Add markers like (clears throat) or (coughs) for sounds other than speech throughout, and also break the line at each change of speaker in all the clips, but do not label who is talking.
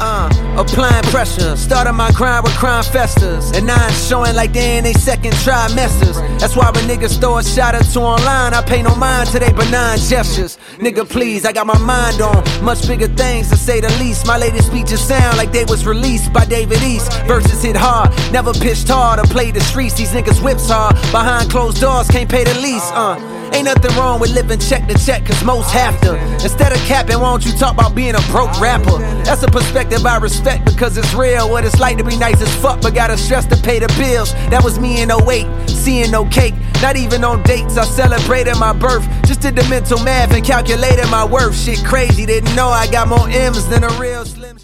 Uh, Applying pressure, started my grind with crime festers. And now it's showing like they in they second trimesters. That's why when niggas throw a shot or two online, I pay no mind to they benign gestures. Nigga, please, I got my mind on much bigger things to say the least. My latest speeches sound like they was released by David East. Verses hit hard, never pitched hard or played the streets. These niggas whips hard, behind closed doors, can't pay the lease, uh. Ain't nothing wrong with living check to check, cause most have to. Instead of capping, why don't you talk about being a broke rapper? That's a perspective I respect because it's real. What it's like to be nice as fuck, but gotta stress to pay the bills. That was me in 08, seeing no cake. Not even on dates, I celebrated my birth. Just did the mental math and calculated my worth. Shit crazy, didn't know I got more M's than a real slim.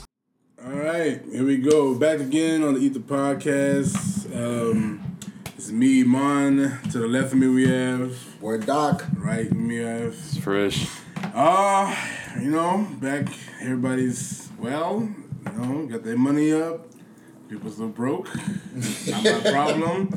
All right, here we go. Back again on the Ether Podcast. Um, it's me, Mon. To the left of me, we have.
Where Doc?
Right, we have.
It's fresh.
Uh, you know, back. Everybody's well. You know, got their money up. People still broke. Not my problem.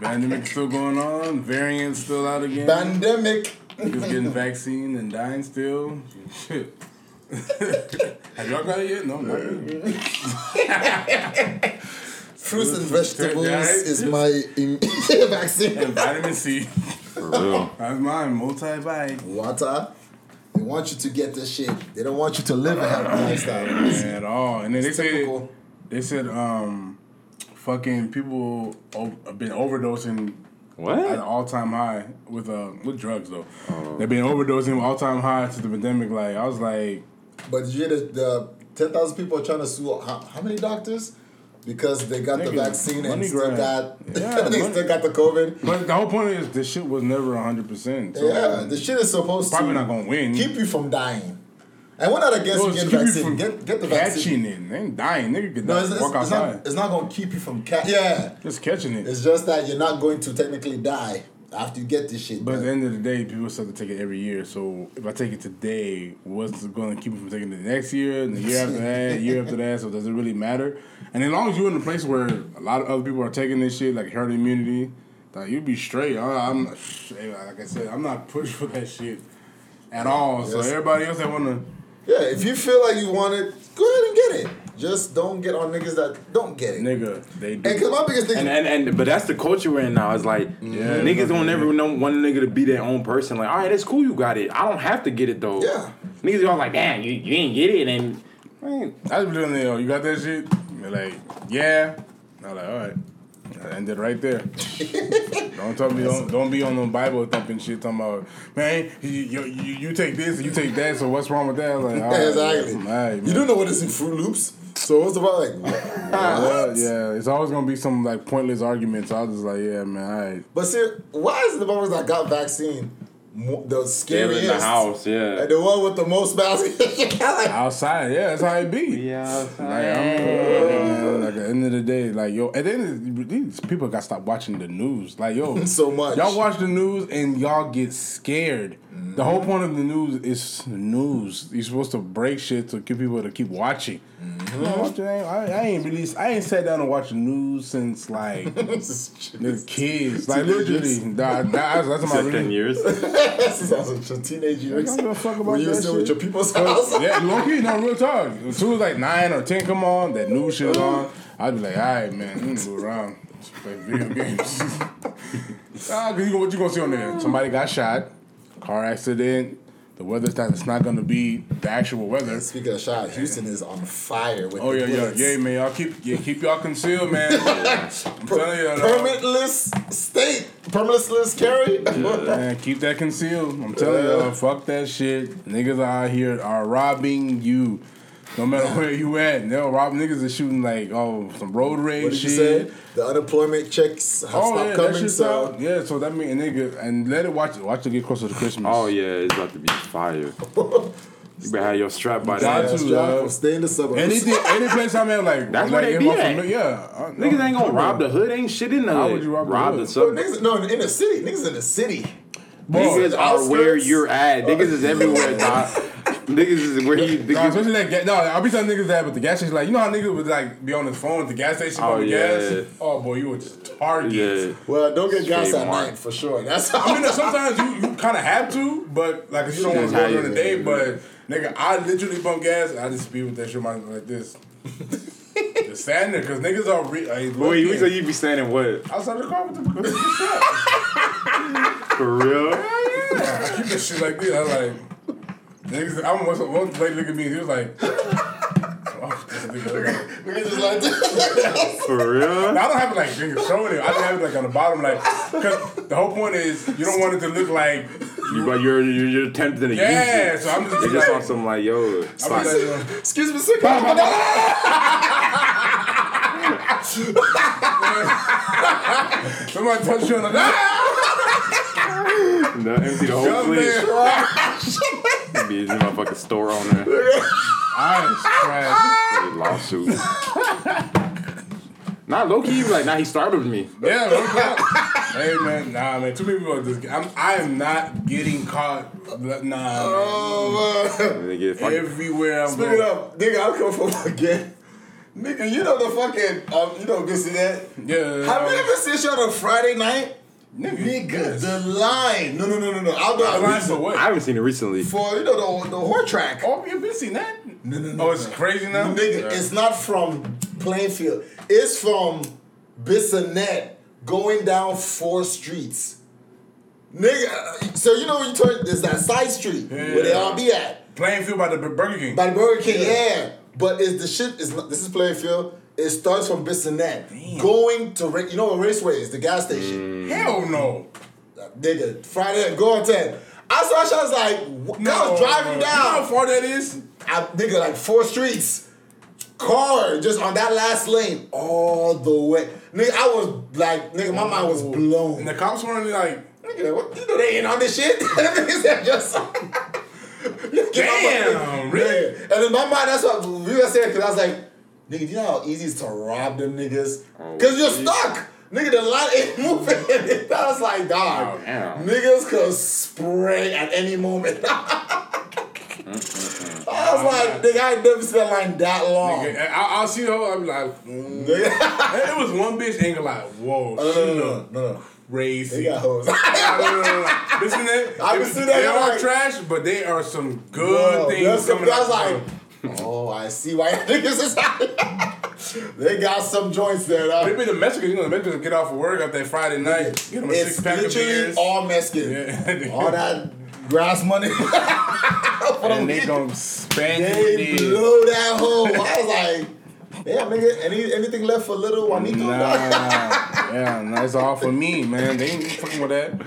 Pandemic still going on. Variants still out again.
Pandemic.
Niggas getting vaccine and dying still. Shit. (laughs) Have y'all got it yet? No, not yet.
Fruits and vegetables
Yeah, right?
is my (laughs) in- vaccine.
And vitamin C.
For (laughs) real.
That's mine. Multi bite.
Water. They want you to get this shit. They don't want you to live a healthy lifestyle.
at all. And then they said
typical.
they said um, fucking people o- have been overdosing at an
What?
all time high with uh with drugs though. They've been overdosing all time high since the pandemic. Like I was like,
But did you hear the, the 10,000 people are trying to sue how, how many doctors? Because they got the
Nigga,
vaccine and
money
still
grab.
got
Yeah,
(laughs) they
money-
still got the COVID.
but the whole point is this shit was never hundred percent. So
Yeah, the shit is supposed
probably
to
not gonna win.
keep you from dying. And what are the guests
So
who
it's
get
keep you
vaccine?
from
Get, get the vaccine.
catching it. They ain't dying. Nigga could
No, it's, it's,
walk
it's
outside.
not, it's not going to keep you from cat. Yeah.
just catching it.
It's just that you're not going to technically die after you get this shit.
But at the end of the day, people still have to take it every year. So if I take it today, what's going to keep me from taking it the next year, and the year after that, year after that? So does it really matter? And as long as you're in a place where a lot of other people are taking this shit, like herd immunity, like you'd be straight. I, I'm like I said, I'm not pushed for that shit at all. So
Yes.
everybody else that want to.
Yeah, if you feel like you want it, go ahead and get it. Just don't get on niggas that don't get it.
Nigga, they
And
do.
cause my biggest thing,
And, and and but that's the culture we're in now. It's like niggas don't ever know one nigga to be their own person. Like, all right, that's cool, you got it. I don't have to get it though.
Yeah.
Niggas all like, damn, you, you ain't get it, and man,
I just be doing there. oh, You got that shit? They're like, yeah. I'm like, all right. I ended right there.
(laughs)
don't tell me don't, don't be on no Bible thumping shit talking about man you, you, you you take this and you take that so what's wrong with that? I was like
(laughs)
all right,
exactly.
all right,
you
man.
don't know what is in Fruit Loops, so what's about like?
Yeah,
What?
yeah, it's always gonna be some like pointless arguments. I was just like, yeah, man, all right.
But see, why is it the ones that got vaccine mo- the
they're
scariest?
in the house, yeah.
And the one with the most masks. (laughs) like,
Outside, yeah, that's how it be. Like, I'm, uh, like at the end of the day, like yo, and then these people got to stop watching the news. Like yo,
(laughs) So much.
Y'all watch the news and y'all get scared. The whole point of the news is news. You're supposed to break shit to get people to keep watching.
Mm-hmm.
You know, watch it, I, ain't- I- I ain't really, I ain't sat down and watched the news since like
(laughs) this is
the
this
kids. Like literally, nah, nah, that's, that's my
Except ten
really.
years. (laughs)
is also your teenage years.
I don't give a fuck about
when you were
that
still
shit. Oh,
with your people's house.
Yeah, low key, no real talk. As soon as like nine or ten come on, that new shit on, I'd be like, all right, man, I'm gonna go around Just play video games. (laughs) ah, cause you, gonna- what you gonna see on there? Somebody got shot, car accident. The weather's not. It's not gonna be the actual weather.
Speaking of shot, Houston is on fire with
Oh
the
yeah, yeah,
bullets.
yeah, man. Y'all keep, yeah, keep y'all concealed, man. I'm telling you, dog.
Permitless state, permitless carry. (laughs)
Man, keep that concealed. I'm telling y'all, fuck that shit. Niggas out here are robbing you. No matter where you at, they'll rob niggas is shooting like oh some road rage
What did you
shit.
say? The unemployment checks have
Oh
stopped
yeah, that
coming,
shit's
so
out. Yeah, so that mean nigga and let it watch it. Watch it get closer to Christmas.
Oh yeah, it's about to be fire.
(laughs)
You better have your strap by
Got
that.
you.
that's
dog.
right. Stay in the suburbs.
Anything, any place I'm at, like
That's where
like,
they
if
be
I'm
at.
familiar- yeah, uh, no.
Niggas ain't gonna rob the hood. Ain't shit in the hood.
How would you rob the hood?
the sub?
Bro, niggas, no, in the city, niggas in the city.
Boy,
Niggas are
outskirts.
where you're at. Niggas is
(laughs)
everywhere, dog. Niggas is where you.
Nah,
Niggas,
especially that ga- no, I'll be telling niggas that, but the gas station, like you know how niggas would like be on the phone at the gas station
Oh,
pumping
yeah.
gas. Oh boy, you were just target.
yeah.
Well, don't get gas
Straight
at
mark.
night for sure. That's
I
how.
mean, sometimes you, you kind of have to, but like if you don't want to
That's how
go
you-
during the day, but Nigga, I literally pump gas and I just speed with that shit my, like
(laughs)
this. just standing there, because niggas are. Re- like,
Wait, you
looking.
say you be standing what?
Outside the car with the, with the shot.
For real?
I keep this shit like this. I like niggas. I'm one, one lady look at me. He was like, "Fuck this nigga."
We can just like that.
For real?
Now, I don't have it like nigga showing it. I just have it like on the bottom, like because the whole point is you don't want it to look like
You, but you're, you're, you're tempted to
yeah.
use it.
So I'm
They
just
just
like,
on some like, yo, it's
I'm
like,
just like, uh,
(laughs) Excuse me, sir. Can you-
somebody touch you on the ah!
no, empty the whole
Young
place.
man.
(laughs) Be a motherfucking store
(laughs)
owner.
I trash.
Lawsuit. Not low key, like, nah, he started me.
Yeah, no cap. Hey man, nah man. Too many people are just. I'm. I am not getting caught. Nah. Man.
Oh, man. (laughs)
And they get fucking
Everywhere I'm
Speaking
going.
of, nigga, I come from again. Nigga, you know the fucking, um, you know, this and that.
Yeah.
Have you ever seen you on a Friday night? Nigga, the line. No, no, no, no, no. I'll go
The line
out
for what?
I haven't seen it recently.
for, you know, the, the whore track.
Oh, you've been seeing that? No, no, no. Oh, it's crazy now?
Nigga, it's not from Plainfield. It's from Bissonnette going down four streets. Nigga, so you know when you turn, there's that side street where they all be at.
Plainfield by the Bur- Burger King.
By the Burger King, yeah. But it's the shit is not, this is Plainfield. It starts from Bissonnette. Going to Ra- you know what Raceway is, the gas station.
Hell no. Mm.
Nigga, Friday, go on ten. I saw shots like what- I was driving
You know how
down
far that is?
I, nigga like four streets. Car just on that last lane all the way. Nigga, I was like, nigga, my mind was blown.
And the cops weren't like,
Nigga, what you know they ain't on this shit? (laughs) Niggas just
Damn, really?
Yeah. And in my mind, that's what we were saying because I was like, nigga, you know how easy it's to rob them niggas?
Oh,
Because you're stuck. Nigga, the line ain't (laughs) moving. I was like, dog,
Oh, damn.
niggas could spray at any moment. (laughs) I was like, nigga, I ain't never seen that line that long. (laughs)
I- I- I'll see the whole, I'm like, mm.
Nigga.
it was one bitch, ain't gonna lie, whoa,
no,
she
no, no,
look
no, no. They
crazy.
got hoes. (laughs)
No, no, no, no, no. Listen to that.
I
They-
can see that,
They
I'm
are
like-
trash, but they are some good
Whoa,
things
that's
coming
something I was
out.
like, oh, I see why (laughs) niggas is out. (laughs) they got some joints there. Though.
Maybe the Mexicans, you know, the Mexicans get off of work after that Friday night, get them a
It's
six pack of
literally
beers.
all
(laughs)
Mexican.
Yeah.
All that grass
(laughs)
money. (laughs)
and they gonna spend
they
it.
blew that hole. I was like, damn, nigga, any, anything left for little Juanito?
Nah, yeah, nah, it's all for me, man. They ain't fucking with that.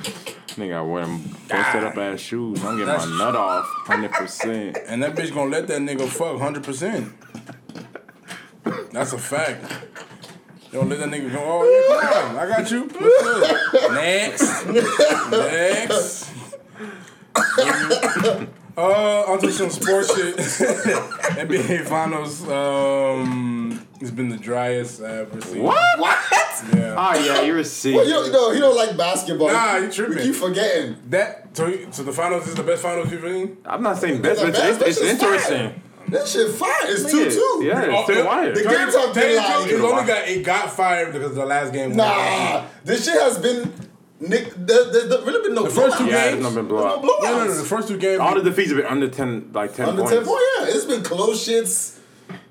Nigga, I wear them busted up ass shoes. I'm getting
That's-
my nut off 100%.
And that bitch gonna let that nigga fuck hundred percent. That's a fact. They Don't let that nigga go. Oh yeah, come on, I got you. What's good? Next, next. Uh, onto some sports shit. (laughs) NBA Finals. Um, it's been the driest I ever seen.
What?
What?
Yeah.
Oh, yeah, you're a C.
Well, you don't, no, he don't like basketball.
Nah, you
We
tripping.
keep forgetting.
That so, so the finals is the best finals you've seen.
I'm not saying best,
The
but it's,
best
it's
is fire.
interesting.
That shit fire. It's 2-2.
Yeah, Yeah, it's
Oh,
still
yeah.
wired.
The game's
Tatum
on deadline.
It only got it got fired because the last game. was-
Nah, this shit has been Nick. There, there, there really been no
The first two
blowouts.
yeah,
games.
it's not been
There's no
blowout.
blowouts.
No, no, no. The first two games.
All the defeats have been under 10, like 10
Under
points.
ten point, yeah, it's been close shits.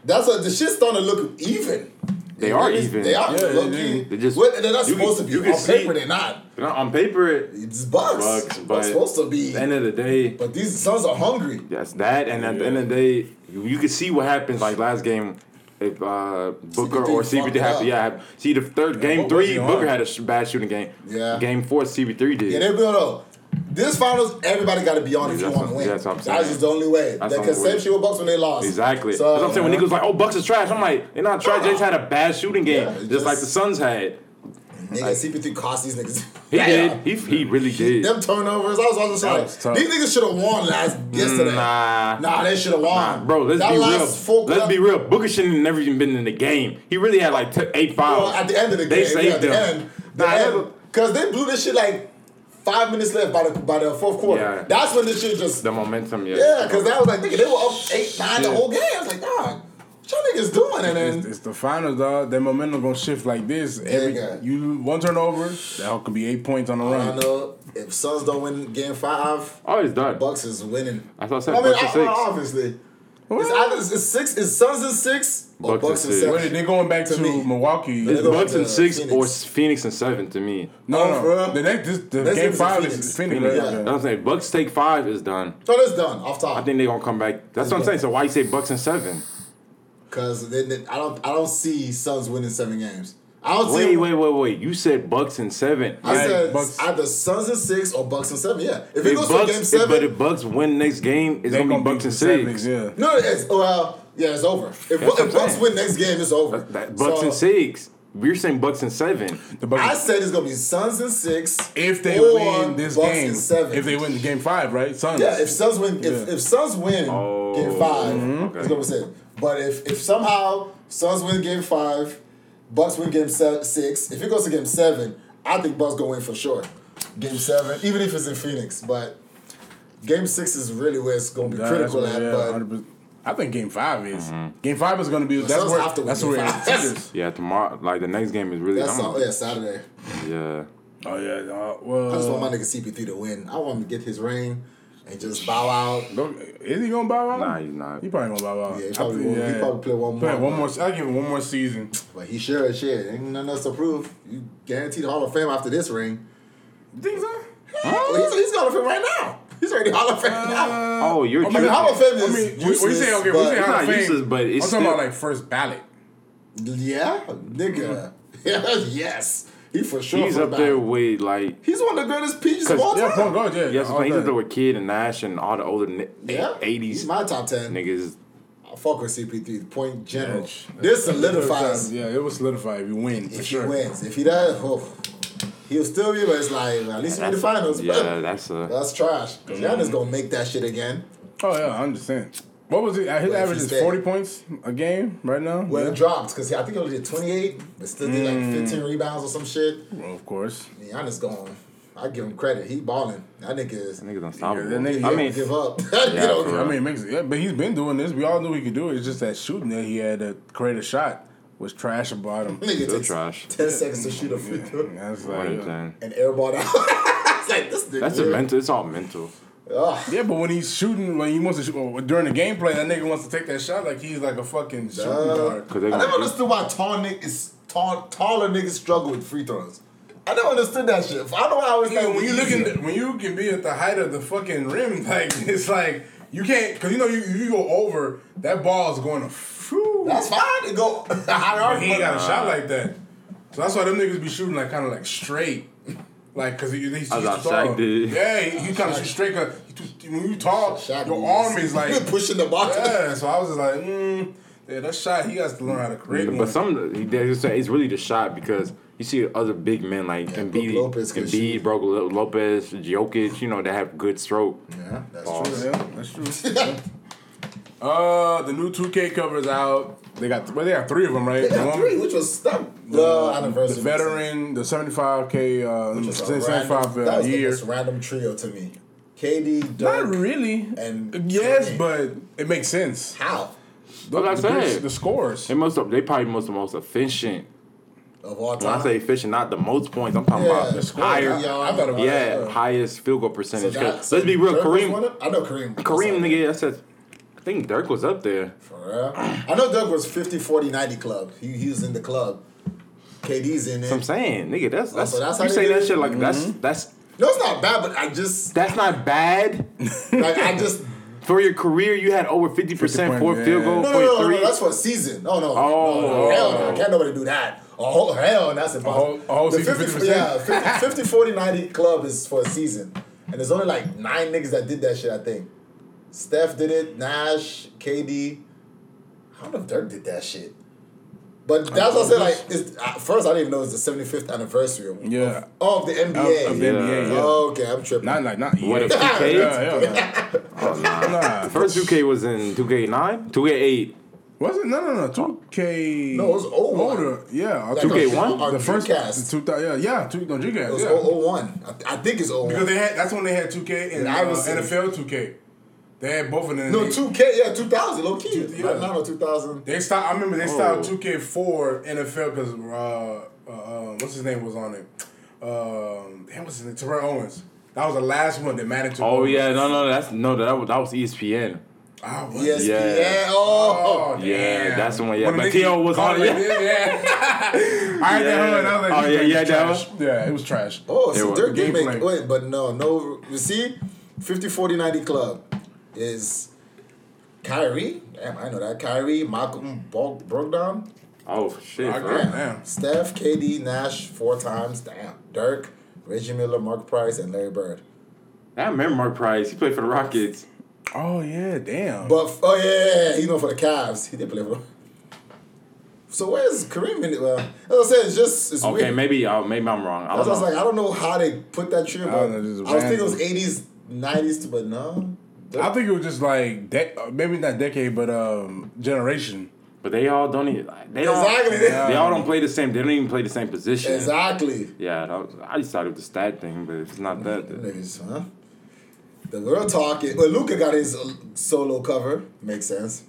That's what the shit's starting to look even.
They are
It's-
even.
They are
Yeah,
low
they
key.
do.
They just-
Well, they're not
you can-
supposed
you
to be.
can
On paper,
see-
they're not.
You know, on paper, it-
It's bucks.
Bucks, but-
They're supposed to be.
at the end of the day,
But these sons are hungry.
that's that. And at the end of the day, you, you can see what happens. Like last game, if uh, Booker
CP3
or CP3
fucked
had,
up.
yeah, see the third
what
game
was
three,
he on?
Booker had a sh- bad shooting game.
Yeah.
Game four, CP3 did.
Yeah, they build up. This finals, everybody got to be on if you
That's
want to
what-
win.
that's what I'm
That's
saying.
just the only way.
That's
That
the only way.
conception with Bucks when they lost.
Exactly.
So,
That's what I'm saying. When niggas like, oh, Bucks is trash. I'm like, they're not trash. They just had a bad shooting game,
Yeah, it
just,
just-
like the Suns had.
nigga, CP3 cost these niggas.
He
Damn.
did. He, he really did.
Them turnovers, I was also
That
like,
was tough.
these niggas should have won last yesterday.
Nah.
Nah, they should have won.
Bro, let's
that
be
last
real.
Four
let's
quarter-
be real. Booker shouldn't have never even been in the game. He really had like t- eight fouls.
Well, at the end of the
Oh. they
game,
saved
yeah, at the
him.
end, the
Nah, that was-
end, because they blew this shit like five minutes left by the by the fourth quarter.
Yeah.
That's when this shit just
the momentum. Yeah,
yeah, because that was like nigga, they were up eight nine the whole game. I was like, dog, what y'all niggas doing? And then
It's, it's the finals, dog. That momentum gonna shift like this. Every
Nigga.
you one turnover, that could be eight points on the
I
run.
know if Suns don't win game five,
Oh, it's done.
Bucks is winning.
That's what I said,
I mean,
Bucks is
I-
six.
obviously. It's either it's six, it's Suns is six, or
Bucks
Bucks,
is
is
six.
seven.
Wait, they're going back to,
To me.
Milwaukee.
It's
No,
going
Bucks
to
in six or
Phoenix.
Phoenix in seven to me.
Oh, for
no,
real?
the next this, the
Next
game
is in
five
Phoenix.
is Phoenix.
Phoenix.
right?
Yeah.
That's what I'm saying Bucks take five is done.
So that's done off top.
I think they gonna come back. That's what I'm saying. So why you say Bucks in seven?
Cause then then I don't I don't see Suns winning seven games. I don't
Wait,
see.
wait, wait, wait. You said Bucks in seven.
I
Right,
said
Bucks.
either Suns in six or Bucks in seven. Yeah, if it
If
goes
Bucks,
to game
if-
seven,
but if Bucks win next game, it's
They
gonna be Bucks in
seven,
six.
Yeah.
no, it's oh, well, yeah, it's over. If, Bu-
what I'm
if Bucks
saying.
win next game, it's over.
That- Bucks
So,
in six. We're saying Bucks in seven.
The
I
Bucks,
said it's gonna be Suns in six.
if they
or
win this
Bucks in
game,
seven.
if they win game five, right? Suns.
Yeah, if Suns win, if,
Yeah.
if Suns win
Oh,
game 5
mhm.
it's gonna be seven. But if if somehow Suns win game five, Bucks win game se- six. If it goes to game seven, I think Bucks gonna win for sure. Game seven, even if it's in Phoenix, but game six is really where it's gonna be
Nah,
critical
that's
at.
what- yeah,
but
100%. I think game five is
Mm-hmm.
game five is going to be that's
Suns
where
have to win
that's
game
where it
five. (laughs)
contenders.
Yeah, tomorrow, like the next game is really.
that's
I'm-
all, yeah Saturday.
yeah.
Oh yeah, uh,
I just want
well,
my nigga CP3 to win. I want him to get his ring and just bow out.
go, is he going to bow out?
Nah, he's not.
He probably gonna bow out.
Yeah, he probably
I-
will. He probably play one
Play
more.
one more. I give him one more season.
But he sure as shit. Ain't nothing else to prove. You guaranteed Hall of Fame after this ring.
You think so?
Well, he's, he's Hall of Fame right now. He's already Hall of Fame
Uh,
now.
Oh, you're.
I
I mean,
tripping.
Hall of Fame is
I mean, we, we
useless,
say okay. We
but-
say
It's
Hall of
not
Fame.
useless, but it's
I'm talking about
still-
like first ballot.
Yeah, nigga. (laughs) Yeah, yes. He for sure.
he's
for
up
about-
there with like.
He's one of the greatest peaches of all
Yeah, point
time.
guard. Yeah,
Yes,
all
he's up
that.
there with Kid and Nash and all the older ni-
Yeah,
'80s
He's my top ten.
niggas.
I fuck with CP3. Point general.
Edge.
This solidifies
Yeah, it will solidify if you win for
if
sure.
he wins. If he does, oh, he'll still be. But it's like at least we're in the finals. (laughs)
Yeah,
Yeah.
that's a.
That's trash.
Mm-hmm.
Because Giannis gonna make that shit again.
Oh yeah, I understand. What was it? Uh, His
if
average
he
is
stay.
40 points a game right now.
Well,
yeah. Mm.
it dropped because I think he only did 28, but still did like 15 rebounds or some shit.
Well, of course.
Giannis gone. I give him credit. He balling. That nigga is.
Niggas unstoppable.
Yeah, that nigga-
I
I
mean,
give up. (laughs) That
Yeah,
nigga don't
for
give
I
up.
mean, it makes yeah, but he's been doing this. We all knew he could do it. It's just that shooting that he had to create a shot was trash about
(laughs)
him.
Nigga
still
takes
trash.
10 seconds to shoot a free throw
That's
One
like, uh,
in
yeah.
ten.
and airball out. (laughs) it's like this nigga.
That's a
weird.
mental. It's all mental.
Ugh.
yeah, but when he's shooting, when he wants to shoot well, during the gameplay, that nigga wants to take that shot like he's like a fucking shooting guard.
Cause they
I never
gonna
understood why tall niggas, tall, taller niggas struggle with free throws. I never understood that shit. I don't know how it's
Yeah,
like
when you look
easier.
at the- when you can be at the height of the fucking rim, (laughs) like it's like you can't because you know you, you go over that ball is going to. Phew,
That's fine. It go (laughs) higher
He ain't got a shot like that. So that's why them niggas be shooting like kind of like straight. (laughs) Like, cause he, he's, he's
I
too
thought
tall.
Shaq did.
Yeah, he, he kind of shoots straight. Cause he too, when you tall, your arm is like.
(laughs) pushing the box.
yeah, so I was just like, mm, yeah, that shot, he has to learn how to create one.
But some, he- they just say it's really the shot because you see other big men like
Brook
Embiid,
Lopez can
Embiid,
shoot.
Brook Lo- Lopez, Jokic. You know they have good stroke.
Yeah, that's
Balls.
true. (laughs)
yeah, that's true. (laughs) uh, the new 2K covers out. They got, well, they got three of them, right?
They
The
got
one-
three, which was the, the
the
anniversary.
veteran, the 75K, uh,
Which was a
75
random- that
uh,
was the
year.
most random trio to me. KD,
Not
Dirk,
really.
and
yes,
Kanye.
but it makes sense.
how
Look,
Like
the,
I said.
the scores.
They most, of- they probably most the most efficient.
of all
When
time.
I say efficient, not the most points. I'm talking
Yeah,
about
the score,
higher.
yeah,
I thought it was.
Yeah,
uh,
highest field goal
So
percentage.
that-
'Cause
so
let's be real,
Dirk was one
Kareem.
of- I know Kareem. was
Kareem,
on it.
nigga, I said, I think Dirk was up there.
For real. I know Dirk was 50, 40, 90 club. He, he was in the club. KD's in it.
I'm saying, nigga, that's that's,
Oh, so that's how
you
they
say
did
that
it? Mm-hmm.
shit like that's that's
no, it's not bad, but I
(laughs)
just,
that's
(laughs)
not bad.
like, I just.
For your career, you had over fifty percent
50%,
for field
yeah.
No, no,
goal
no,
point
no,
three.
no, that's for a season. No, no.
Oh.
no, no, hell no. Can't nobody do that. Oh, hell, that's impossible.
A whole- a whole
The
season, 50%?
Yeah, 50, 50, 40, 90 club is for a season. And there's only like nine niggas that did that shit, I think. Steph did it, Nash, KD. I don't know if Dirk did that shit. But that's what I said. Like, it's, at first, I didn't even know it was the 75th anniversary of,
Yeah.
of the NBA.
Of the NBA, yeah.
Oh, Okay, I'm tripping.
Not like not
What
yeah.
if 2K?
Yeah,
(laughs)
yeah,
Oh,
nah. nah.
First two K was in two K nine, two K eight.
Was it? No, no, no. Two K.
No, it was 01.
older. Yeah,
Like,
2K1?
on
The first
Dreamcast.
two thousand. Yeah, yeah. Two no
It
Dreamcast.
was
Yeah.
001. I, I think it's 01.
Because they had that's when they had two K and
And
uh,
obviously-
NFL two K. They had both of them.
No,
They-
two K, yeah, two thousand, low key.
Two- yeah.
Not, not no two thousand.
They stopped. I remember they
Oh.
stopped two K four NFL because uh, uh, um, what's his name was on it. Um, damn, what's his name? Terrell Owens. That was the last one that Madden took.
Oh
over.
yeah, no, no, that's no, that was, that
E
was ESPN.
Ah, what?
Yes, yeah.
Yeah.
Oh,
Oh,
Yeah,
damn.
that's the one, yeah.
When
But
they-
T.O. was on it.
like this, Yeah. (laughs) I heard that
Yeah.
one. and I was like,
Oh, yeah,
this
yeah, that
is trash. Yeah, it was trash.
oh,
It
so
was
Dirk did
game plan.
make wait, but no, no. You see, 50, 40, 90 club is Kyrie. Damn, I know that Kyrie, Malcolm Bro- Brogdon,
Oh shit,
I
bro.
agree. Damn.
Steph, KD, Nash four times. Damn, Dirk, Reggie Miller, Mark Price, and Larry Bird.
I remember Mark Price. He played for the Rockets.
Oh yeah, damn.
But f- oh yeah, yeah, yeah, you know for the Cavs, he did play for. (laughs) So where's Kareem? In it? Well, as I said, it's just it's
Okay,
weird.
maybe uh, maybe I'm wrong. I
I was,
don't
I was
know.
like, I don't know how they put that tree, but I,
don't know, just
was thinking it
random.
was eighties, nineties, but no.
I think it was just like de- uh, maybe not decade, but um, generation.
but they all don't even. like, They don't.
Exactly.
They all don't play the same. They don't even play the same position.
Exactly.
Yeah, that was, I just thought it was a stat thing, but if it's not that, then
Niggas, huh? The real talking. Well, Luca got his uh, solo cover. Makes sense.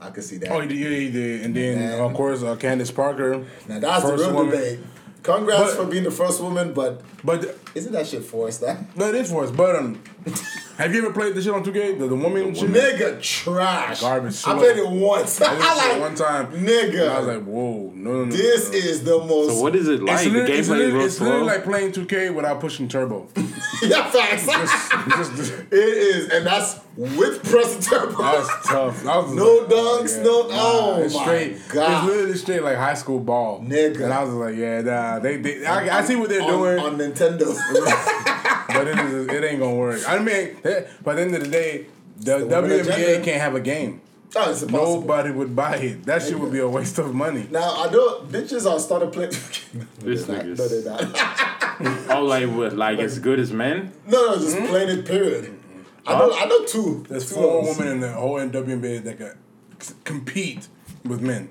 I can see that.
Oh, he did, yeah, he did. And then
Man.
of course uh, Candace Parker.
now that's the
first
real
woman.
debate. Congrats
But-
for being the first woman, but
But
isn't that shit forced? That
No, it is for us. But
(laughs)
um, have you ever played the shit on 2K? The, the woman (laughs) shit?
nigga trash.
Garbage.
I played it once. (laughs) I,
I did it
like
one time.
nigga.
And I was like, whoa, no, no, no.
this
no.
is the most.
so what is it
It's
like? The
literally, it's,
gameplay is
literally,
real
it's literally
slow.
like playing 2K without pushing turbo.
(laughs)
(laughs)
yeah, facts. (laughs) It is, and that's with pressing turbo.
That was tough. That was
No dunks, no- oh
it's
my
straight.
God.
It's literally straight like high school ball,
Nigga.
And I was like, yeah, nah. They, they I, I see what they're
on,
doing, (laughs)
on Nintendo. (laughs)
but it, is, it ain't gonna work. I mean, that, by the end of the day, the,
the women
WNBA
agenda.
can't have a game.
oh, it's impossible.
Nobody would buy it. That shit would be a waste of money.
Now I know bitches are starting playing.
This
no,
nigga's-
they're not.
oh, like what? Like as good as men?
(laughs) No, no, just playing it. Period. I know. I know two.
Mm-hmm. There's
two
four
of them.
women in the whole NWNBA that can c- compete with men.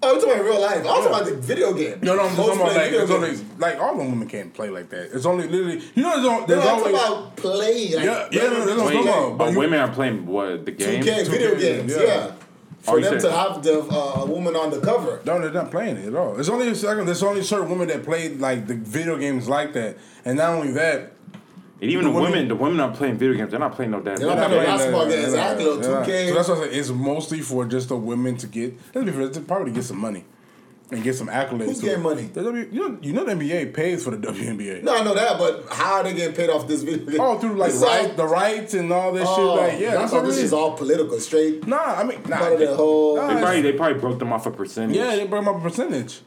Oh, I'm talking about real life. I'm talking about the video game.
No, no, I'm
Those
talking about
playing
like,
video
it's
games.
only, like all the women can't play like that. It's only literally, you know, there's, al-
No,
there's
I'm
always.
talking about playing. Like,
Yeah, yeah, no, no, no,
Wait,
come
playing.
on. but
oh,
you-
women are playing what the game?
2K, video
2K,
games,
yeah.
yeah.
Oh,
For
you
them
said-
to have the uh, a woman on the cover.
No, they're not playing it at all. It's only second. There's only certain women that played like the video games like that, and not only that,
And even the,
women-
women, the women are playing video games. They're not playing no damn.
They're not
video
playing
games.
basketball games, exactly, or 2K.
So that's what I said. It's mostly for just the women to get. Let's be fair, to probably get some money and get some accolades.
Who's
too.
getting money?
The W, you, know, you know, the NBA pays for the WNBA.
No, I know that, but how are they getting paid off this video game?
Oh, through like
It's uh,
right,
all-
the rights and all that
Oh,
shit. Like, yeah,
I
that's
thought
what it
this
is.
is all political, straight.
Nah, I mean, nah.
Part of that whole-
nah,
They probably
it's-
they probably broke them off a percentage.
yeah, they bring up a percentage.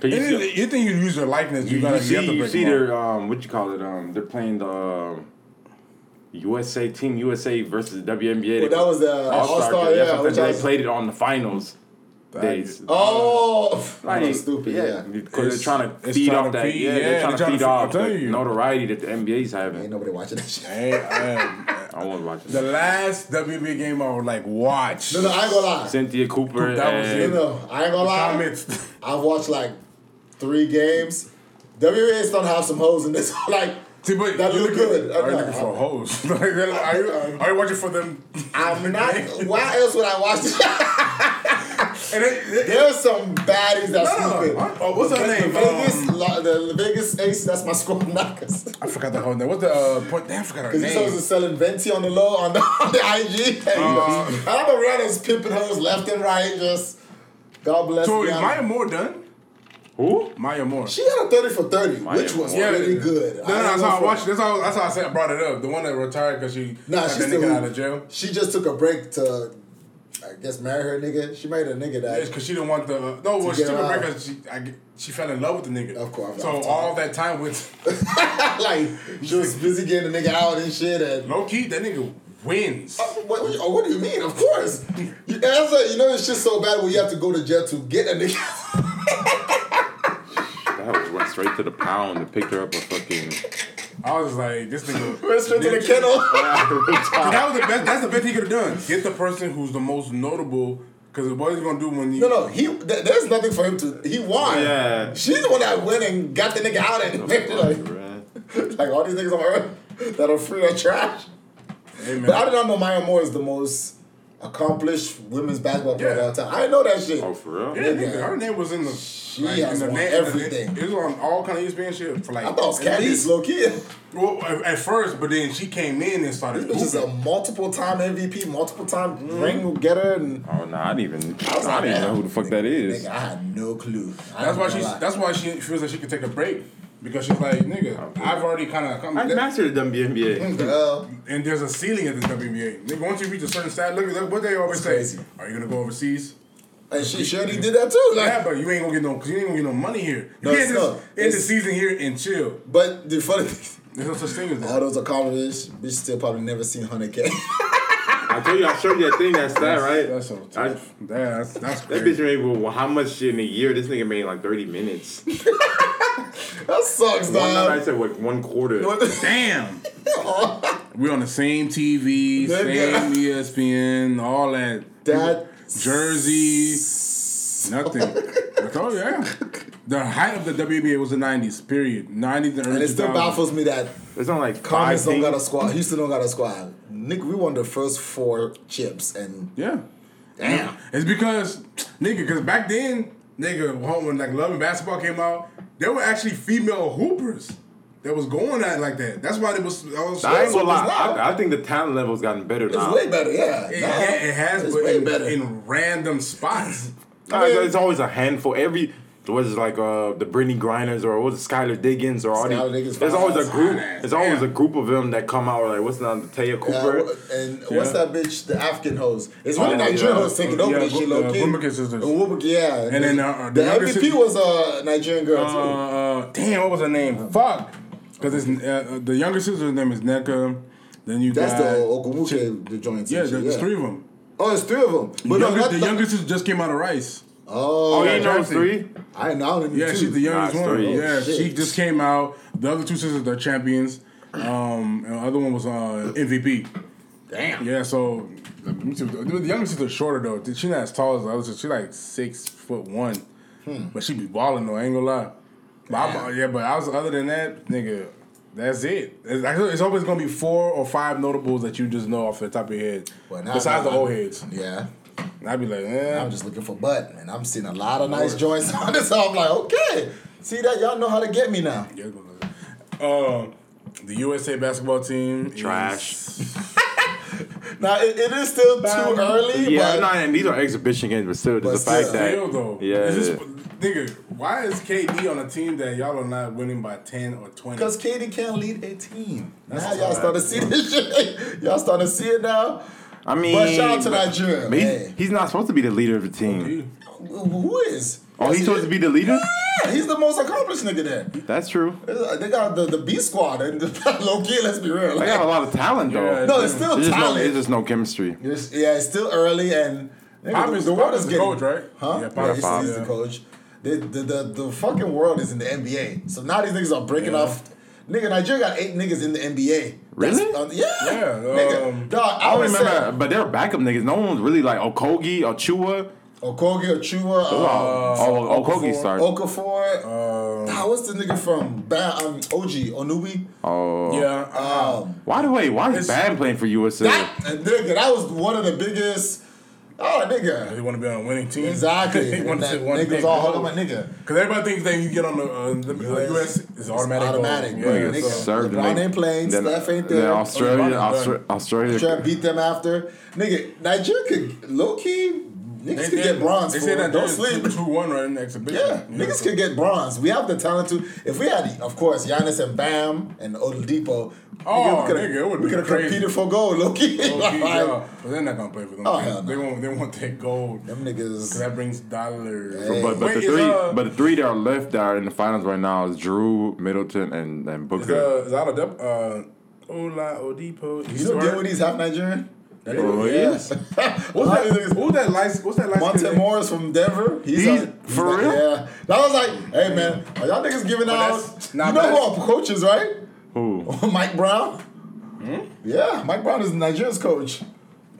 Cause you,
You,
see-
you think you use your likeness? You,
you-
gotta
you
have
see,
to
you
break
see
them off.
their um, what you call it? Um, they're playing the um, USA team USA versus WNBA.
Well, that was the All-Star,
game. That's
yeah,
what
which
they
I-
played it on the finals days.
Oh, (laughs)
Like,
that's stupid. Yeah.
because
It's-
they're trying to
it's
feed
trying
off
to
that.
feed-
yeah,
yeah,
they're trying to feed
I'm
off
telling
the
you.
notoriety that the NBA's having.
Ain't nobody watching that shit.
Hey, um,
I want to watch
the
it.
last WNBA game I would like watch.
No, no, I ain't gonna lie.
Cynthia Cooper.
That was
and-
You know, I ain't gonna lie.
Comments. (laughs)
I've watched like three games. WNBA is gonna have some hoes in this. (laughs) like,
See, but
that
you
look good. Uh-huh.
Are you
I'm
looking for
not-
hoes? (laughs) Like, are, you, are you watching for them?
I'm not. Why else would I watch that? (laughs)
And it, it,
There's some baddies that's
No, no, no.
stupid.
Oh, what's her
Because
name?
The Vegas,
Um,
lo- the Vegas Ace, that's my squad (laughs) knockers.
I forgot the whole name. What's the uh, point? Damn, I forgot her
Because these hoes are
name.
selling Venti on the low on the, (laughs) on the IG. And, uh, I'm around those pimping hoes left and right. Just God bless
So is
them.
Maya Moore done?
Who?
Maya Moore.
She had a 30 for 30,
Maya
which was
Yeah,
really good.
No, no,
don't
that's
know
how I
for-
watched. it. That's how. That's how I said I brought it up. The one that retired because she
Nah,
got
she's
that
still
nigga out of jail.
She just took a break to, I guess, marry her nigga. She married a nigga that.
Because she didn't want the uh, no. Well, she
get
took a break
out.
because she I, get- she fell in love with the nigga.
Of course,
So
of course.
all that time with
(laughs) like, she was busy getting the nigga out and shit. And
low key, that nigga wins.
What, what, oh, what do you mean? Of course. You, as a, you know, it's just so bad when you have to go to jail to get a nigga.
That was went straight to the pound and picked her up a
(laughs)
fucking.
I was like, this nigga.
Went straight to the kennel.
that was the best. That's the best he could have done. Get the person who's the most notable. Because what he's gonna do when you
No, no, he. Th- there's nothing for him to. He won.
Yeah.
She's the one that went and got the nigga (laughs) out and like, like all these niggas on earth that are free are trash.
Amen.
But I did not know Maya Moore is the most accomplished women's basketball player
Yeah.
of all time. I didn't know that shit.
Oh, for
Yeah,
real?
nigga, her name was in the she
has won everything.
it was on all E kind of ESPN shit for like.
I thought it was
at
Candice
least-
low (laughs) key.
Well, at, at first, but then she came in and started.
This bitch is a
hooping.
multiple time MVP, multiple time
Mm-hmm.
ring getter, and
Oh, no, I didn't even, I
was like,
didn't even
"Damn."
know who the fuck that
nigga,
is.
I had no clue. I
That's
ain't
why
gonna
she.
lie.
That's why she feels like she could take a break because she's like, nigga, I've already kind of come.
I mastered the
(laughs)
WNBA.
Girl,
and there's a ceiling at the WNBA. Nigga, once you reach a certain stat, look at look what they always
It's
say.
crazy.
Are you gonna go overseas?
and she sure he did that too. Like,
Yeah, but you ain't gonna get no, cause you ain't gonna get no money here. You
No,
can't just
it's not.
end the
It's-
season here and chill.
but the funny (laughs) thing,
There's no such thing as
all
that.
those accomplishments, bitch still probably never seen hundred k. (laughs)
I told you I showed you that thing that's that, right?
That's so
I-
tough. That's that's
that
crazy.
bitch made well, how much shit in a year? This nigga made like 30 minutes. One
That sucks,
night I
dog.
said like one quarter.
(laughs) Damn. We're on the same TV, same E
Nigga.
ESPN, all that.
(laughs) That
Jersey,
s-
nothing. I told you, yeah. The height of the WBA was the 90s, period. 90s and early
And it still
2000s.
baffles me that
It's on like five
Comets don't
things.
got a squad. Houston don't got a squad. Nick, we won the first four chips, and
Yeah.
damn,
It's because, nigga, because back then, nigga, when like Love and Basketball came out, there were actually female hoopers that was going at it like that. That's why it was. I was
I ain't gonna lie.
It's not.
I, I think the talent level's gotten better
it's
now.
way better. Yeah,
It,
Nah,
it- it has,
it's
but
way
in,
better.
in random
(laughs)
spots.
Nah, it's- it's always a handful. Every what is it, like uh the Brittany Griners or what's it, Skylar Diggins or all
Skylar
these.
Diggins,
There's always a
fine
group.
ass.
There's always a
Damn.
group of them that come out like what's not Taya
Yeah, oh,
Cooper.
wha- and what's
Yeah.
that bitch? The African hoes. It's
Oh,
one of the Nigerian
yeah.
hoes taking
Yeah,
over this
Gu-
shit,
uh,
low key.
Gumbuke sisters.
And Gumbuke, yeah.
And then, uh,
the,
the younger
MVP
sister-
was a Nigerian girl
Uh, uh, damn, what was her name? Fuck. Because uh, uh, the younger sister's name is NECA. Then you
too. That's
got
the Ogumuke, the joint.
Yeah,
and shit,
there's three of them.
Oh, it's three of them. But
the
no,
younger-
not
the
the-
younger sister just came out of Rice.
Oh,
oh, you
yeah,
know
Jackson.
three.
I know. I only knew
Yeah,
two.
she's the youngest
Nah,
one.
it's three.
Yeah,
Oh, shit.
she just came out. The other two sisters are champions. Um, and the other one was uh, MVP.
Damn.
Yeah, so let me see, the younger sister's shorter though. She's not as tall as the other sister. She's like six foot one, but she be balling though. I ain't gonna lie. But I'm, yeah, but I was other than that, nigga. That's it. It's, it's always gonna be four or five notables that you just know off the top of your head.
Well, now-
besides the old heads,
Yeah.
and I'd be like, eh.
I'm just looking for butt, and I'm seeing a lot of nice joints (laughs) on this. So I'm like, okay, see that y'all know how to get me now.
Yeah, go look. Um, the USA basketball team is-
Trash.
Now it, it is still too early,
Yeah,
but
nah, and these are exhibition games, but still, there's the
But
fact
still.
that
Still though,
yeah,
Is this- nigga, why is KD on a team that y'all are not winning by ten or twenty?
because Katie can't lead a team. now y'all start to see this (laughs) shit. y'all start to see it now.
I mean,
But shout out to
but-
Nigeria.
but he's,
man. Oh,
he's not supposed to be the leader of the team.
Who is?
Oh, he's supposed to be the leader.
Yeah, he's the most accomplished nigga there.
That's true.
They got the, the B squad and (laughs) low key. Let's be real.
They got a lot of talent though.
Yeah,
no, it's still
There's just no,
talent.
there's just no chemistry.
It's- yeah, it's still early and nigga,
Pop
the-
is-
the
Pop
world
is
is
the
getting
coach, right?
Huh?
Yeah,
Yeah,
Pop
Pop
is-
he's, he's
yeah.
the coach. The, the, the, the fucking world is in the NBA. So now these niggas are breaking off. Nigga, Nigeria got eight niggas in the NBA. That's-
Really?
uh, yeah.
Yeah, um,
nigga, dog, I,
I
would
remember,
say
but they were backup niggas. No one was really like Okogie, Ochua.
Okogie, Ochua, uh,
oh, Okogie
Okafor.
started.
Okafor.
Um,
Ah, what's the nigga from ba- um, OG, Onubi?
Oh.
Yeah, uh,
Why the way? Why is
It's-
Bam playing for USA?
That, uh, nigga, that was one of the biggest. Oh, nigga.
they want to be on a winning team. (laughs)
Exactly.
they want to
That
sit one
niggas all hugging my nigga.
Because everybody thinks that you get on the, uh, the the US is automatic. goal.
automatic,
Yeah,
bro.
Nigga
Nigga,
so-
served
LeBron
them.
ain't playing,
Then-
Steph ain't
then
there.
Australia,
Oh, LeBron is
Austra-
done.
Australia.
Trap beat them after. Nigga, Nigeria could low key niggas
They
could
said-
get bronze.
They
fool.
said that
Don't sleep.
Two one right in the exhibition.
Yeah, niggas could get bronze. We have the talent to. If we had, of course, Giannis and Bam and Oladipo.
Oh,
coulda-
nigga, it would
we
be
coulda
crazy.
competed for gold, low key. (laughs)
Okay,
Like,
yeah, but they're not gonna play for them.
Oh, hell
they
no.
want they want that gold.
Them
'Cause
niggas.
That brings dollars.
But, but
Wait,
the
is,
three,
uh,
but the three that are left that are in the finals right now is Drew, Middleton, and and
Is,
Booker.
uh, is out of depth. Uh, Ola Odipo.
You don't deal with these half Nigerian. (laughs)
Oh, yes.
What's that? Who's that? Light, what's that? Light
Monte Morris from Denver. He's,
He's-
a- he's
for
like,
real?
Yeah. That was like, hey man, are y'all niggas giving
Oh, that's-
out?
nah,
you
but
know who
that's-
our coach is, right? (laughs)
Who?
Hmm?
Mike Brown. Yeah, Mike Brown is Nigeria's coach.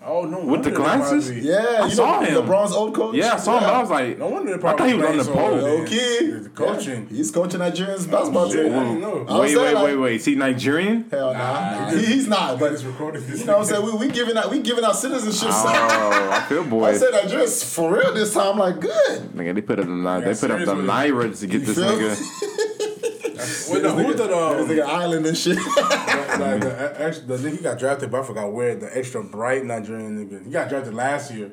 Oh no!
With
wonder
the
they
glasses?
probably-
Yeah,
I
you
saw
know
him.
LeBron's old coach.
Yeah, I saw him, but I was like,
No wonder they
I
probably.
thought he was on the
playing so
pole.
well.
oh, Okay.
The coaching. Oh,
Yeah, he's coaching Nigerian's basketball
shit, I
team.
didn't know.
I was
Wait, wait,
saying,
wait,
like,
wait.
(laughs)
See, Nigerian?
Hell nah, He- he's not. But
just
you know
recorded this.
what I'm saying? We, we giving out we giving out citizenship.
Oh, I feel
I
boy.
said Nigeria's for real this time. Like good.
Nigga, they put up the li- they put up the
seriously.
Naira to get this
feel
nigga.
Wait, no, who's the um,
This nigga island and shit. (laughs)
like the, ex- the nigga he got drafted, but I forgot where the extra bright Nigerian nigga. He got drafted last year.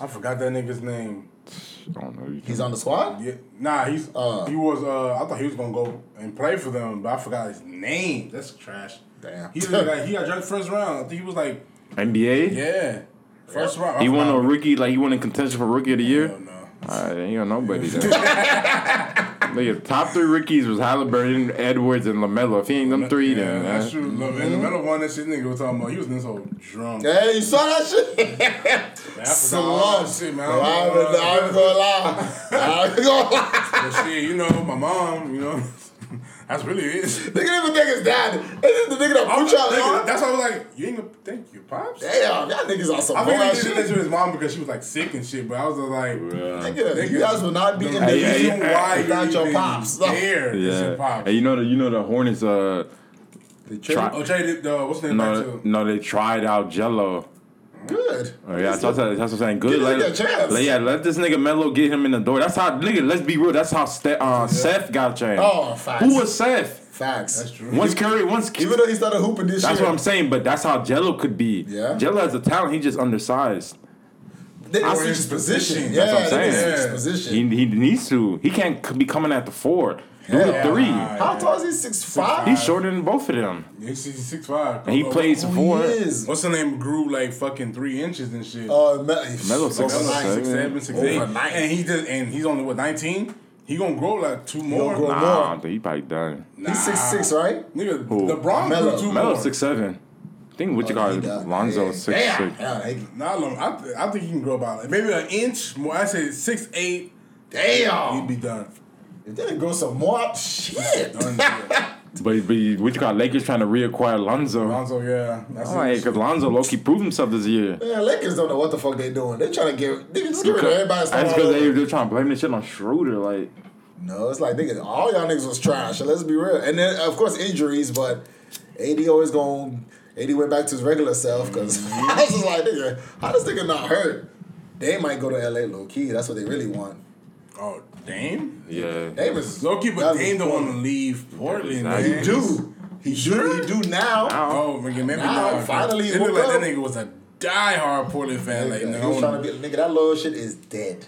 I forgot that nigga's name.
I don't know.
he's on the squad.
Yeah, nah, he's he was. Uh, I thought he was gonna go and play for them, but I forgot his name. That's trash.
Damn.
He's like he got drafted first round. I think he was like
NBA?
yeah, first round. I
He won a
forgot.
rookie, like he won a contention for rookie of the year.
Hell no.
All right, you don't know nobody. Then. Nigga, top three rookies was Halliburton, Edwards, and Lamelo. If he ain't them three,
Yeah,
then
that's
that's
true. No, man, the metal one that shit nigga was talking about. He was in this whole drunk. Man,
Hey, you saw that shit?
(laughs) I forgot all
Salon.
that shit, man.
Bro, I ain't gonna- I ain't
(laughs)
gonna lie. I ain't gonna lie.
But shit, you know, my mom, you know, (laughs) that's really (laughs) it.
Nigga didn't even think his dad. It's just the nigga that put
Nigga,
y'all on.
that's why I was like, you ain't gonna thank you, pops.
Damn, y'all niggas on some
I
whole
think they
ass
did
shit.
that to his mom because she was like sick and shit. But I was just like,
Nigga, you guys will not be in the
the
Hey,
reason
region
hey,
why
without
you
your
even
pops.
There, is your
yeah.
pops.
And you know the you know the Hornets. Uh, try-
Oh, Jay, did, uh, what's the name?
no,
No,
no, they tried out Jello.
Good.
Oh, yeah, that's, that's, that's what I'm saying.
Give
Good.
the
Let,
nigga a chance.
let- yeah, let this nigga Melo get him in the door. That's how nigga. Let's be real. That's how Ste- uh, Seth got changed.
Oh, facts.
Who was Seth?
Facts.
That's true.
Once Curry, once
Even though he started hooping this
That's
year.
what I'm saying, but that's how Jello could be.
Yeah.
Jello has a talent, he just undersized.
They
I
didn't
see
switch his
his
position.
position.
Yeah,
That's what I'm
they didn't
saying.
switch his
Yeah.
position.
He, he needs to. He can't c- be coming at the four. Do the
Yeah.
three.
How tall is he? Six five.
He's shorter than both of them.
He's six five.
And he plays
Oh,
four.
He is.
What's the name? Grew like fucking three inches and shit.
Oh, Me-
Melo's six
That was
Overnight.
like six seven, six eight.
Overnight.
And he just and he's only what nineteen. He gonna grow like two more.
grow-
Nah,
more.
I don't think he probably done.
Nah.
He's six six, right?
Nigga,
Who?
LeBron
Melo.
grew two
Melo
more.
six seven. I think what you call
Oh, He
it,
got-
Lonzo
yeah.
is six
Damn.
six.
Yeah, he-
Nah, I don't- I, th- I think he can grow about like, maybe an inch more. I say six eight.
Damn.
He'd be done.
If they didn't go some more, shit.
Done,
(laughs)
yeah.
But, but you- what you call it, Lakers trying to reacquire Lonzo?
Lonzo, yeah. That's
I'm
it.
like, because Lonzo low key proved himself this year.
Man, Lakers don't know what the fuck they doing. They trying to get, they just get rid of everybody. and
That's
start
because
all
they,
over.
they're trying to blame this shit on Schroeder. Like,
No, it's like niggas, all y'all niggas was trash. Let's be real. And then of course injuries, but AD always going. AD went back to his regular self because (laughs) I was just like, nigga, how this nigga not hurt? They might go to LA low key. That's what they really want.
Oh, Dame?
yeah.
They was
Loki, but
that was
Dame don't
cool.
want to leave Portland,
Nah, he
man.
do. He do. He do now.
Oh, nigga, maybe
Now,
not.
finally,
it looked
woke
like that
up.
nigga was a diehard Portland fan. Like,
Nigga,
nigga,
he
I
was trying
wanna-
to be, nigga, that little shit is dead.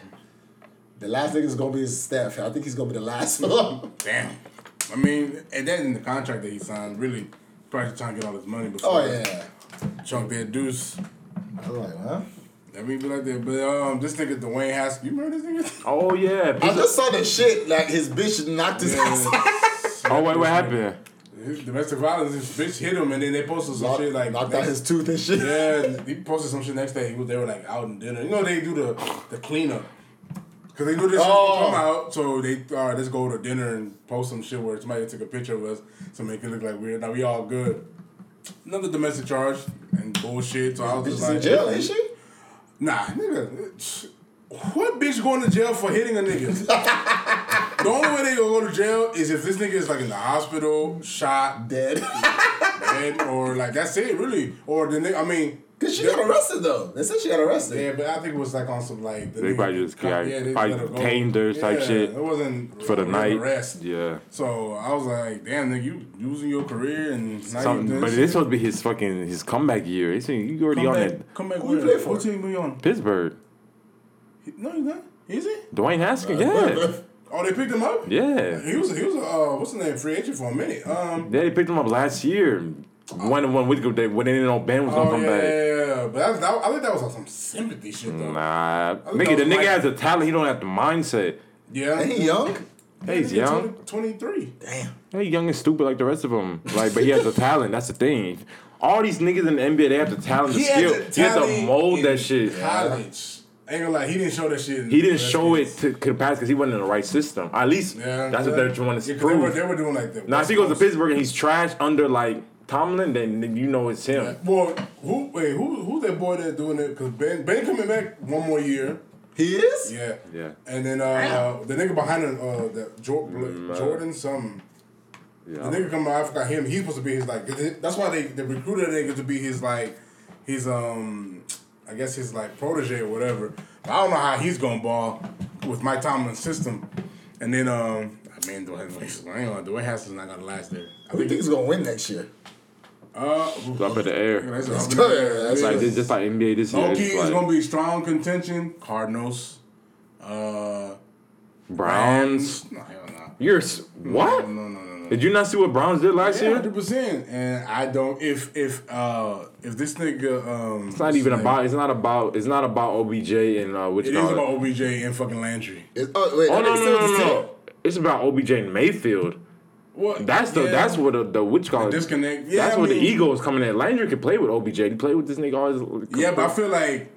The last nigga's gonna be his Steph. I think he's gonna be the last (laughs) one.
damn. I mean, and then in the contract that he signed, really, probably trying to get all his money before
oh yeah.
chunk that deuce.
I was like, huh?
That we be like that. But um, this nigga Dwayne Haskins, you remember this
(laughs)
nigga?
Oh, yeah.
I just saw the shit like his bitch knocked his ass out.
Oh, wait, what happened?
His domestic violence, his bitch hit him, and then they posted some
Knocked,
shit like
knocked out
next-
his tooth and shit. (laughs)
Yeah, and he posted some shit next day. He was, they were like out in dinner. You know they do the the cleanup because they knew this shit
Oh.
would come out, so they all right, let's go to dinner and post some shit where somebody took a picture of us to make it look like we're now we all good. Another domestic charge and bullshit. So I was
She's
just
in
like,
jail, is she?
Nah, nigga. What bitch going to jail for hitting a nigga? the only way they gonna go to jail is if this nigga is like in the hospital, shot,
Dead. (laughs)
dead, or like that's it, really. Or the nigga, I mean,
Cause she got arrested though. They said she got arrested.
Yeah, but I think it was like on some like the
They probably
nigga-
just got-
they
probably
let her go.
detained her type
Yeah,
shit
It wasn't
For the
it was
night.
Arrest.
Yeah.
So I was like, damn, nigga, you losing your career and now you
Something,
doing
but
shit.
it's supposed to be his fucking his comeback year. It's, you already
come
on
back,
it.
Come back.
Who you
where?
play for?
What team we on?
Pittsburgh.
No, he's not. Is he?
Dwayne Haskins. Yeah.
Oh, they picked him up.
Yeah.
He was he was a uh, what's the name free agent for a minute. Um.
They picked him up last year. One one week ago, they, when they didn't know Ben was gonna
Oh
come
yeah,
back.
yeah, yeah. But that's, that, I think that was on some sympathy shit though.
Nah,
I think
nigga, the
that was
nigga
Mike.
has a talent. He don't have the mindset.
Yeah.
Ain't he young?
Hey, he's young.
Twenty three.
Damn.
Hey, young and stupid like the rest of them. Like, but he has the talent. That's the thing. All these niggas in the NBA, they have the talent, the
He
skill.
had
he has to
talent
mold
in
that shit.
College. Ain't gonna lie, he didn't show that shit. in
He didn't
the
show it
Redskins.
to, to the pass because he wasn't in the right system. At least
Yeah,
that's
yeah.
what they're trying to
Yeah, 'cause They were,
prove.
they were doing like the
Now if he goes to Pittsburgh and he's trash under like Tomlin, then you know it's him.
Well, who wait, who who's that boy that's doing it? Because Ben Ben coming back one more year.
He is?
Yeah.
Yeah. Mm,
And then uh, uh, the nigga behind him, uh, the Jor- Jordan, some
Yeah.
the nigga come out. I forgot him. He's supposed to be his like. That's why they they recruited that nigga to be his like, his um, I guess his like protege or whatever. But I don't know how he's gonna ball with Mike Tomlin's system. And then um, I mean Dwayne Haskins. I ain't gonna Dwayne Haskins not gonna last there. I
Who do
think
you think is gonna win next year?
uh,
Up in the air.
that's a-
It's good. That's
It's like it's just like NBA this year.
Low
It's
key is
like
gonna be strong contention. Cardinals, uh,
Um, Browns.
No, hell no.
You're s- what?
No, no, no, no.
Did you not see what Browns did last
Yeah,
year?
hundred percent. And I don't. If if uh if this nigga um,
It's not even about. It's not about. It's not about OBJ and uh, which.
It is about OBJ and fucking Landry.
It's, oh wait,
Oh
that
no
nigga's
no
still
no
with
no!
the
no.
team?
It's about OBJ and Mayfield.
Well,
That's the
yeah.
that's what the, the which call
disconnect. Yeah,
that's
I
where the
mean-
ego is coming in. Landry can play with OBJ. He played with this nigga all his.
Yeah, but I feel like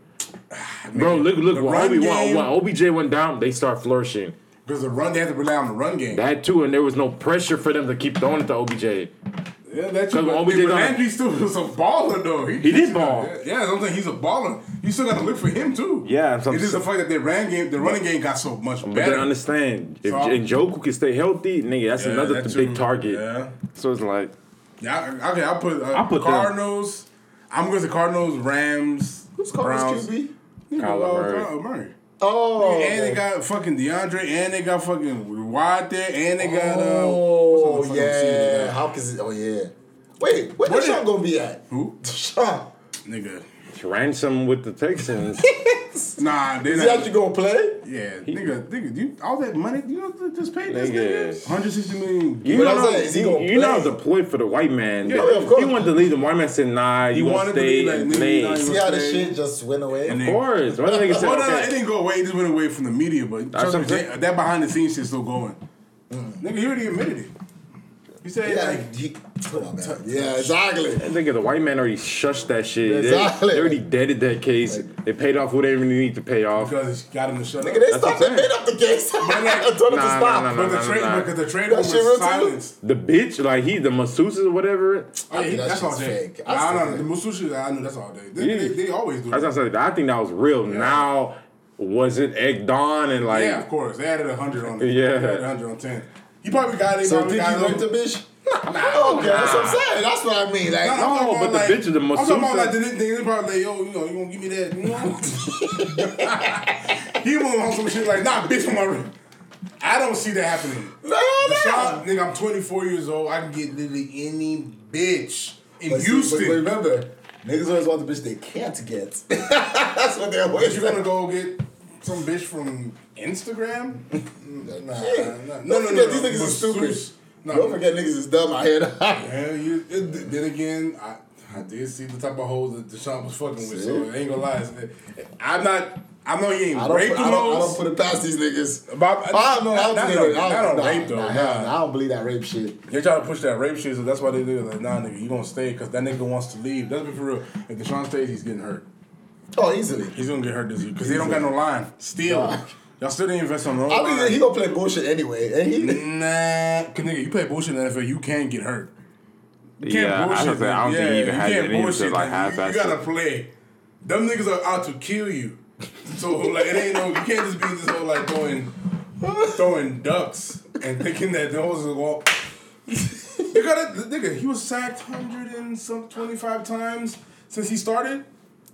bro, look look.
the
When,
run
OB, when,
game-
when OBJ went down, they start flourishing.
because the run they have to rely on the run game.
That too, and there was no pressure for them to keep throwing it to OBJ.
yeah, that's true.
Because
But,
OBJ
but
done-
Landry still was a baller though.
He did ball.
Yeah, that's what I'm saying he's a baller. You still got to look for him too.
Yeah, so-
it's just the fact that their run game, their running game got so much
But then
better.
understand if
So-
and Joku can stay healthy, nigga, that's
Yeah,
another
that
th-
too.
big target.
Yeah.
So it's like
Yeah, I- okay, I'll put, uh,
I'll put them.
Cardinals. I'm going to Cardinals, Rams,
Who's
Browns.
Cardinals QB?
You know,
Kyler
uh,
Murray.
Kyler Murray.
Oh,
And they got fucking DeAndre, and they got fucking Wyatt there, and they got. Uh,
oh
what's the fuck I'm seeing
yeah.
today?
How can it? Oh yeah. Wait, where
Where
Deshaun
did-
gonna be at? (laughs)
Who?
Deshaun,
Nigga.
ransom with the Texans.
(laughs)
Nah, they
is he actually
not.
gonna play?
Yeah, nigga, nigga, you, all that money, you know, what they just paid this
Nigga.
nigga 160 million.
You
But
know,
I'm saying, is he
you,
gonna
you know,
play?
deployed for the white man.
Yeah,
They-
of course.
He wanted to leave. The white man said, "Nah, you
wanted
want to
to
stay."
leave, like, nigga, you not
Lay.
even-
See how the
Okay.
shit just went away.
And
Of
then-
course, one
(laughs)
nigga said,
Well, no, no, it
okay.
didn't go away. It just went away from the media, but
That's
trust me,
what I'm saying.
that, that behind the scenes shit's still going. Nigga, he already admitted it. He said,
Mm. yeah,
like,
like, you- come on, man. yeah, exactly.
I think the white man already shushed that shit. They,
Exactly.
they already deaded that case. They paid off whatever they need to pay off. Nah,
because got him to shut up.
Nigga, they
That's what
stopped. They
I'm
made
saying.
up the case. (laughs) I told them to
nah,
stop.
nah, nah,
But the
nah,
trade,
nah.
because the trade
That
was
shit real too?
silenced.
The bitch, like he, the masseuse or whatever.
Oh, yeah,
think that
that's all
shit's
day.
fake. I
I,
still
know the
think-
Musushi. I know that's all day. They, they, they always do.
As I
That.
said, I think that was real. Now, was it Egg Don and like?
Yeah, of course. They added hundred on it.
Yeah.
they added hundred on ten. You probably got it.
So
probably
think
got
he
it
went to
on-
bitch? Nah, okay, that's what I'm saying. That's what I mean. Like,
I'm talking
No, but
about
the bitch is the
I'm talking about
masseuse.
like the nigga. They probably like, yo, you know, you gonna give me that? You know?
(laughs)
he went on some shit like, nah, bitch, on my. ring. I don't see that happening.
no, no.
Deshaun, nigga, I'm 24 years old. I can get literally any bitch in
But see,
Houston.
But, but remember, niggas always want the bitch they can't get. (laughs) that's what they're
But
always
you
like.
want to go get some bitch from Instagram?
(laughs)
nah, nah, nah.
Don't
no, no, no,
forget,
no.
these niggas is stupid.
Masseuse. No,
Don't forget, niggas is dumb out here. (laughs)
Hell, you, it, then again, I, I did see the type of hoes that Deshaun was fucking with, so it ain't gonna lie. It's- I'm not. I'm not getting
I don't,
raped
put, I, don't, I don't
hoes.
put it past these niggas.
Bob-
I don't know. I don't
Not-
think
not
they-
on-
I
not on
don't- nah,
rape, though,
nah,
nah.
nah, I don't believe that rape shit.
They trying to push that rape shit, so that's why they do it. Like, nah, nigga, you gonna stay because that nigga wants to leave. Let's be for real. If Deshaun stays, he's getting hurt.
Oh, easily.
He's gonna get hurt this year because they don't got no line. Still, y'all still didn't invest on no
I think
line.
that he gonna play bullshit anyway. And he,
Nah, cause nigga, you play bullshit in the NFL, you can get hurt. You can't
Yeah, I was
bullshit.
gonna say, I don't
them.
think he
Yeah,
even
you
had
can't
it in him to,
bullshit
like,
them. You-
half-ass
You gotta
it.
play. Them niggas are out to kill you. So like, it ain't no. You can't just be just whole like throwing, throwing ducks and thinking that the hoes will walk. You gotta, nigga. He was sacked hundred and some twenty five times since he started.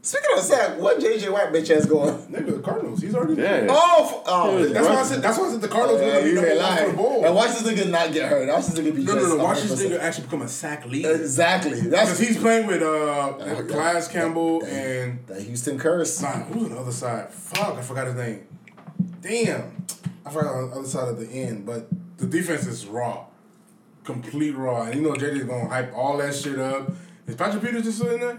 speaking of sack, what JJ White bitch
(laughs)
has going?
Nigga, the Cardinals. He's already.
Yeah.
Oh, f- oh,
That's why I said. That's why I said the Cardinals are
Yeah,
gonna be
you
number
ain't
one for the
lying. And
bowl.
watch this nigga not get hurt. Watch this nigga be
No,
just
no, no. Watch this
100%.
nigga actually become a sack leader.
Exactly. That's Oh
Because he's playing with uh,
yeah.
Clive Campbell and
that Houston curse.
nah, who's on the other side? Fuck, I forgot his name. Damn, I forgot on the other side of the end. But the defense is raw, complete raw, and you know JJ's gonna hype all that shit up. Is Patrick Peters just still in there?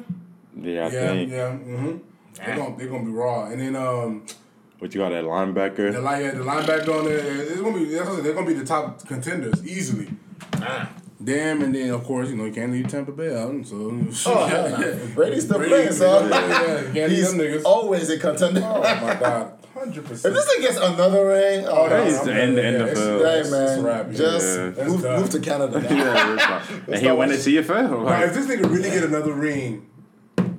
Yeah, I
Yeah,
think.
yeah. Mm-hmm. They're gonna they're gonna be raw, and then um
What you got that
the
linebacker?
line yeah, the linebacker on there it's gonna be that's what I'm saying, they're gonna be the top contenders easily. Damn, and then of course you know you can't leave Tampa Bay out, so (laughs)
Oh, hell no. Brady's still playing,
yeah,
son.
yeah, yeah. You Can't leave them
He's
niggas.
always a contender. (laughs)
Oh my god. hundred
If
percent.
this thing gets another ring, oh,
that
that's
is
He's the end, the end of
Yeah,
uh,
it's-
Hey man,
rap, yeah.
just
Yeah.
move,
That's
move to
(laughs)
Canada. now.
(laughs) Yeah, it's fine. and he went to CFL.
Now, if
Like,
this nigga really get another ring,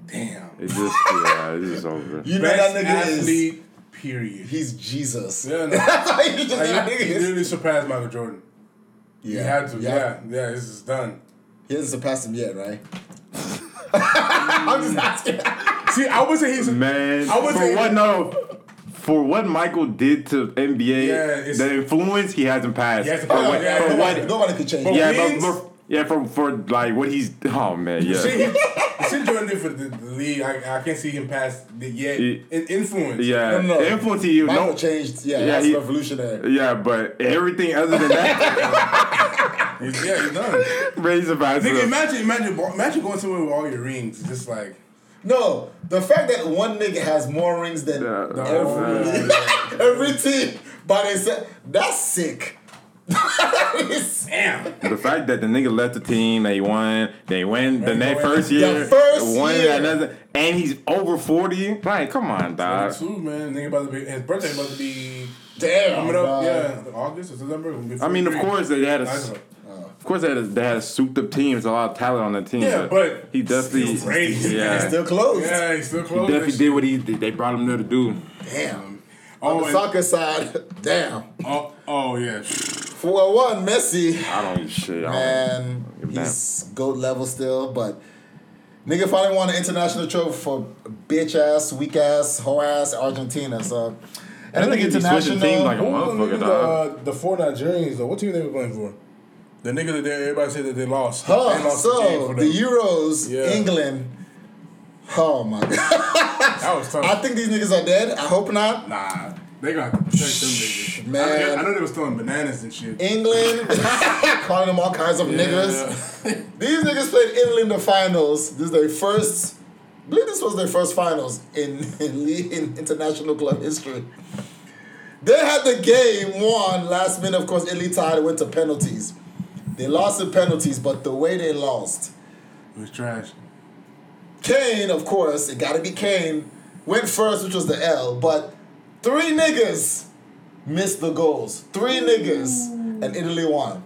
damn.
it's just, yeah,
(laughs)
it's just over.
You know
Best
that nigga is
athlete, period.
he's Jesus.
(laughs) Yeah, no.
(laughs) That's how you just know that
Like,
nigga
he, he
is.
literally surpassed Michael Jordan.
Yeah.
He had to. Yeah, yeah. this is done.
He hasn't surpassed him yet, right? (laughs) I'm just asking.
See, I would say he's
Man,
I would
for
say-
what no, for what Michael did to NBA,
Yeah, it's-
the influence he hasn't passed.
He hasn't
For
passed,
what-
yeah,
for
yeah.
what-
Nobody, nobody could change.
But-
it.
yeah, but,
Wins?
for- yeah, for for like what he's oh man, yeah,
Shit, he, the shit Jordan did for the, the league, I, I can't see him past the yet
He-
in influence.
yeah,
No, no.
influence he
Michael
no,
changed. Yeah,
Yeah,
that's
he-
revolutionary.
yeah, but everything other
(laughs)
than that,
he's, yeah, he's
(laughs)
done.
raise the bar.
Nigga, imagine, imagine, imagine going somewhere with all your rings. It's Just like
No, the fact that one nigga has more rings than
Yeah, no,
oh,
every, every team by themselves, that's sick. (laughs) that is
damn.
The fact that the nigga left the team, they won, they win the
They
next
win.
first year,
first
won
year.
another, and he's over forty. Like, come on, dog.
Two man, nigga about to be his birthday about to be
damn.
coming up.
dog.
Yeah, August or September. it'll be
I mean, of
43.
course they had a,
I
s-
know.
of course they had a, they had a souped up team. There's a lot of talent on that team.
Yeah, but
he definitely,
still crazy.
(laughs) yeah,
Still closed.
Yeah, he's still close.
definitely did what he did. They brought him there to do.
Damn.
Oh,
the
and-
soccer side, damn.
oh, oh yeah.
For one, Messi,
I don't shit. I don't,
and he's goat level still, but nigga finally won an international trophy for bitch ass, weak ass, hoe ass Argentina. So
I
anything
think he's switching
international,
teams like a
Who was the,
motherfucker,
nigga,
dog.
uh, the four Nigerians though? What team they were playing for? The nigga that they, everybody said that they lost.
Huh,
they lost the game
Oh, so
for
the
them.
Euros,
Yeah.
England. Oh my god.
that was tough.
I think these niggas are dead. I hope not.
nah, they got to protect them niggas.
Man.
I, I know they was throwing bananas and shit.
England, (laughs) calling them all kinds of niggas. These niggas played Italy in the finals. This is their first, I believe this was their first finals in, in, (laughs) league, in international club history. They had the game won last minute. Of course, Italy tied and went to penalties. They lost in penalties, but the way they lost,
It was trash.
Kane, of course, it gotta be Kane, went first, which was the L, but three niggas missed the goals. Three niggas, and Italy won.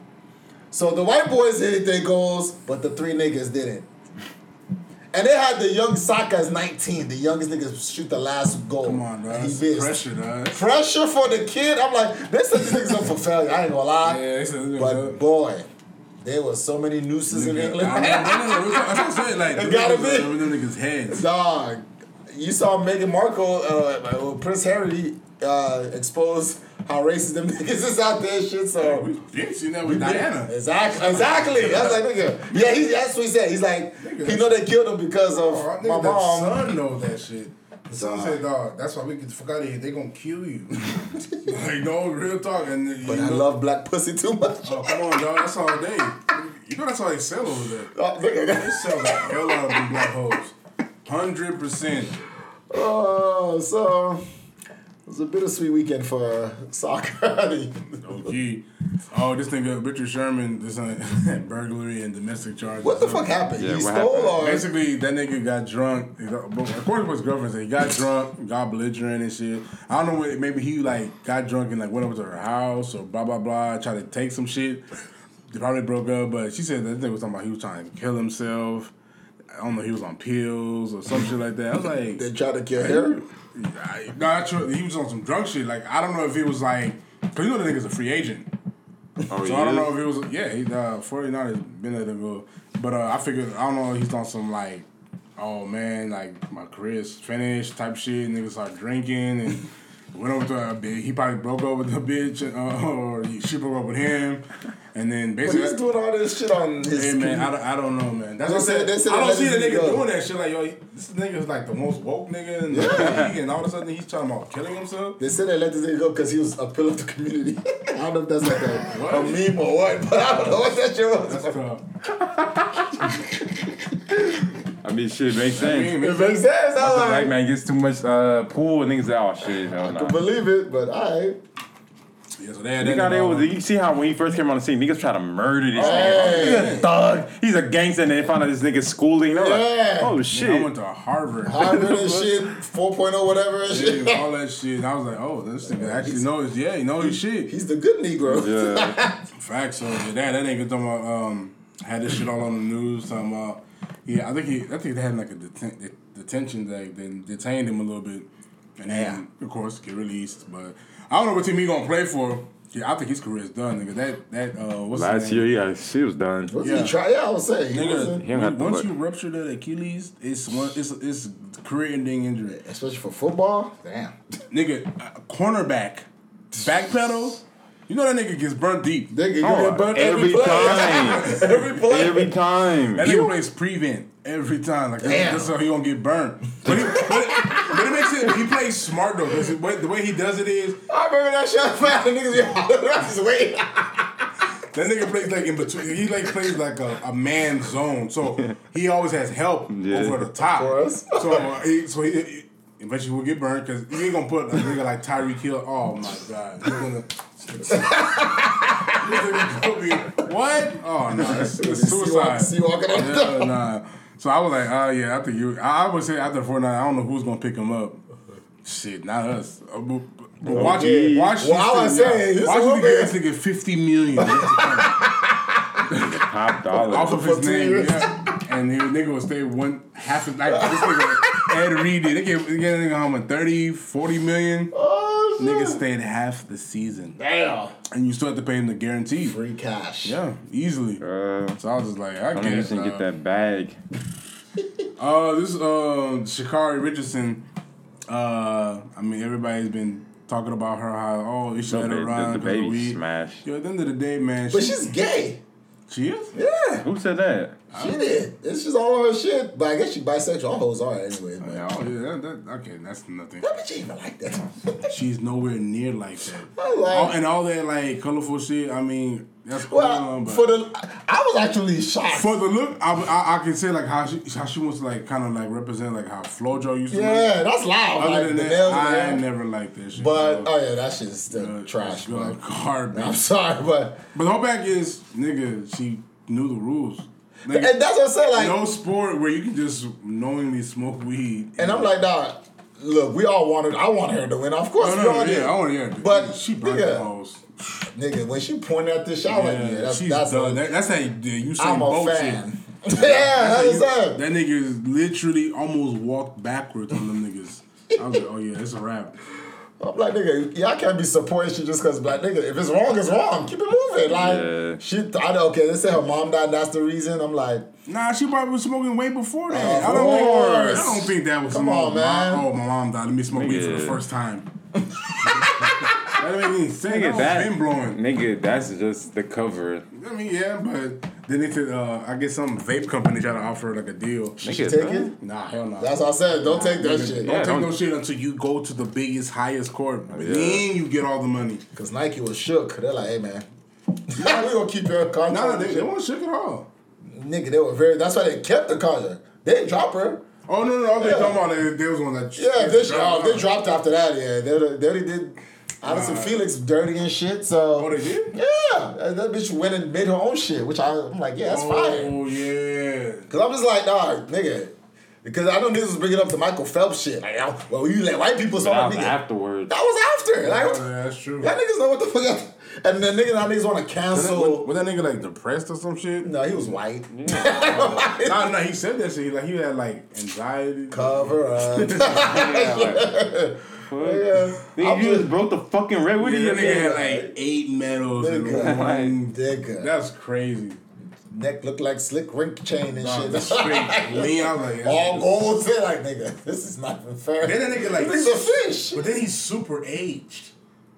So the white boys hit their goals, but the three niggas didn't. And they had the young Saka's 19, the youngest niggas shoot the last goal.
Come on, bro.
and
That's
He missed.
pressure, dog.
Pressure for the kid. I'm like, they set these niggas up for failure. I ain't gonna lie.
Yeah, they set these niggas
but
up.
boy, there was so many nooses in
Nigga,
England.
I mean, no, no, no, that's what I'm saying. Like,
It
them
gotta
niggas-
be.
them niggas' heads.
Dog, you saw Meghan Markle, uh, uh, Prince Harry, uh, expose how racist them (laughs) niggas is out there, and shit. So
We did see that with Diana.
exactly, exactly. That's like nigga. Yeah, he, that's what he said. He's like, he know they killed him because of
Oh, I
my
think the
mom.
son knows that shit. The son said, dog, that's why we get the fuck out of here. They gonna kill
(laughs)
you. like, no, real talk. And you
But
know,
I love black pussy too much. (laughs)
Oh, come on, dog. That's all day. You know that's all they sell over there.
Oh, nigga.
They sell the hell out of them black hoes. Hundred percent.
Oh, so it was a bittersweet weekend for uh, soccer. (laughs)
Okay. Oh, this nigga Richard Sherman, this uh, (laughs) burglary and domestic charges.
what the fuck happened?
Yeah,
he
what
stole
happened?
or
Basically, that nigga got drunk. He got- but According to his girlfriend, said he got drunk, got belligerent and shit. I don't know. What, maybe he like got drunk and like went over to her house or blah blah blah. Tried to take some shit. They probably broke up, but she said that nigga was talking about he was trying to kill himself. I don't know. He was on pills or some shit like that. I was like,
they tried to kill her?
I- Not sure. He was on some drunk shit. Like I don't know if it was like, cause you know the nigga's a free agent.
Oh,
So I don't know if it was. Yeah, he uh, 49 has been let him go. But uh, I figured I don't know. He's on some like, oh man, like my career's finished type shit. Niggas start drinking
(laughs)
and. Went over to a bitch. He probably broke up with the bitch, uh, (laughs) or he- she broke up with him, and then
But he's
basically,
doing all this shit on his
hey man, I don't, I don't know, man. That's
They
what I
said-
said.
they said
I
let
don't see
this
the
nigga
nigga
go.
doing that shit. Like yo, this nigga's like the most woke nigga in the league, and all of a sudden he's talking about killing himself.
They said they let this nigga go because he was a pillar to the community. (laughs) I don't know if that's like
What?
a, a meme or what, but I don't know what that shit was.
That's uh, tough.
I mean, shit makes
I
sense.
mean,
(laughs) It makes sense.
The
I
black
like,
man gets too much uh, pool, niggas out. Shit, hell
I
nah.
believe it, but alright.
Yeah, so they had
You
that.
got it
in
was,
all-
you see how when he first came on the scene, niggas try to murder this nigga. He's a thug. He's a gangster, and they found out this nigga's schooling. They're
Yeah.
Like, oh
I
shit.
went to Harvard. (laughs)
Harvard and shit, 4.0 whatever and shit.
Yeah, all that shit. And I was like, oh, this nigga actually knows. Yeah, he knows his shit.
He's the good Negro.
Yeah.
Facts. So yeah, that that nigga talking about um had this shit all on the news talking about. Yeah, I think he. I think they had like a deten- de- detention. Like they detained him a little bit, and then of course get released. But I don't know what team he gonna play for. Yeah, I think his career is done, nigga. That that uh, what's his
(laughs) Last
name?
year, yeah, she was done.
What
Yeah.
did he try? Yeah, I was saying. He wasn't-
don't
Nigga,
have to
once
work.
you rupture that Achilles, it's one, it's it's career-ending injury.
Especially for football. Damn.
Nigga, uh, cornerback, backpedal. You know that nigga gets burnt deep.
Nigga, you
Oh,
get burnt
every
play.
time.
every play.
Every time.
That nigga plays prevent every time. Like
Damn.
that's how he gonna get burnt. But, he, but, it, but it makes it. He plays smart though. 'cause the way- the way he does it is
(laughs) I remember that shit. Man, the niggas be hollering. (laughs) I just wait.
that nigga plays like in between. He like plays like a, a man zone. So he always has help
Yeah.
over the top.
For us.
So uh, he, so he, he eventually will get burnt because you ain't gonna put a nigga like Tyreek Hill. Oh my god. You're gonna, (laughs) You're gonna put me- what? Oh no, that's, that's suicide.
See you walking on the
Yeah, nah. So I was like, oh yeah, I think you. I, I would say after four nine, I don't know who's gonna pick him up. Shit, not us. Uh, but, but watch,
yeah.
watch.
Oh, Well, I was
this nigga-
saying, this
watch
is
you
what
get
man-
this nigga fifty million off
Top dollar.
of his
For two
name,
years.
yeah. And the nigga would stay one half of like this nigga Ed Reed. They gave they gave the nigga home with 30, 40 million.
Oh, shit.
Nigga stayed half the season,
Damn.
and you still have to pay him the guarantee.
Free cash.
Yeah, easily.
Uh,
So I was just like, I,
I
guess.
mean, you should
uh,
get that bag.
Uh, this is uh, Shakari Richardson. Uh, I mean, everybody's been talking about her how oh you should
The,
let
ba-
her run
the, the
'cause of
baby
weed.
smashed.
Yo, at the end of the day, man,
But
she,
she's gay.
she is.
Yeah.
Who said that?
She did. It's just all her shit. But I guess she bisexual. All hoes are anyway. But
Yeah, oh, yeah, that, that, okay, that's nothing.
that bitch ain't even like that.
She's nowhere near like that.
I (laughs) like-
All- and all that like colorful shit. I mean, that's cool. um,
well,
but
for the, I was actually shocked.
for the look, I, I, I can say like how she how she wants to like kind of like represent like how FloJo used to.
yeah, that's loud.
Look.
like,
Other than
the
that,
nails and
I
everything.
never liked that shit. so,
But oh yeah, that shit is still
uh,
trash.
it's good,
But
like, garbage.
I'm sorry, but
But the whole back is, nigga, she knew the rules. Like,
and that's what I said. Like,
no sport where you can just knowingly smoke weed.
and I'm like, nah. Look, we all wanted. I want her to win. Of course,
Oh, no,
we
no,
all
yeah,
did.
I want to hear it.
But,
she burnt
nigga,
the hoes.
Nigga, when she pointed at this, shot,
Yeah,
like, yeah, that's,
she's
that's
done.
a-
that, that's how you, yeah, you say
I'm a
both
fan. (laughs) yeah, that's what I
That
said.
nigga is literally almost walked backwards on them niggas. I was like, oh yeah, it's a wrap.
I'm like, nigga, y'all can't be supporting shit just because black nigga. If it's wrong, it's wrong. Keep it moving. Like,
Yeah.
she, I know. Okay, they say her mom died. That's the reason. I'm like,
Nah, she probably was smoking way before that.
Of
I don't think.
course.
I don't think that was.
Come
my-
on, man.
My, oh, my mom died. Let me smoke weed for the
Nigga.
first
(laughs)
time. that don't make any sense.
Nigga,
Nigga,
that,
been blowing.
nigga, that's just the cover.
I mean, yeah, but then they said, uh, I guess some vape company tried to offer like a deal.
take
Nigga, that-
it.
Nah, hell no.
That's what I said. Don't take that
Don't
shit.
Yeah,
take no
don't-
shit until you go to the biggest, highest court.
Yeah.
Then you get all the money.
Cause Nike was shook. They're like, hey man, nah, we gonna keep your contract.
Nah, they, they weren't shook at all.
Nigga, they were very. That's why they kept the contract. They didn't drop her.
Oh no, no, all they talking about is there was one that
Yeah, they, oh, they dropped after that. Yeah, they they already did. Addison Felix dirty and shit. So
Oh, they did.
yeah, that that bitch went and made her own shit, which I, I'm like, yeah, that's fine.
Oh yeah.
Cause I'm just like, nah, nigga. Because I know niggas was bringing up the Michael Phelps shit. Like, yo, well, you let white people
But that
start
was
nigga. (laughs)
afterwards.
That was after. Like,
Oh,
what
yeah,
the,
that's true.
y'all niggas know what the fuck. And then niggas, now niggas want to
So
cancel.
was that nigga like depressed or some shit?
No, he was white.
Nah, nah, he said that shit. Like he had like anxiety. (laughs)
Cover up.
Yeah, like, fuck. Nigga,
I'm
you
just-
just broke the fucking red with
That
your
nigga
nigga.
had like eight medals and
Nigga.
one.
Nigga.
That's crazy.
Neck looked like slick rink chain and
Nah,
shit.
that's
(laughs)
straight lean. I was like, yeah.
All gold shit. Like, nigga, this is not even fair.
Then that nigga like-
This is a fish.
But then he's super aged.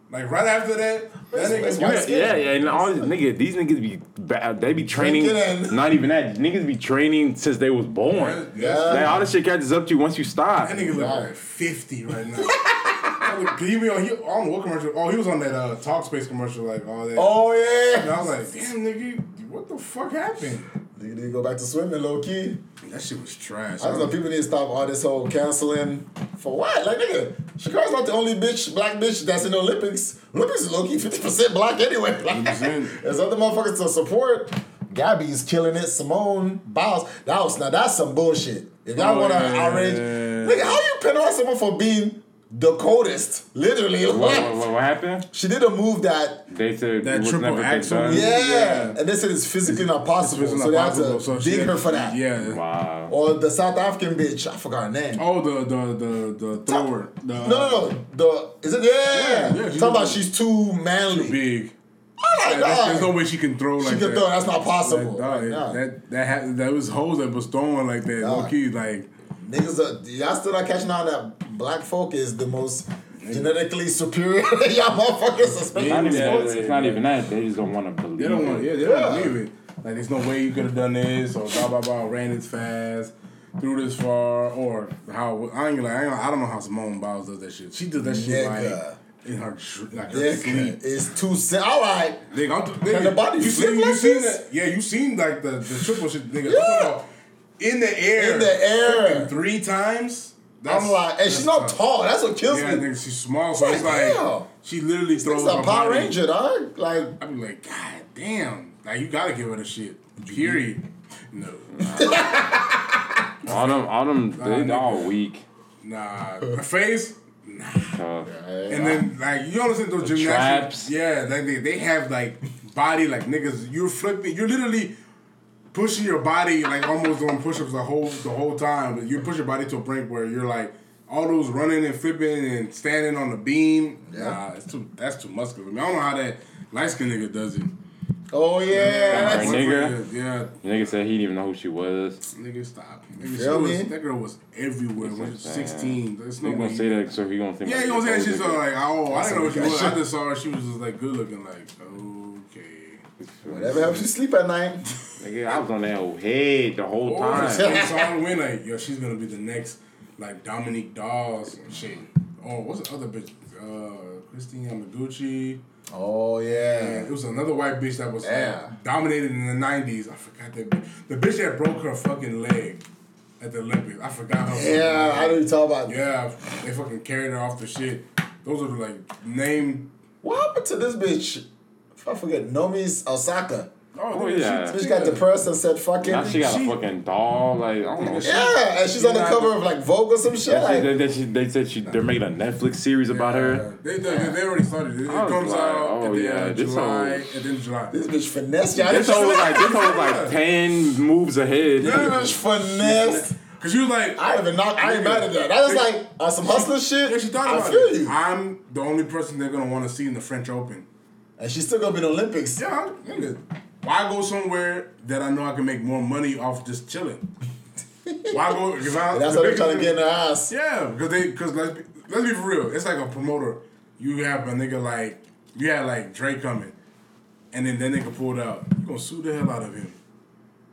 Like right after that, that
That's
nigga.
white
Yeah,
skin.
yeah, yeah, and all these niggas, these niggas be, ba- they be training.
Drinking and-
Not even that, niggas be training since they was born.
Yeah.
Like, all this shit catches up to you once you stop.
That nigga look like 50 right now. (laughs) I was like, Can you be on, he, on what commercial? Oh, he was on that uh, Talk Space commercial, like all that.
Oh, yeah.
And I was like, damn, nigga, what the fuck happened?
You need to go back to swimming, low key.
That shit was trash.
I just know people need to stop all this whole canceling for what? Like nigga, Shakira's not the only bitch, black bitch that's in the Olympics. Olympics is low key fifty percent black anyway. (laughs) Like,
100%.
there's other motherfuckers to support. Gabby's killing it. Simone Biles. That was now that's some bullshit. If y'all
Oh,
want to
yeah.
outrage, nigga, how you penalize someone for being the coldest? Literally, (laughs)
What, what, what, what happened?
she did a move that
They said
That
it was
triple
never get
axel.
done.
Yeah.
Yeah.
And they said it's physically not possible.
It's
so
not
they
possible,
had to
so she
dig
had-
her for that.
Yeah.
Wow.
Or the South African bitch, I forgot her name.
Oh, the the the the thrower. The,
No, no, no. The is it yeah.
Yeah, yeah, she
Talking about
was-
she's too manly.
uh, Big.
I'm like,
Yeah, that's-
dog,
there's no way she can throw
she
like
can
that.
throw. That's not
Like,
possible.
dog,
Like, nah.
That that had, that was hoes that was throwing like that.
Dog.
Low key, like
Niggas, are, y'all still not catching on that black folk is the most genetically superior. (laughs) y'all motherfuckers especially
Not
in
even,
sports.
it's not even that. They just don't want to believe.
they don't want.
it.
Yeah, they don't believe it. Like there's no way you could have done this or blah blah blah. Ran this fast. Threw this far, or how I ain't like I, ain't, I don't know how Simone Biles does that shit. She does that shit
Nigga.
like in her dr- like her
Yeah,
sleep.
it's too sin. All right.
Nigga, I'm t- nigga,
Can the body
you
flip
seen, you
like
seen
this?
that? Yeah, you seen like the, the triple shit, nigga.
Yeah.
In the air,
In the air.
Fucking three times.
I'm like, and she's not
that's-
tall. That's what kills
Yeah,
me.
nigga, she's small, so it's
Like,
like
damn.
she literally
It's
throws
a
her
Power
body.
Ranger, dog. Like,
I be like, God damn, like you gotta give her the shit.
E?
Period. No,
All them, all them, they
Nah,
all
nigga.
weak.
nah, her face.
Uh,
And then like you understand those gymnastics?
traps.
Yeah, like they, they have like body like niggas. You're flipping. You're literally pushing your body like almost doing push-ups the whole the whole time. But you push your body to a point where you're like all those running and flipping and standing on the beam. Nah, it's too that's too muscular. I, mean, I don't know how that light skinned nigga does it.
oh yeah.
Right, nigga.
Yeah,
the nigga said he didn't even know who she was.
nigga, stop. Nigga, she
Feel
was,
me?
that girl was everywhere when she was 16. There's no
He
way
gonna
you-
say that, so he gonna think.
Yeah,
like,
you know what I'm saying?
oh,
She's
nigga.
like, oh, I didn't know what she
That's
was.
some
I just saw her. She was just like good looking, like okay.
Whatever helps you sleep at night.
Nigga, I was on that old head the whole
Or I
time.
saw her win, like yo, she's gonna be the next like Dominique Dawes and shit. Oh, what's the other bitch? Uh, Christine Yamaguchi.
Oh
And
yeah.
it was another white bitch that was like,
Yeah.
dominated in the '90s. I forgot that bitch. The bitch that broke her fucking leg at the Olympics. I forgot her. fucking
Yeah,
name.
I didn't talk about that.
Yeah, they fucking carried her off the shit. Those are the like name.
What happened to this bitch? If I forget, Nomi's Osaka.
Oh,
Oh,
nigga, she-
yeah.
Bitch got depressed and said fuck it.
Now she got
She-
a fucking doll. Like, I don't know. She,
yeah, and she's on the
got-
cover of like Vogue or some shit.
they,
Like,
they, they, they said she, they're making a Netflix series about her.
They, they, they already started. It, it
I was
comes
like,
out at
oh,
the
yeah,
end of
this
July.
old-
At the end of July.
this bitch finesse. Yeah,
This hoe was like, this hoe was like ten moves
(laughs)
ahead.
This bitch finesse.
Cause you was like,
I even not. I ain't mad at that. I was like on some hustler shit.
yeah, she thought
I
about
feel
it.
you.
I'm the only person they're gonna want to see in the French Open.
And she's still gonna be in the Olympics.
Yeah, I'm, nigga, why go somewhere that I know I can make more money off just chilling? why go? If I,
And that's
the
how they're
big
trying to
thing-
get uh, in her ass.
Yeah, because they, because let's be, let's be for real. It's like a promoter. You have a nigga like you had like Drake coming, and then that nigga pulled out. You gonna sue the hell out of him.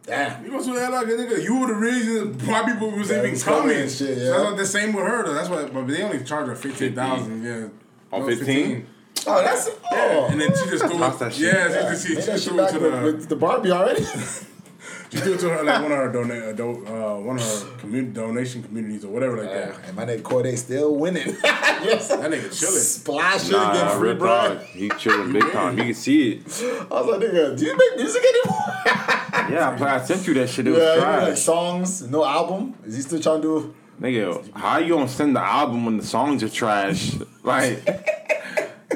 Damn.
You gonna sue the hell out of that nigga. You were the reason why people was
Yeah,
even
it's coming
coming.
and shit,
So
yeah.
That's what the same with her though. That's why, but they only charge her fifteen thousand. Yeah.
Oh,
No,
15?
Oh, that's. Oh.
Yeah, and then she just threw
Toss that
it.
shit.
Yeah, she, she,
Maybe
she,
that
she
shit
threw it
back
to
with,
the.
with the Barbie already. (laughs)
She threw it to her like one of her donate, do, uh, one of her commu- donation communities or whatever like that.
and my nigga Corday still winning. (laughs) yes.
That nigga chilling.
Splash it
Nah,
against free
real
bro.
talk. He chilling big time. You can see it.
I was like, nigga, do you make music anymore? (laughs)
Yeah, I, play, I sent you that shit. It was
yeah, you know, like
trash.
songs, no album. Is he still trying to
Nigga, how you gonna send the album when the songs are trash? (laughs) Like,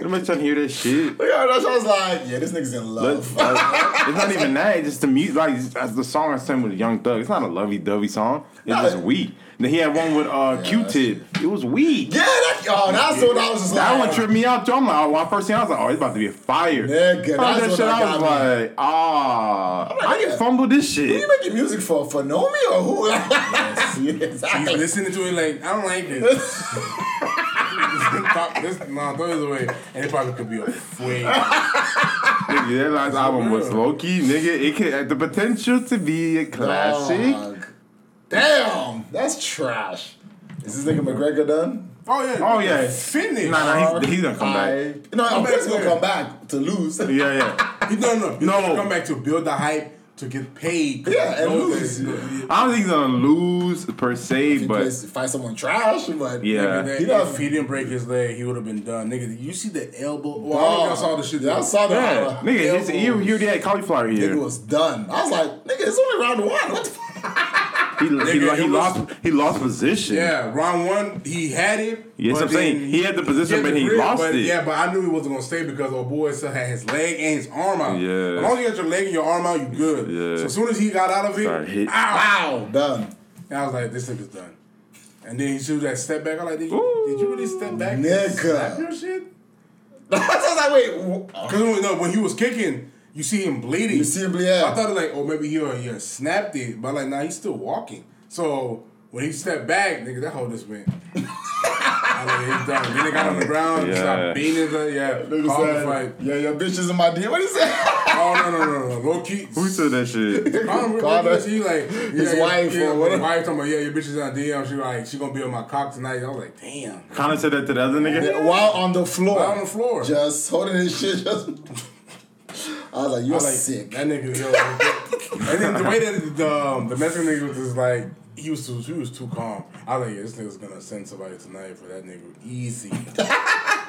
nobody trying to hear that shit.
do? Yeah, that's I was like, yeah, this nigga's in
But,
love.
uh, it's not even that. It's just the music. Like as the song I sang with Young Thug, it's not a lovey-dovey song. It's
No.
just weak. Then he had one with uh, Q-Tip. It was weak.
yeah, that, oh, that's what I was just
That
like.
one tripped me out too. I'm like, oh, my first thing I was like, oh, it's about to be a fire.
Nigga,
I heard
that's
that shit.
what
I
got
was
me.
like, ah,
like,
I
yeah.
can fumble this
Who
shit.
you making music for? For Nomi or who? (laughs) yes, I-
He's listening to it like, I don't like it. Pop this, nah, throw this away. And it probably could be a fling. Oh,
Nigga, that last album was low key, nigga. It could had the potential to be a classic.
Dog. Damn, that's trash. Is this nigga McGregor done?
Oh, yeah.
Oh, yeah.
Finished.
Nah, nah, he's, he's gonna come back.
I, no,
back
of course he's
where?
gonna come back to lose.
Yeah, yeah.
He- no, no.
No.
Come back to build the hype, to get paid.
Yeah, and
Those-
lose.
I don't think he's gonna lose per se,
If
but
you find someone trash, but
Yeah.
Nigga, that-
He doesn't-
if he didn't break his leg, he would have been done. Nigga, you see the elbow? Well, I
Oh,
don't think I saw the shit.
I saw the
yeah, nigga, his, he, he already had cauliflower
It
here.
was done. I was like, nigga, it's only round one. What the fuck?
He, he,
Nigga,
he
it was-
lost he lost position.
Yeah, round one, he had it.
Yes,
but
I'm saying,
then-
he had the position,
had
but
the
he
grip,
lost
but-
it.
Yeah, but I knew he wasn't gonna stay because old boy still had his leg and his arm out.
Yeah.
as long as you got your leg and your arm out, you good.
Yeah.
So as soon as he got out of it,
Started hitting.
ow, ow,
Done. (laughs)
and I was like, this nigga's done. And then he threw that step back. I'm like, did you,
Ooh,
did you really step back? and
nigga.
slap your shit.
I was like, wait. wh-
Because when, no, when he was kicking, you see him bleeding.
You see him bleed out.
I thought like, oh, maybe he, uh, he uh, snapped it, but like, nah, he's still walking. So when he stepped back, nigga, that hoe just went. (laughs) I mean, he's done. Then they got on the ground, yeah.
Yeah.
stopped beating his uh, yeah.
Nigga
called the
said,
fight.
yeah, your bitch is in my DM. What he say? (laughs)
Oh no no no no, low key.
Who said that
(laughs)
shit?
Connor,
Connor,
she like yeah,
his
yeah,
wife
yeah,
or
his
whatever.
wife talking about yeah, your bitch is on DM. She like she gonna be on my cock tonight. I was like, damn,
Connor said that to the other nigga.
While on the floor.
While on the floor.
Just holding his shit. Just. (laughs) I was like, you're
I like
sick.
That nigga, yo. and then the way that the, um, the Mexican nigga was just like, he was too, he was too calm. I was like, yeah, this nigga's gonna send somebody tonight for that nigga easy.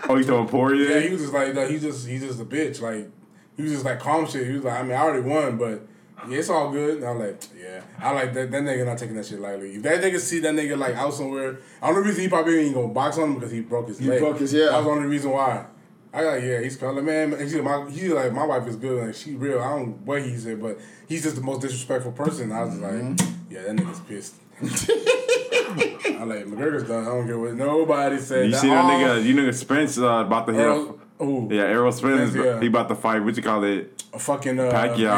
Oh, you talking Poirier?
yeah, he was just like, no, he's just he's just a bitch. Like he was just like calm shit. He was like, I mean, I already won, but. Yeah, it's all good. And I'm like, yeah. I like that. That nigga not taking that shit lightly. If that nigga see that nigga like out somewhere, I don't know reason he probably ain't gonna box on him because he broke his leg.
broke his- yeah.
That was the only reason why. I got yeah, he's calling man. And she, my, he like my wife is good, like she real. I don't know what he said, but he's just the most disrespectful person. I was like,
Mm-hmm.
yeah, that nigga's pissed. (laughs) I like McGregor's done. I don't care what nobody said.
You see that
all-
nigga? You nigga Spence uh, about to hit.
Errol- ooh.
yeah, Errol Spence.
Spence, yeah.
He about to fight. What you call it?
a fucking uh,
Pacquiao.
Yeah,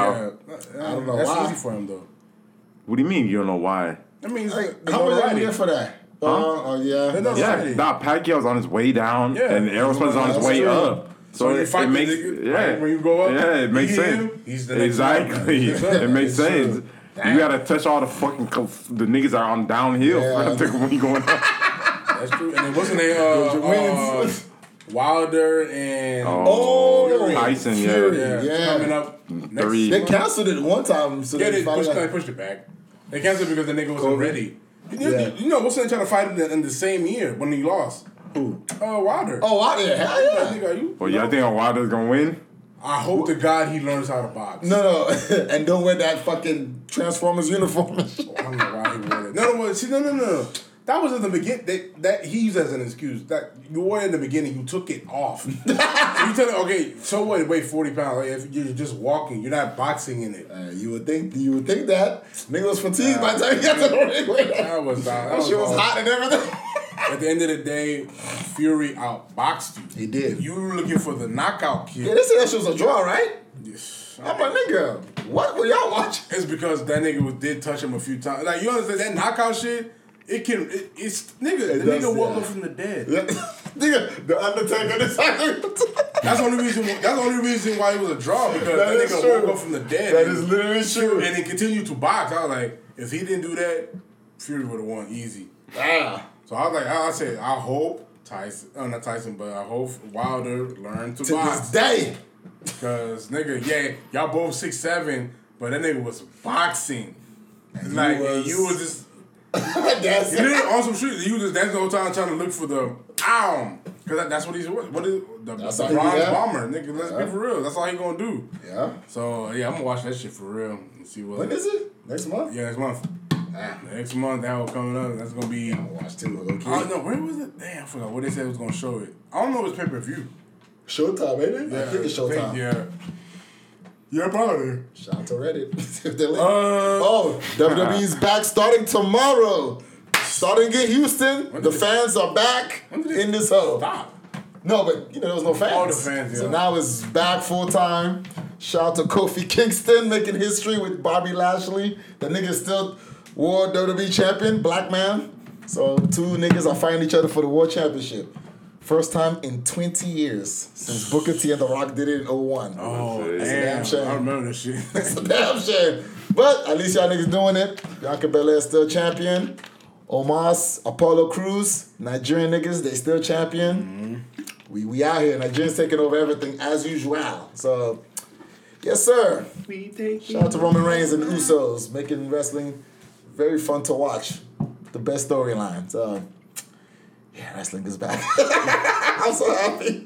I don't know. That's
why.
easy for him though.
What do you mean? You don't know why?
I mean, it's
Like,
like,
how much did
notoriety.
you get for that? Uh, oh, yeah.
It doesn't-
Yeah,
Right.
nah, Pacquiao's on his way down,
Yeah.
and Errol Spence is on his
That's
way
true.
up. So,
when you
it,
fight
it
the
makes
nigga,
yeah.
right, when you go up,
yeah, it
you
makes
hit
sense.
him, he's the next
exactly,
man. That's
(laughs) it makes
true.
sense. You gotta touch all the fucking co- the niggas are on downhill
Yeah.
for them to (laughs) when you going up.
That's true. And then wasn't they uh, uh,
wins.
Wilder and
Oh,
Tyson, yeah.
Fury,
yeah,
yeah.
coming up next
Three.
They
month.
canceled it one time, so
Yeah,
they
they
finally
pushed, they
got-
pushed it back. They canceled because the nigga wasn't
Covid.
ready. You know,
Yeah.
you know Wilson tried to fight him in the, in the same year when he lost.
Who?
Uh, Wilder.
Oh, out there, hell
I
yeah.
think are you?
Well, y'all think Wilder's gonna win?
I hope to God he learns how to box.
No, no, (laughs) and don't wear that fucking Transformers uniform.
I don't know why he wore it. No, no, no, see, no, no, no, no. That was in the beginning. That, that he used as an excuse. That you wore it in the beginning. You took it
(laughs)
off. so you tell it, okay. So what? it Weigh forty pounds. Like, if you're just walking, you're not boxing in it.
Uh, you would think you would think that nigga was fatigued by the time he got to the ring.
That was not.
That shit was hot and everything. (laughs)
At the end of the day, Fury outboxed you.
He did.
You were looking for the knockout
Yeah,
kid.
they said that shit was a draw, right?
It's
I'm like, nigga, what were y'all watching?
because that nigga was- did touch him a few times. Like you understand that knockout shit. It can. It, it's nigga. The
does,
nigga woke
yeah.
up from the dead.
(laughs) nigga, the Undertaker decided.
That's the only reason. That's the only reason why it was a draw because that,
is
nigga
true.
woke up from the dead.
That
and-
is literally true.
and he continued to box. I was like, if he didn't do that, Fury would have won easy.
Ah,
So I was like, I I said, I hope Tyson, uh, not Tyson, but I hope Wilder learned to,
to this
box
day, (laughs)
because nigga, yeah, y'all both six seven, but that nigga was boxing. like and
was-
you was just
that's
he didn't on some shit. You just that's the whole time trying to look for the ow. Cause that, that's what he's what, what is the, the
That's
bronze
all he got.
bomber, nigga. Let's
Yeah.
be for real. That's all he gonna do.
Yeah.
So yeah, I'm gonna watch that shit for real and see what.
When is it? Ah. Next month?
Yeah, next month. Next month, that will coming up. That's gonna be. I
Watch too,
don't
okay.
know where was it. Damn, I forgot what they said was gonna show it. I don't know. It's pay per view.
Showtime, baby. I think it's Showtime.
Yeah. Yeah, probably.
Shout out to Reddit. (laughs) if they're listening.
Uh,
Oh,
(laughs)
WWE's back starting tomorrow. Starting in Houston,
When
the
did it-
fans are back
when did it
in this hole.
stop.
No, but you know there was no fans.
All the fans,
So
yeah.
now it's back full time. Shout out to Kofi Kingston making history with Bobby Lashley. The nigga still world WWE E champion, black man. So two niggas are fighting each other for the world championship. First time in 20 years since Booker T and The Rock did it in 01.
Oh,
damn
damn.
shame.
I remember this shit. (laughs)
It's a damn shame. But at least y'all niggas doing it. Bianca Belair still champion. Omas, Apollo Cruz, Nigerian niggas, they still
Mm-hmm.
champion. We we out here. Nigerians taking over everything as usual. So Yes, sir. Shout out to Roman Reigns and Usos, making wrestling very fun to watch. The best storyline. So, yeah, wrestling is back. (laughs) I'm so happy.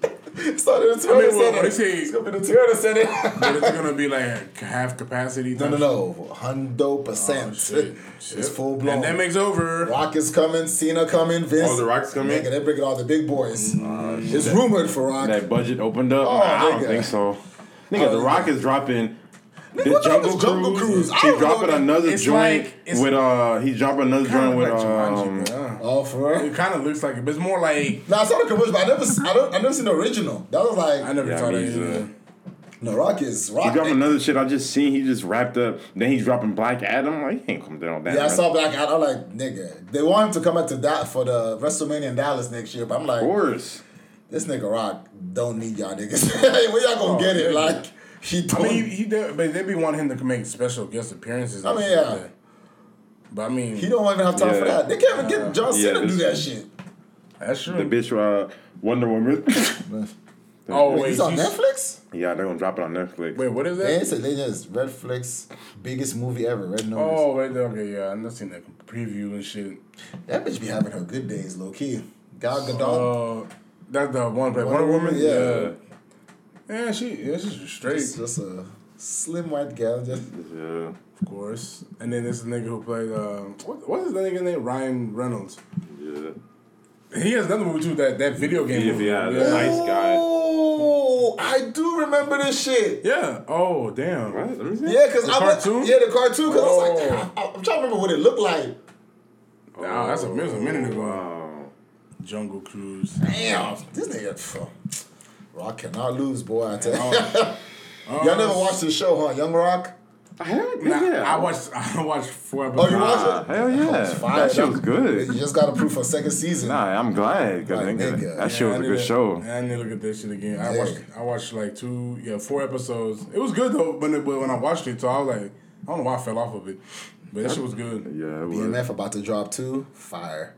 Started the Toyota
I mean, well,
Center.
they say-
it's gonna be the Toyota Center. (laughs)
But it's gonna be like half capacity.
no,
type
no, no, hundo percent.
Oh, shit. Shit.
It's full blown.
Pandemic's over.
Rock is coming, Cena coming, Vince.
Oh, The Rock's coming?
Nigga, they bringing all the big
Mm,
boys.
uh,
it's rumored for Rock.
That budget opened up.
Oh,
I don't
nigga.
think so. Nigga, The Rock is dropping. The
what the
Jungle
hell is Jungle
Cruise.
Cruise? I
He's
don't know
dropping
that-
another
it's
joint
like- it's-
with uh. He's dropping another joint
Kinda
with
like
um.
Jumanji, but, uh,
Oh, for real?
It kind of looks like it, but it's more like
Now I saw the commercial, but I never, s- I don't, I never seen the original. That was like,
I never
Yeah,
thought
me
of it.
either.
no, Rock is
He
Rock.
dropped another shit I just seen. He just wrapped up. Then he's dropping Black Adam. Like, he ain't come down on that.
yeah, I
man.
saw Black Adam. I'm like, nigga, they want him to come back to that for the WrestleMania in Dallas next year, but I'm like,
Of course.
this nigga Rock don't need y'all niggas. (laughs) Where y'all gonna get it?
Oh, yeah.
Like, he
I
don't.
mean, he, he did, but they be wanting him to make special guest appearanrances. and
I mean,
shit like
yeah.
that. But I mean,
he don't even have time for
Yeah.
that. They can't even get John
Yeah,
Cena to do that
this-
shit.
that's true.
The bitch uh, Wonder Woman. (laughs)
oh wait,
He's on
she's-
Netflix.
yeah, they're gonna drop it on Netflix.
wait, what is
They
that?
said they just Red Flix biggest movie ever. Red Notice.
Oh wait, okay, yeah, I've seen that preview and shit.
Oh.
That bitch be having her good days, low key. Gal Gadot.
Uh, that's the one. Wonder, Wonder
Woman,
Woman,
yeah.
yeah. Yeah, she, yeah, she's straight,
It's just uh, a slim white gal. Just
Yeah.
of course. And then this nigga who played, uh, what, what is that nigga name? Ryan Reynolds.
Yeah.
He has another movie too. That that video game.
Yeah,
movie.
yeah, the nice guy.
Oh, I do remember this shit.
Yeah. Oh damn.
What? Let me see.
Yeah, cause I went,
cartoon?
yeah the cartoon. Cause I was like,
Oh.
I, am trying to remember what it looked like.
Nah, that's a, that was a minute ago.
Wow.
Jungle Cruise.
Damn, this nigga. pff, Rock cannot lose, boy. I tell you.
Oh,
(laughs) Y'all never watched the show, huh? Young Rock.
I haven't.
Nah,
yeah.
I watched. (laughs) I watched four
Oh,
episodes.
you watched
Ah,
it?
hell yeah.
fire.
That shit was
You
good.
just got approved for a second season.
Nah, I'm glad. 'cause
Like,
nigga,
nigga.
That shit
Yeah,
was
I
a
need
good
to-
show.
I need to look at that shit again. I
Yeah.
watched. I watched like two, yeah, four episodes. It was good though. When it, when I watched it, so I was like, I don't know why I fell off of it, but that shit was good.
Yeah, it was.
BMF E about to drop too. Fire,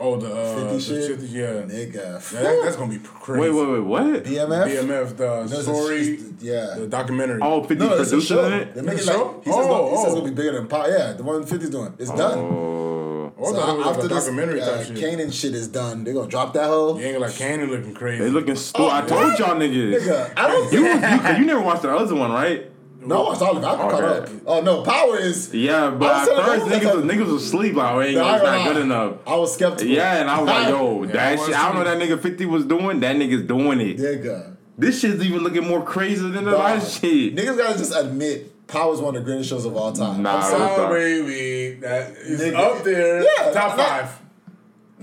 Oh, the uh,
50
the
shit?
50 yeah. yeah
nigga. E
that, that's gonna be crazy.
Wait, wait, wait. What?
BMF.
BMF the
it's-
story,
it's- yeah.
the documentary.
Oh, 50
No, it's a
producers
show.
in
They
it?
make it
It's a
like
show?
he says, it's gonna- he says it's
Oh,
gonna be bigger than Power. Yeah, the one fifty's doing. It's done.
Oh.
oh, I
So
thought it was like
after
a documentary
this,
type
uh,
shit.
Kanan shit is done. They're gonna drop that hoe.
You ain't like Cannon looking crazy.
They looking stupid. I told y'all niggas.
Nigga, I don't
You,
think.
you, 'cause you never watched the other one, right?
No, I was all about. I'm caught up.
Okay.
Oh no, Power is.
Yeah, but
I
at
was telling
first
you, I
niggas
was
was, niggas was asleep. Like, oh, ain't
No, I
it's not
ain't
good
gonna lie.
enough.
I was skeptical.
Yeah, and I was
(laughs)
like, yo,
Yeah, I
that
was
shit. I don't know that nigga Fifty was doing. That nigga's doing it.
Nigga,
This shit's even looking more crazy than the
dog.
last shit.
niggas gotta just admit, Power's one of the greatest shows of all time.
Nah,
I'm sorry.
bro.
Sound baby, that is
Nigga.
up there.
Yeah,
top
that-
five.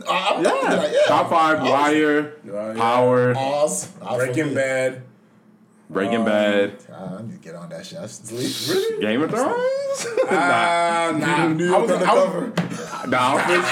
I- I'm
Yeah.
like, yeah. Oh,
Top five,
Oz-
Wire,
Yeah, yeah.
Power,
Oz, I
Breaking
forget.
Bad.
Breaking Bad,
Ah, I need to get on that shit. I should sleep. Really?
Game of Thrones, (laughs)
Ah, nah.
New
I
York
was, I, was,
undercover.
The Office.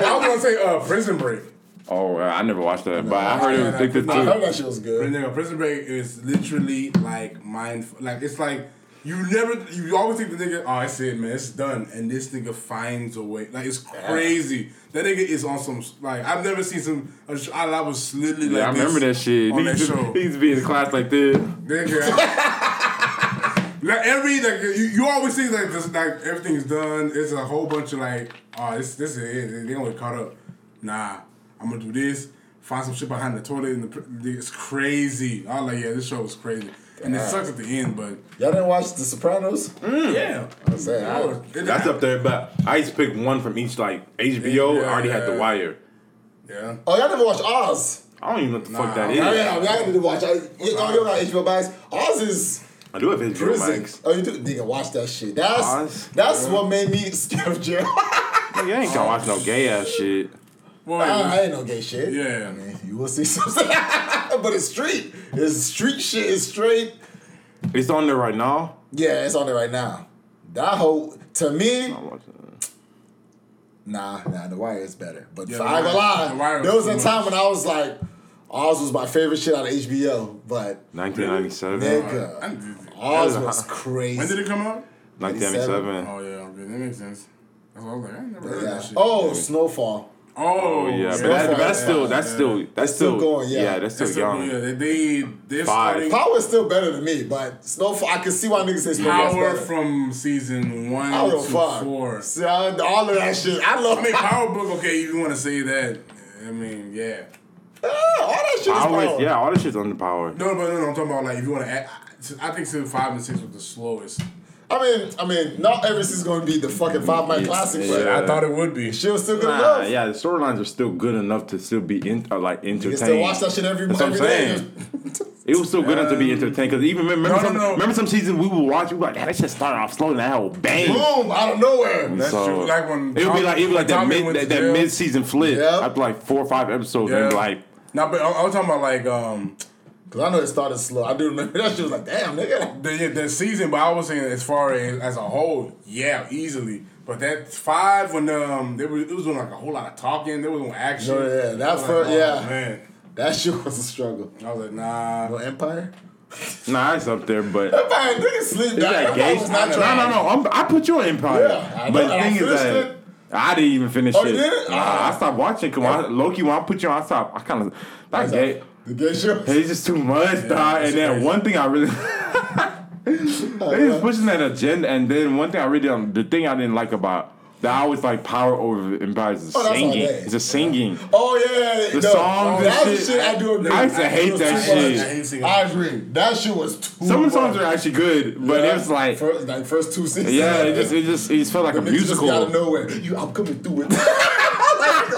I was gonna say uh, Prison Break.
Oh, uh, I never watched that, but I heard it was addictive
I heard
too.
that shit was
But
good.
nigga, uh, Prison Break is literally like mindful. Like it's like you never, you always think the nigga, oh, I see it, man, it's done, and this nigga finds a way. Like it's crazy. That nigga is on some like I've never seen some. I was- I was literally like
Yeah, I remember that
this
shit.
on
He
that
used,
show.
to, (laughs) he used to be in class like this. (laughs)
Nigga. like every like you, you always see like this like everything is done. It's a whole bunch of like oh this this is it. They only caught up. Nah, I'm gonna do this. Find some shit behind the toilet. And the, pr- it's crazy. I was like yeah, this show was crazy. And it sucks at the end, but
Y'all didn't watch The Sopranos?
yeah,
saying,
Hmm. I was- it-
That's up there, but I used to pick one from each like HBO. I
Yeah,
already had The
yeah.
Wire.
Yeah,
Oh, y'all never watched Oz?
I don't even know what the fuck that
Yeah,
is.
Oh, yeah, y'all need to watch. I, you know, you got HBO Max. Oz is
I do have HBO
prison.
Max.
Oh, you do, nigga, watch that shit. That's
Oz?
that's what made me scared (laughs) of jail.
You ain't gonna watch no gay ass shit.
well,
I, I ain't no gay shit.
yeah.
You will see something, (laughs) but it's street. It's street shit. It's straight.
It's on there right now.
Yeah, it's on it right now. That whole to me,
I'm watching it.
nah, nah. The Wire is better. But
Yeah,
for-
The
I ain't gonna
Wire- The
lie,
Wire was
there was a
too
time
much.
when I was like, Oz was my favorite shit out of HBO. But
1997.
I
nigga,
didn't-
Oz
Yeah. (laughs)
was
when did
crazy.
it come out?
1997.
Oh yeah, okay, that makes sense. That's what I was like. I ain't never heard of
Yeah.
that shit.
Oh, Snowfall.
Oh,
Yeah, but
yeah.
that,
far,
that's
yeah.
still that's still that's still,
going, yeah.
that's still
That's still,
young.
yeah, they, they, they're
Five.
starting
Power is still better than me, but Snowfall. I can see why niggas say Snowfall's
power
better.
from season one
I
to
don't fuck.
four.
See, I, all of that shit. I love
I
(laughs)
mean, Power Book, okay, you want to say that. I mean, yeah.
Ah, all that shit is
I always,
power.
yeah, all this shit's underpowered.
No, but no, no, I'm talking about, like, if you want to add, I think season five and six was the slowest.
I mean, I mean, not every season's gonna be the fucking five night classic, but
yeah.
I thought it would be.
she was still good
Nah,
enough.
yeah, the storylines are still good enough to still be in, uh, like entertained.
You still watch that shit every
That's what I'm
every day.
saying. It was still good enough to be entertained because even remember,
no,
some,
no.
remember some seasons we would watch, we were like, "Damn, that shit started off slow and that whole bang.
Boom, out of nowhere.
That's
So,
true. Like when
it would be like it would be like that
Tommy
mid
went to
that, that
jail.
mid season flip
Yeah.
after like four or five episodes and
Yeah.
like
No, but I, I was talking about like um
Cause I know it started slow. I do remember (laughs) that shit was like, damn, nigga.
the yeah, the season, but I was saying as far as as a whole, yeah, easily. But that five when um there was it was doing like a whole lot of talking, there was no action.
No, yeah, that
I was oh,
fir- yeah.
man.
That shit was a struggle.
I was like, nah.
No Empire?
nah, it's up there, but it's
Empire, nigga sleep. Nah,
that
Empire
gay.
was
No,
not trying.
no, no. I'm, I put you on Empire,
Yeah, I know,
but the
and I
thing is
finished
that.
it.
I didn't even finish
Oh,
it.
you didn't?
Nah, I stopped watching. Cause when I, Loki, when I put you on, I stopped. I kind of that gay.
The gay show.
It's just too much, dog. And
it's
then
crazy.
one thing
(laughs)
I really. they was pushing that agenda, and then one thing I really um, the thing I didn't like about that I always like power over Empire is the
Oh, that's all
singing.
day.
It's the singing.
Oh yeah, yeah,
The
no,
songs
That
and
was the
shit.
shit I do agree.
I used to hate
was
that
too
shit.
much.
I hate singing.
I agree. That shit was too.
Some of the songs
much.
are actually good, but it was like,
first, like first two seasons.
yeah, it just it just it just felt like a
Niggas just out of
musical.
nowhere. You, I'm coming through with. (laughs)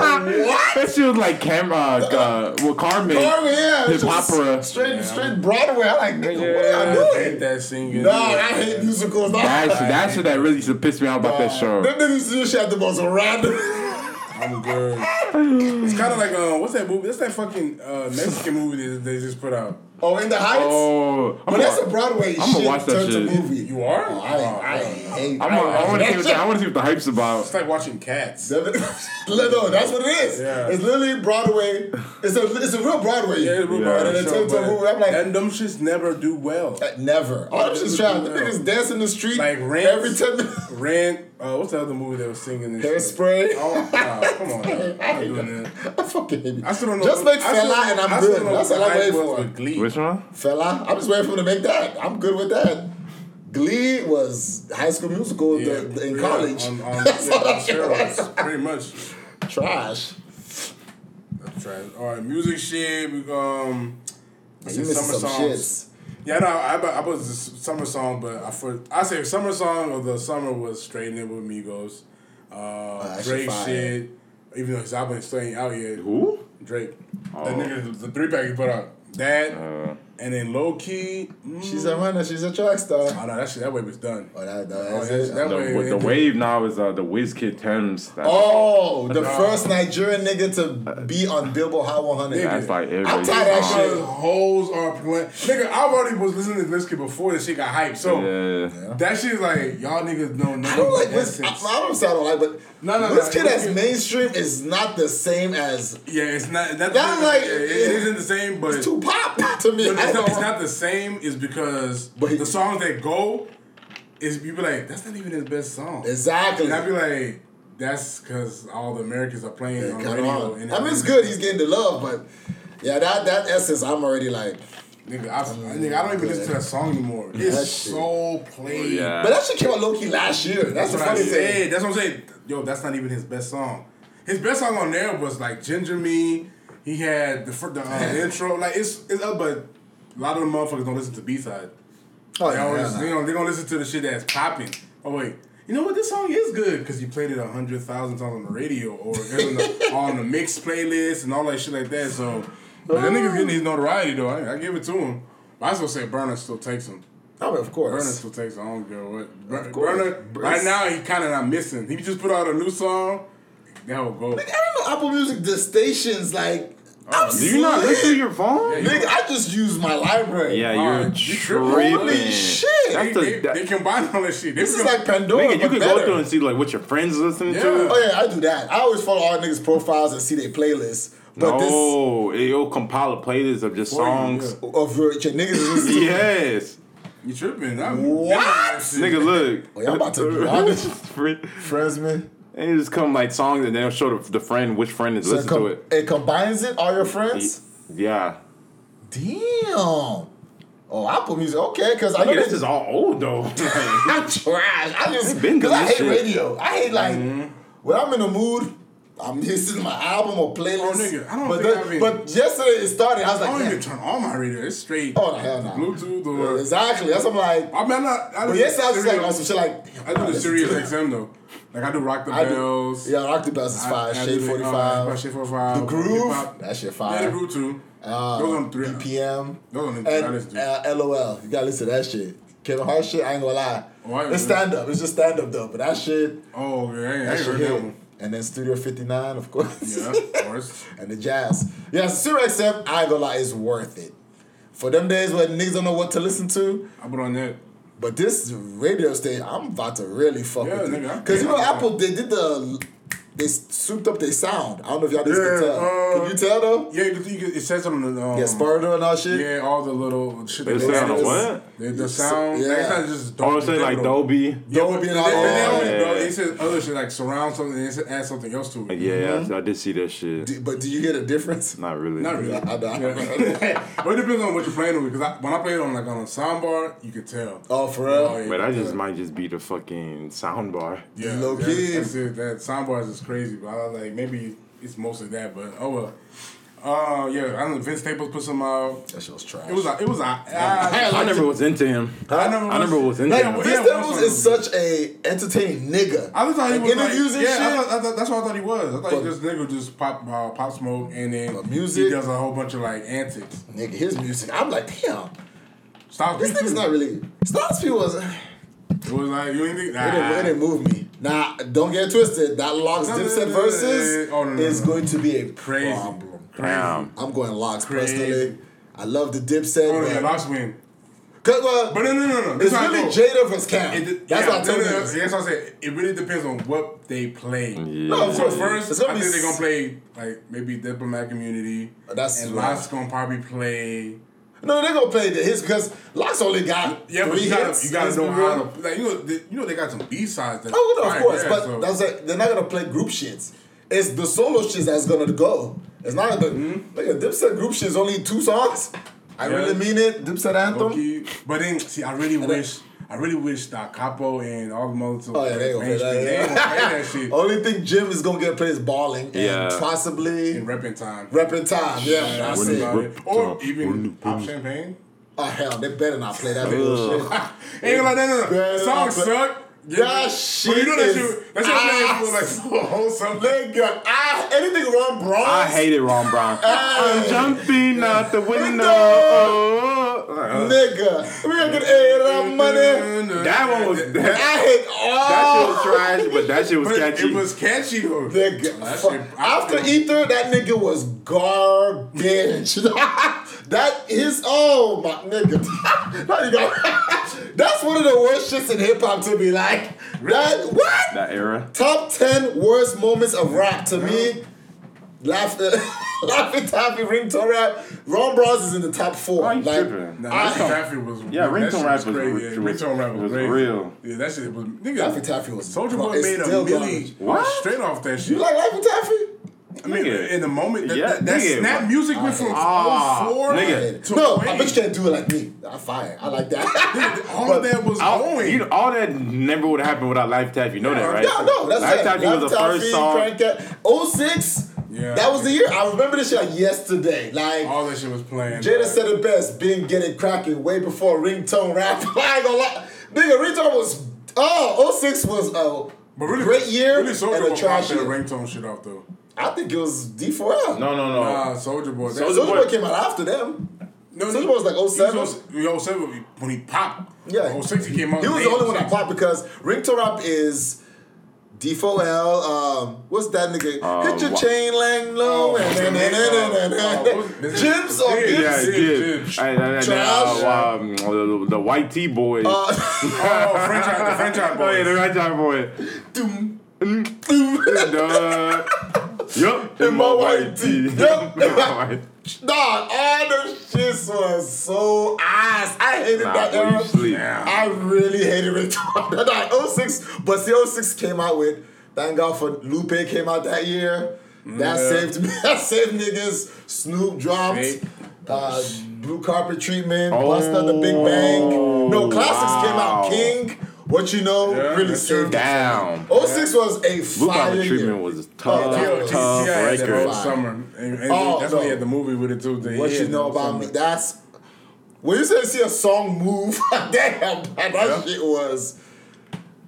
what?
That shit was
(laughs)
like camera, uh, well, Carmen,
Oh yeah,
hip
it's just
opera.
Straight, straight Broadway. I like, nigga, what
I
are you
hate
doing?
that singing.
Nah, I hate musicals. Nah.
That shit, that shit that really used to piss me off about that
Uh,
show.
Them niggas do shit at the most random. (laughs)
I'm good. it's kind of like uh, what's that movie? That's that fucking uh, Mexican movie that they just put out.
Oh, in the heights.
Oh, I'm
but that's a
a-
Broadway
I'ma
shit
watch that
turned
shit.
to movie.
You are?
Oh, I, I hate.
I'm a,
(laughs)
I want to see what the, I want to see what the hype's about.
It's like watching cats.
no, that's what it is.
Yeah.
It's literally Broadway. It's a it's a real Broadway.
Yeah, we're
Yeah.
yeah.
And it turned to a movie. I'm like,
and them shits never do well.
that never. All them shit's trying. The niggas dance in the street
Like Rent.
every
(laughs)
ten minutes.
Rent. Uh, what's the other movie they were singing? This shit?
Hairspray.
Oh, nah, come on. man. I'm doing that.
(laughs) I fucking hate you.
I still don't know.
Just make
I still-
Fela and I'm
I still
good.
don't know
That's
what
all I'm
the
waiting
hype was
for.
with Glee.
Which one?
Fella, I'm just waiting for him to make that. I'm good with that. Glee was high school musical
Yeah,
the, the- in
yeah,
college.
On, on,
(laughs) That's
yeah,
all
on
I'm sure.
steroids, pretty much.
Trash.
That's right. All right, music shit. We um.
You missing some shits.
Yeah, no, I, bu- I was the summer song, but I for I say summer song of the summer was Straighten It with Migos, uh,
Oh, that shit
Drake
fire.
shit. Even though his album ain't still ain't out yet.
Who? Oh.
Drake, that nigga, the three pack he put out that,
Uh.
and then low key. Mm,
She's a runner. She's a track star.
oh no, that shit that way was done.
Oh, that, that,
Oh,
that's
that's-
it.
that
The,
way-
with the
it-
wave now is uh, the WizKid Thames. That's,
Oh, the first Nigerian nigga to be on Billboard Hot 100.
that's like
I'm tired of
everybody's
that
Because
shit.
hoes are playing. Nigga, I already was listening to this kid before this shit got hyped. So
Yeah.
that shit is like y'all niggas know nothing.
I don't like
about
Wiz. I, I
that sense.
don't say I don't like, but
No, no, no,
Wiz Kid
Wiz
as
Kid-
mainstream is not the same as
Yeah, it's not. That's,
That's like-
it, it isn't the same, but it's,
Tupac to me.
but
I
it's,
don't-
not, it's not
(laughs)
the same. Is because
But-
the songs that go is you be like, that's not even his best song.
Exactly.
And I be like, that's because all the Americans are playing on
Got
radio.
on.
and
I mean, it's good. He's getting the love, but yeah, that that essence, I'm already like.
Nigga, I, nigga, I don't even listen to that song anymore. It's
That shit.
so played.
yeah.
But that shit came out low key last year. That's,
That's
the
what I
funny thing.
said. That's what I'm saying. Yo, that's not even his best song. His best song on there was like Ginger Me. He had the, fir- the uh,
(laughs)
intro. Like it's it's up, but a lot of the motherfuckers don't listen to B side.
Oh,
They
yeah,
always,
nah.
you know, they don't listen to the shit that's popping. Oh wait, you know what? This song is good because you played it a hundred thousand times on the radio or it's on the, (laughs) on the mix playlist and all that shit like that. So but that nigga's getting his notoriety though. I, I give it to him. But I still say Burner still takes him.
I mean,
Burner
of course.
still takes I don't care what. Bur-
course.
Burner
Bur-
right now he kind of not missing. He just put out a new song. That will go.
I don't know Apple Music. The stations like. I'm
Do Oh, you not
slick.
listen to your phone?
Nigga, I just use my library.
Yeah,
Alright,
you're
you tripping.
tripping.
Holy shit!
They,
That's
they,
the, that,
they combine all that shit. They
This is
com-
like Pandora.
nigga, you
but
could
better.
go through and see like what your friends listen
Yeah.
to.
Oh yeah, I do that. I always follow all niggas' profiles and see their playlists. But
No, it'll Oh, compile a playlist of just
For you,
songs.
this of your your niggas is
(laughs)
listening to
Yes,
you tripping. I'm,
What?
nigga, look. (laughs)
Oh, y'all about to do all this.
Free-
Fresman.
And it just come like songs, and they'll show the, the friend which friend is
So
listening
com-
to it.
it combines it, all your friends?
Yeah.
Damn. Oh, Apple Music. Okay, because (laughs) I know
Nigga,
this
this is all old though.
I'm trash. I just
been
because
doing
I
this
hate
shit.
radio. I hate like
Mm-hmm.
when I'm in a mood. I'm (laughs) listening to my album or playlist.
Oh, nigga, I don't
but
think
that-
I've been-
But yesterday it started. I was
I don't
like,
even
man,
turn on my radio. It's straight.
oh hell no.
Bluetooth or
Exactly. That's what I'm like.
I mean, I'm not. I
But
do
yesterday I was just like
Sirius-
on some shit like. damn,
I
nah,
do the
listen
Sirius
to it.
XM though. Like I do Rock the
I do-
Bells.
Yeah, Rock the Bells is fire.
I- I
Shade
do, uh,
forty five.
Shade 45.
The groove.
Hip-hop.
That shit
Yeah, the
fire.
Groove too.
Uh,
Those on three.
BPM.
Those on the three. I listen
And
to.
uh, LOL. You gotta listen to that shit. Kevin Hart shit. I ain't gonna lie.
Oh, I-
It's stand up. It's just stand up though. But that shit.
Oh, okay. I ain't, I
That
ain't
shit
heard
hit.
that one.
And then Studio 59, of course.
Yeah, of course.
(laughs) and the jazz. Yeah, Sirius XM, I ain't gonna lie, is worth it. For them days when niggas don't know what to listen to,
I put on that.
but this radio station, I'm about to really fuck
Yeah,
with it.
nigga, I'm-
Because you know,
yeah.
Apple, they did the, they souped up their sound. I don't know if y'all just
Yeah,
can tell.
uh,
can you tell though?
Yeah, you can, you can, it says on the. Um,
Yeah, Sparrow and all shit.
Yeah, all the little shit.
They
that
sound
goes
a
in.
what?
The, the sound.
Yeah. Oh,
Yeah. it's not just.
Oh, say like
digital.
Dolby.
Yeah,
Dolby
but they,
and
they,
all
they,
that.
always-
Yeah.
bro, they said other shit like surround something and they said add something else to it.
Yeah, I, I did see that shit.
Do- but do you hear the difference?
Not really.
Not really.
I- I- I-
Yeah. (laughs) but it depends on what you're playing with. Because I, when I play it on like on a soundbar, you can tell.
Oh, for real?
yeah,
But
you
I
can
just
tell.
might just be the fucking sound bar.
yeah,
Low
that-
key.
That's it. That soundbars is crazy. But I was like, maybe it's mostly that. But oh well. Uh yeah, I don't know. Vince Staples put some out.
That shit was trash.
It was a, it was a, I,
I never was into him.
I never
I never was into
Like,
him.
what-
Vince
Yeah,
Staples
what's
is
up?
such a entertaining nigga.
I just thought he
Like,
was like,
interviews and
yeah, I thought,
shit.
I thought, that's what I thought he was. I thought
But-
he just nigga just pop uh, pop smoke and then
But music-
He does a whole bunch of like antics.
Nigga, his music. I'm like, damn,
Stop
this
me too.
nigga's not really. Starsky was. (sighs) It
It was like you ain't think.
didn't, it didn't move me. Now, don't get it twisted. That Locks
No, no,
Dipset
no, no,
versus
no, no, no, no,
is
no.
going to be a
crazy.
problem.
Crazy.
Damn.
I'm going Locks
Crazy.
personally. I love the
Oh yeah,
Dipset. but-
last win.
Cause, well,
But no, no, no, no.
it's
That's how I
really
go.
Jada versus Cam.
It, it,
That's
yeah,
what I told
no, no, no,
niggas.
That's what I said. It really depends on what they play.
No,
of
so
course.
first,
It's
I
gonna
think
be
they're gonna
s-
play like maybe diplomat community.
That's
and
right.
Locke's gonna probably play.
No, they're gonna play the hits because Locks only got
Yeah, but
three
you gotta,
hits.
you gotta
let's
know
be real.
how to like you know they, you know they got some B sides.
Oh no, of course, but that's like they're not gonna play group shits. It's the solo shits that's gonna go. It's not the like a Dipset group shit is only two songs. I
Hmm? Yeah.
really mean it. Dipset anthem.
Okay, but then see, I really wish, I really wish that Capo and all the mothers.
Oh yeah, they gonna play that.
They gonna play that
Yeah. Oh.
shit
only thing Jim is gonna get played is balling and
Yeah.
in
possibly
repping time.
repping time. Yeah, that's
Wouldn't-
it.
wouldn't-
About it. Or
Rip-
even
rip-
pop
rip-
champagne.
Oh hell, they better not play that big old
(laughs)
shit.
Ain't gonna lie, no, no,
Yeah,
no. Song
but-
suck.
That
But
shit
you know that
is
shit. That shit playing for like
ass.
for a whole something.
Nigga, I anything wrong, bro?
I hated Ron Brown. (laughs) I'm jumping out the window. Uh,
Nigga, we gonna get a lot of
(laughs)
money.
That one was that,
I hate all.
that shit was trash, but that shit was
But
catchy.
it was catchy though.
Nigga,
That
fuck.
shit-
after Ether, that nigga was garbage. (laughs) that is oh my nigga. (laughs) Now you got- (laughs) That's one of the worst shits in hip hop to be like. That what?
that era.
Top ten worst moments of rap to me. (laughs) Laughter, laughing, tapping, ringtone rap. Ron Bros is in the top four.
Why you
like,
tripping?
Nah,
I-
that Taffy was
Yeah,
that
ringtone
shit
rap
was
was-
crazy.
was-
Yeah, ringtone rap was
was
crazy.
real.
Yeah, that shit was nigga.
Laffy Taffy was-
Soldier
bro,
Boy
it's
made
still
a
garbage.
million
What?
straight off that shit.
you like laughing, taffy?
I mean,
Nigga.
in the moment that
Yeah,
that, that
nigga.
snap music went from
Ah,
04
nigga.
to
No, I
wait.
bet you can't do it like me. I fire. I like that. (laughs)
(laughs)
all
But
of that was
All,
going.
you know, all that never would have happened without Life Tap. You know that, right?
No, no, that's
Life
it.
Tap was the first song.
song. 06,
Yeah. Oh,
that was the year. I remember this shit like yesterday. Like,
all that shit was playing.
Jada said it best, been getting cracking way before ringtone rap. (laughs) I ain't gonna lie. Nigga, ringtone was, oh, 06 was a
But really,
great year
Really, Soldier
and
Boy
a trash
popped that
year.
ringtone shit off though.
I think it was D4L.
No, no, no.
Nah, Soldier Boy. that-
Soulja
Soulja
Oh. Boy-
Boy came out after them.
No,
Soulja
no,
Boy was like
he
07?
was- He 07 when he popped.
Yeah.
06 he came out.
He was
in
the only one
06.
that popped because ringtone rap is D4L. Um, what's that nigga? Hit your
wha-
chain, lang
Uh, Oh,
low. and then- and then- and
oh,
then-
what's-
Jibs or
Yeah,
Yeah,
Gibbs?
it did.
Jibs.
And, and, and,
Trash.
uh, um, the, the white T boy.
(laughs)
Oh, French Eye, the French Eye
oh yeah, the
Boys.
right time boy.
Doom.
And, uh, yup,
In my
(laughs)
white tee. Yup.
In my white- (laughs)
Dog, all the shits was so ass. I hated
Nah,
that
boy, you
era. (laughs)
sleep.
oh I really hated it. Dog, 06, but see, 06 came out with Thank God for Lupe came out that year.
Yeah.
That saved me. (laughs) That saved niggas. Snoop dropped.
Hey.
Uh, blue carpet treatment. Busta the Big Bang. No classics came
Oh, wow.
out. King. What you know
Yeah,
really
that's true.
saved. us.
Down.
06 was a fire
Blue Collar
year.
Treatment was tough,
Oh, that
Yo,
was-
TCI
tough
had that whole
record.
Fire.
summer. And, and
Oh,
that's
no.
when he had the movie with it too. that he
What you
had
know
that whole
about me?
summer.
That's when you say see a song move. (laughs) damn, man, that
Yeah.
shit was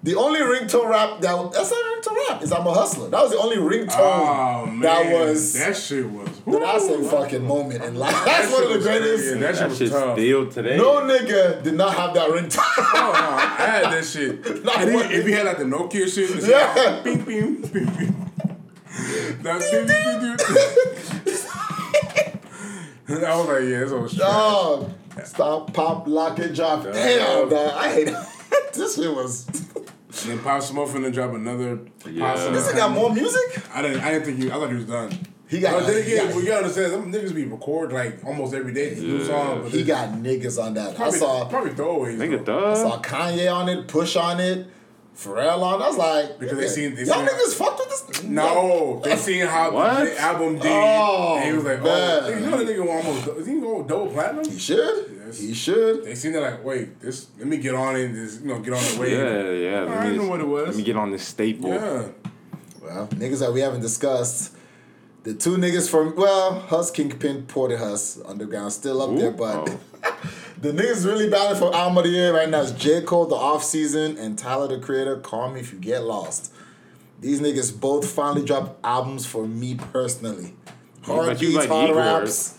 the only ringtone rap that that's not ringtone rap. Is I'm a hustler. That was the only ringtone
Oh man,
that was.
that shit was.
that's a
woo.
fucking moment in life. (laughs)
That
That's
shit
one of the
was crazy.
greatest.
Yeah, That shit
That
was
shit's
tough.
still today.
No nigga did not have that ringtone. (laughs)
Oh, no, I had that shit.
Not
and
one.
he, if he had like the Nokia shit, the shit
Yeah.
yeah. Bing, bing, bing, bing. That's bing, bing, bing, bing. (laughs) I was like, yeah, that's all shit.
Dog, stop, pop, lock, and drop. Damn, dog. I hate it. (laughs) this shit was.
And then Pop Smoke finna drop another.
Yeah.
Pop
This
Smoke.
nigga got more music.
I didn't. I didn't think he. I thought he was done.
He got-
But then
he
again,
got-
we gotta understand. Them niggas be record like almost every day. New song. But
He
it's
got niggas on that. I
probably,
saw
probably throwaways.
Nigga,
though.
duh.
saw Kanye on it, Push on it, Pharrell on. it. I was like,
Because they seen- they
y'all
seen-
niggas fucked with this.
No, they seen how
What?
the album did.
Oh,
and he was like,
man.
oh, nigga, you know the nigga went almost. Is he go double platinum?
he should.
Yes.
He should.
They seen that like, wait, this. Let me get on it. and Just you know, get on the wave.
Yeah, yeah.
I
Let me,
didn't know what it was.
Let me get on this staple.
Yeah.
Well, niggas that we haven't discussed. The two niggas from well, Hus Kingpin Porter Hus Underground still up
Ooh,
there, but
oh.
(laughs) the niggas really battling for album of the year right now is J Cole the off season and Tyler the Creator. Call me if you get lost. These niggas both finally dropped albums for me personally. Hard
but you
beats,
like
hard
Igor.
raps.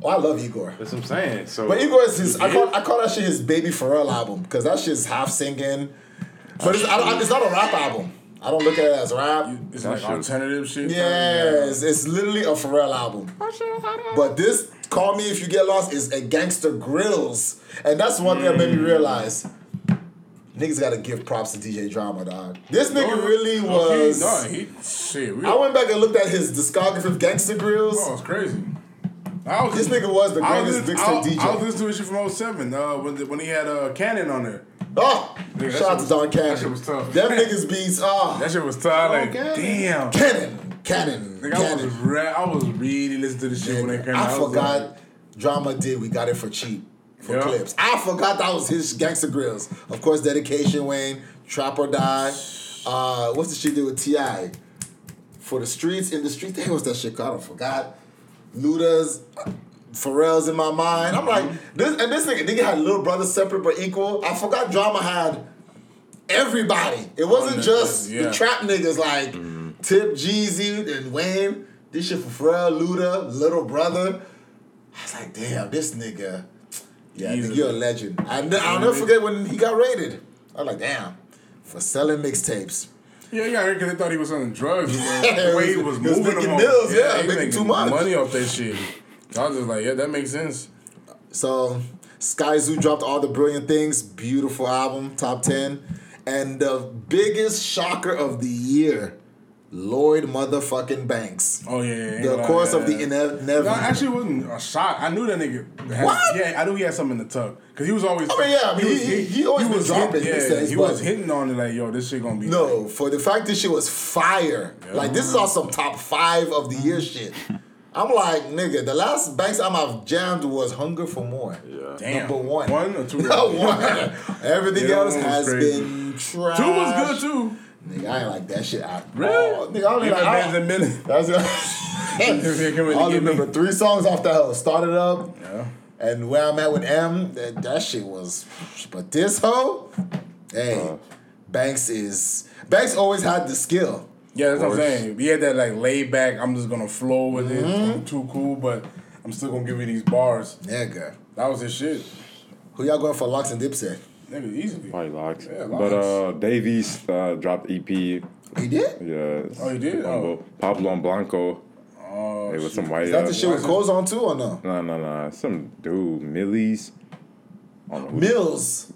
Oh, I love Igor.
That's what I'm saying. So
But Igor is his. I call, I call that shit his Baby Pharrell album because that shit's half singing. But it's, I don't, it's not a rap album. I don't look at it as rap.
It's
That
like
shit-
alternative shit.
Yes, it's literally a Pharrell album. But this "Call Me If You Get Lost" is a gangster grills, and that's one thing that
Hmm.
made me realize. Niggas gotta give props to DJ Drama, dog. This nigga really was.
Oh, Okay, no, he shit. We,
I went back and looked at his discography of Gangster Grills.
Oh, it's crazy. I was
This nigga was the
I
greatest
listening-
mixtape
I-
DJ.
I was listening to his shit from 07, uh, when, the, when he had uh, Cannon on there.
Oh,
Nigga, that
shout out
shit
to Don
was-
Cannon.
that shit was tough.
Them
(laughs)
niggas beats. Ah,
That shit was tight. Like,
Okay.
damn.
Cannon, Cannon,
Like, I, was
Cannon.
re- I was really listening to the shit when it came out.
I
was
forgot
like-
drama did. We got it for cheap for
Yeah.
clips. I forgot that was his Gangsta Grills. Of course, Dedication Wayne, Trap or Die. Uh, what's the shit did with Ti? For the streets, in the street, Dang, what's that shit called? I forgot. Luda's, Pharrell's in my mind. I'm like
Mm-hmm.
this, and this nigga, nigga had little brother separate but equal. I forgot drama had everybody. It wasn't
niggas,
just
yeah. Mm-hmm.
the trap niggas like Tip Jeezy and Wayne. This shit for Pharrell, Luda, Little Brother. I was like, damn, this nigga. Yeah,
He's
nigga,
a-
you're a legend. I, will never forget when he got raided. I was like, damn, for selling mixtapes.
Yeah, yeah, because they thought he was on drugs.
(laughs)
man.
Yeah,
the way
he
he was
was- he was
moving
making
them all.
bills, yeah,
he was
making too much.
money off that shit. I was just like, yeah, that makes sense.
So Sky Zoo dropped all the brilliant things. Beautiful album, top ten, and the biggest shocker of the year, Lloyd motherfucking Banks.
Oh yeah, yeah, yeah
The
yeah,
course
yeah,
of the
yeah.
inev-
No,
inevitable.
actually, it wasn't a shock. I knew that nigga. Had,
What?
Yeah, I knew he had something in the tuck because he was always.
I mean, yeah, I mean,
was
he-
hit-
he always been dropping
hitting-
these
Yeah,
days,
he
but-
was hitting on it like, yo, this shit gonna be.
No, for the fact this shit was fire. Like this is on some top five of the
(laughs)
year shit. I'm like, nigga, the last Banks album I've jammed was Hunger for More. Yeah.
damn.
Number one.
one or
(laughs)
two.
No one.
(laughs)
Everything
Yeah,
else
that one was
has
crazy.
been trash.
Two was good too.
Nigga, I ain't like that shit at
Really?
all. Oh, Nigga, I only
Even
like I-
Benjamin Miller.
That's
(laughs) If it can really
I only
get me.
remember three songs off that hoe. Started up.
Yeah.
And where I'm at with M, that, that shit was. But this hoe, hey,
Uh.
Banks is. Banks always had the skill.
Yeah, that's what I'm
course.
saying. We had that like laid back. I'm just gonna flow with it.
Mm-hmm.
I'm too cool, but I'm still gonna give you these bars.
Nigga.
That was his shit.
Who y'all going for locks and dipset?
Nigga, easily.
Probably locks.
Yeah,
But
locks.
uh, Davies uh, dropped EP. Yeah.
He did?
Oh, he did?
Pablo, Pablo and Blanco.
Oh,
It was
shit.
some white.
Is that the
ass-
shit with Cole's on too or no?
Nah, nah, nah. Some dude, Millie's. I don't know. who-
Mills.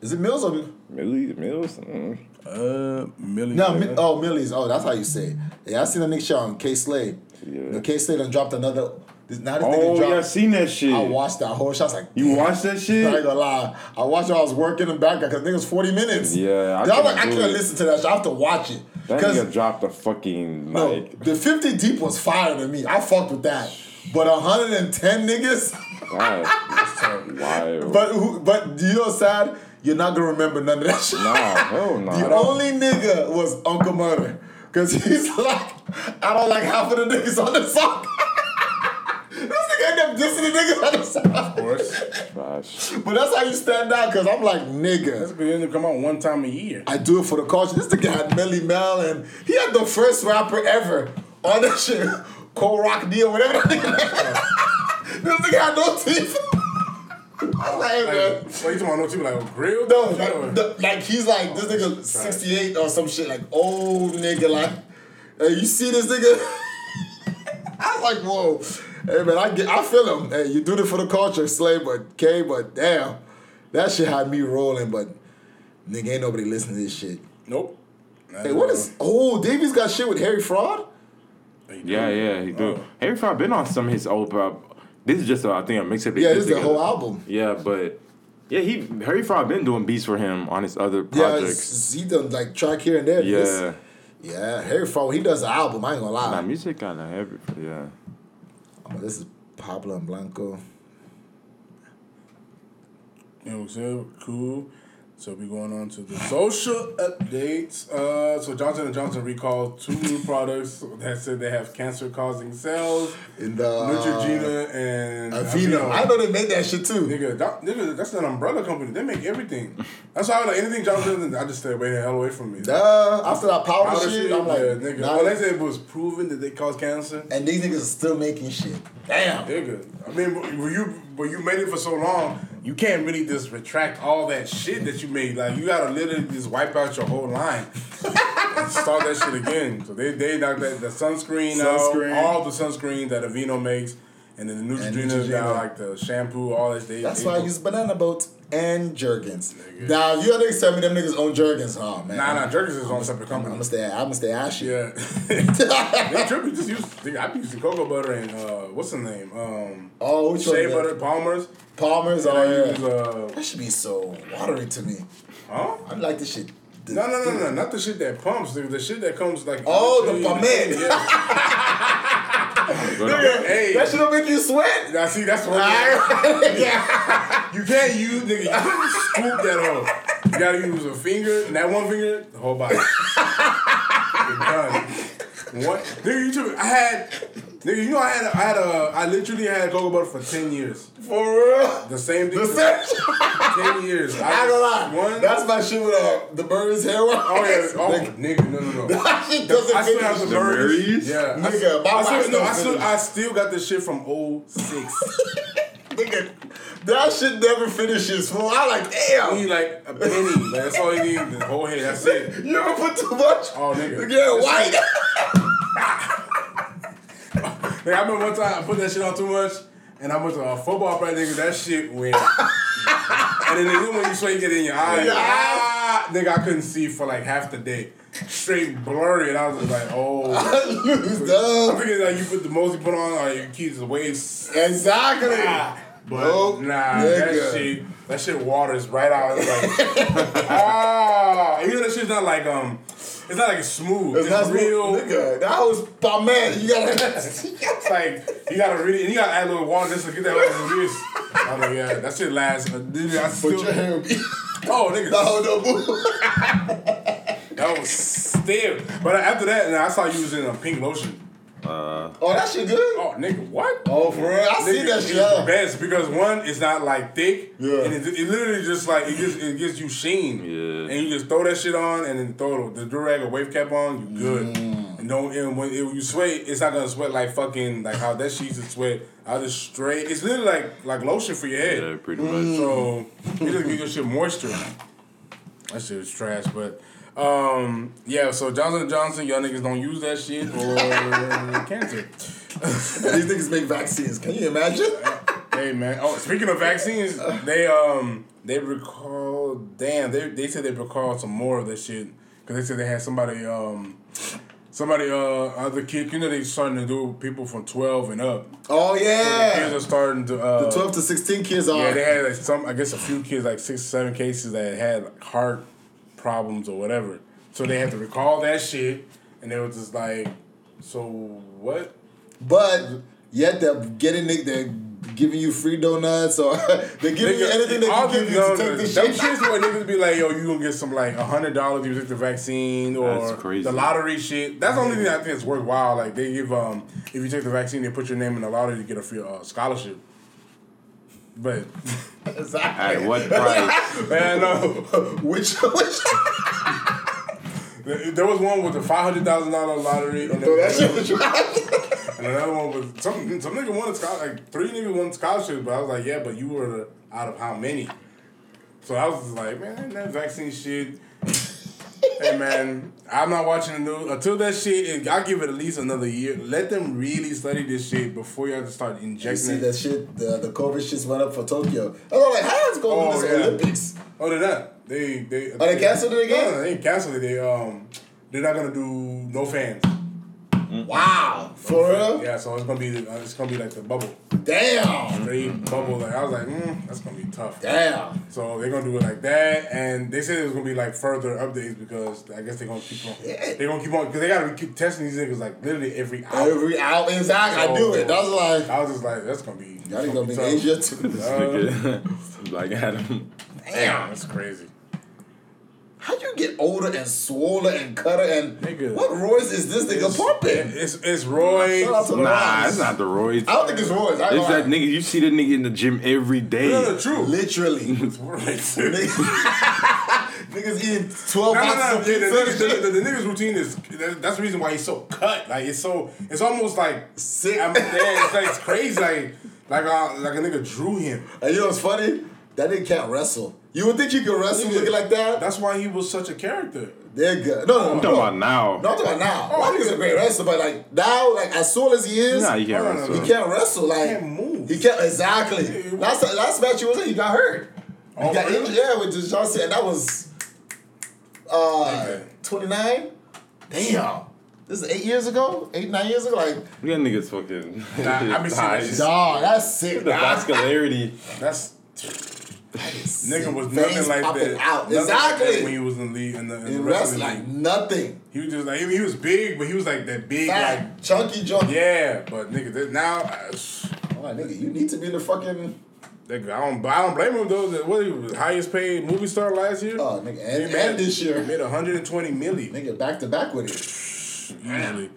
Is it Mills or.
Millie's, Mills. Mm.
Uh, Millie.
No, Mi- oh Millie's. Oh, that's how you say. It. Yeah, I seen that nigga shit on K Slade.
Yeah.
No, K Slade done dropped another This, now this nigga
Oh
dropped.
yeah, I seen that shit.
I watched that whole shit. I was like,
you watch that
I ain't
shit?
gonna lie. I watched it. I was working in back because I think it was 40 minutes.
Yeah, I
I, I, like,
couldn't
I
do
couldn't
it.
listen to that shit. I have to watch it.
That
'Cause,
nigga dropped a fucking
no,
like.
(laughs) the 50 deep was fire to me. I fucked with that. But 110 niggas,
God, that's wild.
but who, but you know what's sad? You're not gonna remember none of that shit.
nah, hell nah.
The only nigga was Uncle Murder. Cause he's like, I don't like half of the niggas on the song. (laughs) this nigga end up dissing the niggas on the song.
Of course.
Trash.
But that's how you stand out, cause I'm like, nigga.
That's because they only come out one time a year.
I do it for the culture. This nigga had Melly Mel and he had the first rapper ever on that shit. Cold Rock D or whatever that nigga (laughs) This nigga had no teeth. (laughs) I'm like, hey,
Like,
man.
what you talking about? No, people like oh, grill.
No,
Shadow.
like, the- like, he's like,
Oh,
this nigga 68 or some shit, like old nigga, like, hey, you see this nigga? (laughs) I was like, whoa. Hey man, I get I feel him. Hey, you do it for the culture, Slay, but K, but damn. That shit had me rolling, but nigga ain't nobody listening to this shit.
Nope.
Hey, what is? Oh, Davies got shit with Harry Fraud.
Yeah, yeah, he do. Harry Fry been on some of his old pop. This is just, a, I think, a mixtape. they
Yeah, this
did
is the
together.
whole album.
Yeah, but yeah, he Harry Fry been doing beats for him on his other
Yeah, it's-
projects.
he done like track here and there.
Yeah,
This- yeah. Harry Fraud. when He does the album. I ain't gonna
Nah,
lie.
music kind of heavy. but Yeah,
Oh, this is Pablo and Blanco.
You know what I'm saying? Cool. So we're going on to the social updates. Uh, so Johnson and Johnson recalled two new products that said they have cancer-causing cells,
In the uh,
Neutrogena and
Aveeno. I know they made that shit too.
Nigga, that, nigga, that's an umbrella company. They make
(laughs)
everything. That's why I like anything Johnson. does, I just stay away the hell away from me.
Uh, after that powder,
Powder
shit,
shit,
I'm like,
yeah, nigga.
nah.
well, they said it was proven that they cause cancer.
and these niggas are still making shit. Damn.
Nigga, I mean, but- but you but you made it for so long, you can't really just retract all that shit that you made. Like you gotta literally just wipe out your whole line, (laughs) and start that shit again. So they they knocked that the sunscreen,
Sunscreen.
out, all the sunscreen that Aveeno makes, and then the Neutrogena
Neutrogena.
now like the shampoo, all that. They,
That's
they
why I use banana boat and Jergens. Now you other niggas tell me them niggas own Jergens, huh, man?
Nah, nah, Jergens is on separate
I'm (laughs)
company.
gonna stay. I'm gonna stay ashy. (laughs)
Yeah, they tripping. Just use. nigga, I be using cocoa butter and uh, what's the name? Um,
Oh, which
shea
one?
butter, Palmer's.
Palmer's.
And I
Oh
use
yeah.
uh,
That should be so watery to me.
huh?
I like this shit. The-
No, no, no, no, not the shit that pumps, nigga. The shit that comes like.
Oh, the pomade. (laughs)
Yeah.
But,
hey,
That shit don't make you sweat.
now see, that's what.
(laughs)
You can't use, nigga. You couldn't scoop that whole. You gotta use a finger, and that one finger, the whole body. You're done. What, nigga? You tripping? I had, nigga. You know, I had, I had a, I literally had cocoa butter for ten years.
For real. (laughs)
The same thing.
The same.
Ten years. I,
(laughs) I
just-
ain't gonna lie.
One.
That's my shit with uh, the bird's hair.
oh yeah.
(laughs)
Oh, nigga. No, no, no.
that shit doesn't
I still have the
finish.
birds.
Marys?
Yeah. I
Nigga,
still-
my
I
wife
still, no, I
don't
still,
finish.
I still got this shit from 06.
Nigga, that shit never finishes. Fool, I like
I
damn.
need like a penny. Like, that's all you need. The whole head. That's it.
You ever put too much?
Oh, nigga.
Yeah, white. (laughs)
Like, I remember one time I put that shit on too much, and I went to a football practice. Nigga, that shit went. and then nigga, when you shake it in your eye,
Yeah.
ah, nigga, I couldn't see for like half the day. Straight blurry, and I was just like, oh. (laughs) I
Duh.
figured like you put the most you put on, or you keep the waist
Exactly.
Ah, But
Nope,
nah,
nigga.
that shit, that shit waters right out. It's
(laughs)
like, ah, even that shit's not like um, it's not like smooth. It's,
It's not
real.
real, nigga. That was my man. You (laughs) gotta.
It's like you gotta really, and you gotta add a little water just to get that little juice. I was like, yeah, that shit lasts. Uh, dude, I still,
Put your hand on me. (laughs)
oh, nigga,
No, no, boo.
that was stiff. But after that, and I saw you was in a pink lotion.
Oh, that shit good.
Oh, nigga, what?
Oh, for real. I see
Nigga,
that
it's
shit.
the
yeah.
best because one, it's not like thick,
Yeah.
and it, it literally just like it gives it gives you sheen,
Yeah.
and you just throw that shit on and then throw the, the durag or wave cap on, you good.
Mm.
And don't and when, it, when you sweat, it's not gonna sweat like fucking like how that shit used to sweat. I just straight, it's literally like like lotion for your head.
yeah, pretty much.
Mm.
So it just gives your shit moisture. That shit is trash, but. Um. Yeah. So Johnson and Johnson, y'all niggas don't use that shit or cancer.
These niggas make vaccines. Can you imagine?
Hey man. Oh, speaking of vaccines, they um they recall damn they they said they recalled some more of this shit because they said they had somebody um Somebody, uh, other kid, you know, they starting to do people from twelve and up.
Oh
Kids
yeah,
are starting to. Uh,
the twelve to sixteen kids
Yeah,
are.
they had like some. I guess a few kids, like six, seven cases that had like, heart problems or whatever. So they had to recall that shit, and they was just like, "So what?"
but yet they're getting they- they're giving you free donuts or (laughs) they're giving you anything they
all
can give
these-
you to
no,
take
no,
this
them
shit.
shits where niggas be like, "Yo, you gonna get some like hundred dollars if you take the vaccine or
That's crazy.
the lottery shit." That's the only thing I think is worthwhile. Like they give um, if you take the vaccine, they put your name in the lottery, you get a free uh, scholarship. But (laughs)
At what price?
man, no.
(laughs) Which (laughs) which
There there was one with the five hundred thousand dollar lottery, and,
so that
then-
shit was right.
and another one with some some nigga won a scholarship, like three niggas won scholarships. But I was like, yeah, but you were out of how many? So I was just like, man, that vaccine shit. (laughs) hey man, I'm not watching the news until that shit. I'll give it at least another year. Let them really study this shit before you have to start
You see
injecting.
that
it.
shit? The the COVID shits went up for Tokyo. I was like, how is going
Oh,
to this
yeah.
Olympics?
Oh, they're not. They they.
Oh, they canceled it again?
No, they ain't canceled it. They um, they're not gonna do no fans.
Wow, for real?
Yeah, so it's gonna be uh, it's gonna be like the bubble.
Damn,
They bubble like I was like, mm, that's gonna be tough.
damn.
So they're gonna do it like that, and they said it was gonna be like further updates because I guess they're gonna keep on.
Yeah.
They're gonna keep on because they gotta keep testing these niggas like literally every hour.
Every out exactly. I knew it.
Oh.
That was like.
I was just like, that's gonna be.
Y'all
That's
ain't gonna be in
tough.
Asia too.
Um,
(laughs) Nigga. like Adam.
Damn, that's crazy.
How you get older and swollen and cutter and
Nigga.
what Royce is this nigga pumping?
It's it's Roy.
Shout out to
Nah,
Royce.
it's not the Roy's.
I don't think it's Royce. I
It's
lied.
that nigga. You see that nigga in the gym every day.
No, no, true. (laughs)
Literally.
It's Roy.
Niggas eating 12
No, no,
boxes
no.
of
The,
pizza.
niggas- the- the niggas routine is that- that's the reason why he's so cut. Like it's so it's almost like sick. I'm yeah, it's like it's crazy. Like like uh, like a nigga drew him.
And you know what's funny? That nigga can't wrestle. You would think you could wrestle looking like that?
That's why he was such a character.
Nigga. No, no,
I'm talking
no.
about now.
No, I'm talking about now. Oh, nigga's a great wrestler, but like now, like as soon as he is,
nah, you can't
Hold on,
wrestle.
you
he can't wrestle. Like
can't move.
He can't exactly.
Yeah,
Last last match he was in, he got hurt.
Oh,
he got
really?
injured, yeah, with just Johnson, and that was uh
Okay.
29. Damn. This is eight years ago? Eight, nine years ago? Like,
We got niggas fucking. (laughs)
Nah, I be seeing that shit.
dog, that's sick.
The
dog.
vascularity.
That's nigga was
Veins
nothing like
popping
that.
out.
Nothing like that
Exactly.
when he was in the league in the, in the
He
wrestling
wrestled like
league.
nothing.
He was just like he, he was big, but he was like that big
Fat,
like.
chunky junk.
Yeah, but nigga, that now uh,
I'm like, nigga, you need to be in the fucking.
nigga, I don't, I don't blame him though. That- What he was highest paid movie star last year?
Oh, nigga, and,
He made-
and this year.
made 120 million
Nigga, back to back with it.
easily.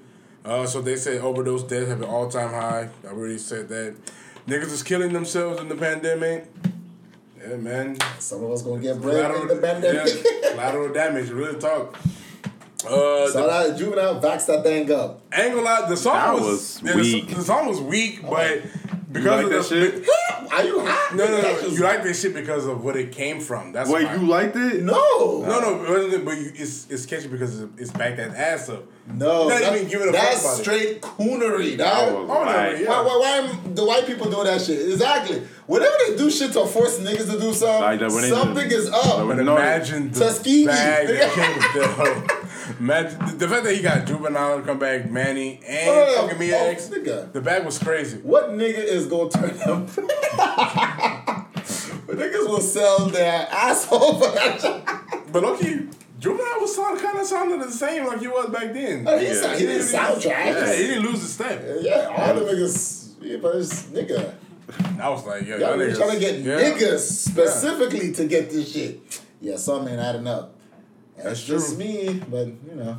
Uh, so they said overdose deaths have an all time high. I already said that. Niggas is killing themselves in the pandemic. Yeah, man.
Some of us gonna get bread in the pandemic.
yeah, collateral damage. Real talk. Uh,
(laughs) So
the,
that juvenile vaxxed that thing up.
angle out. The song
That
was,
was
yeah, the s-
weak.
The, song was weak, but because
like
of the
that shit?
Are you hot?
No, no,
Nigga, that
no.
was-
You like this shit because of what it came from. That's
Wait,
why.
you liked it?
No.
No, no, but- but, but you, it's it's catchy because it's- it's back that ass up.
No,
Not
that-
even giving a fuck
that's
about it.
straight coonery,
That
dog.
was
Oh, no,
whack.
yeah.
Why, why, why am the white people doing that shit? Exactly. Whenever they do shit to force niggas to do something,
Like that when they-
something is up.
when
But
No.
imagine the
Tuskegee.
bag
(laughs)
that came with the- Imagine the fact that he got juvenile to come back, Manny, and
Oh, yeah.
fucking me
Oh,
ex.
nigga.
The bag was crazy.
What nigga is gonna turn up? (laughs) but niggas will sell their asshole for that shit.
But okay, juvenile was sound, kind of sounded the same like he was back then.
But Oh, he, sound- he didn't sound
Yeah, he
trash.
didn't lose his step.
Yeah, all the niggas, yeah, but it's nigga.
I was like, yo,
Y'all
y'all
really trying to get
yeah.
niggas specifically to get this shit. Yeah, some ain't adding up. That's
That's
just
true.
me, but you know,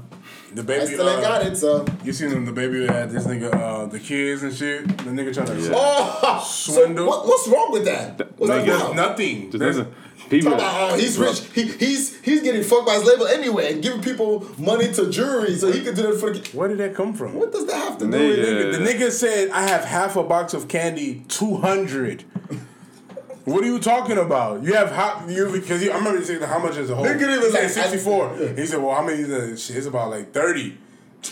The
I
baby,
still ain't
uh,
got it. So
You seen him, the baby that had this nigga, uh, the kids and shit. The nigga trying to
Oh, so
Swindle.
what, what's wrong with that? What's that
Nigga,
There's
about?
nothing.
Just
There's-
listen. People.
Talk about, oh, he's rich. He, he's he's getting fucked by his label anyway, and giving people money to jury so he can do it for the.
Where did that come from?
What does that have to do with it?
Nigga.
The nigga said, I have half a box of candy, 200. What are you talking about? You have how you because you, I remember you saying how much is a whole.
Nigga didn't
He said
like-
sixty
(laughs)
four. He said, "Well, how many?" He said, "Shit, it's about like 30.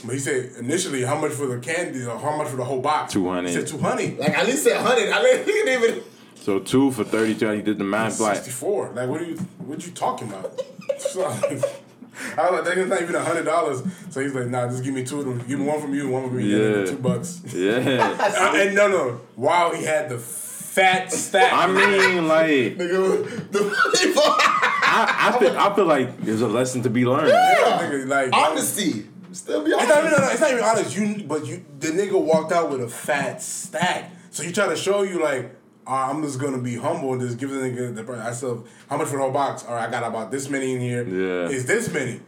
But he said initially, how much for the candy or how much for the whole box?
200.
He said two hundred.
Like at least at hundred, I mean, he didn't even.
So two for 32. He did the math like.
Sixty four. Like what are you? What you talking about? So- I was like, "That is not even a hundred dollars." So he's like, "Nah, just give me two of them. Give me one from you, one from me, and then
Yeah.
two bucks." (laughs)
Yeah.
Uh, and no, no. Wow, he had the fat stack.
I mean, like,
Nigga, (laughs) the money for
I, I, feel, I feel like there's a lesson to be learned.
Nigga, like,
honesty. Still be
It's not, no, no,
honest.
no, it's not even honest. You, but you, the nigga walked out with a fat stack. So you try to show you like, "Ah, I'm just gonna be humble and just give the nigga the price. I still, how much for the whole box? All right, I got about this many in here.
Yeah.
it's this many.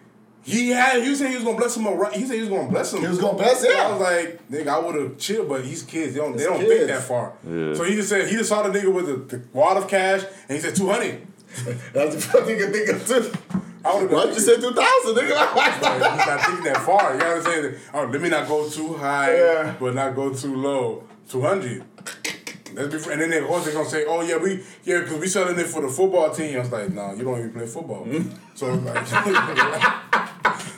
He had. He said he was gonna bless him. Right, he said he was gonna bless him.
He was gonna bless him.
I was like, nigga, I would have chilled, but these kids, they don't, they
It's
don't think
kids.
that far.
Yeah.
So he just said he just saw the nigga with the, the wad of cash, and he said two hundred.
That's the first thing I think of too.
I would have
Why'd you say two thousand, nigga?
He's not thinking that far. You know what I'm saying? Oh, let me not go too high,
Yeah.
but not go too low. Two hundred. That's before, and then they host they gonna say, "Oh yeah, we yeah, cause we selling it for the football team." I was like, "Nah, you don't even play football." So I was like, (laughs)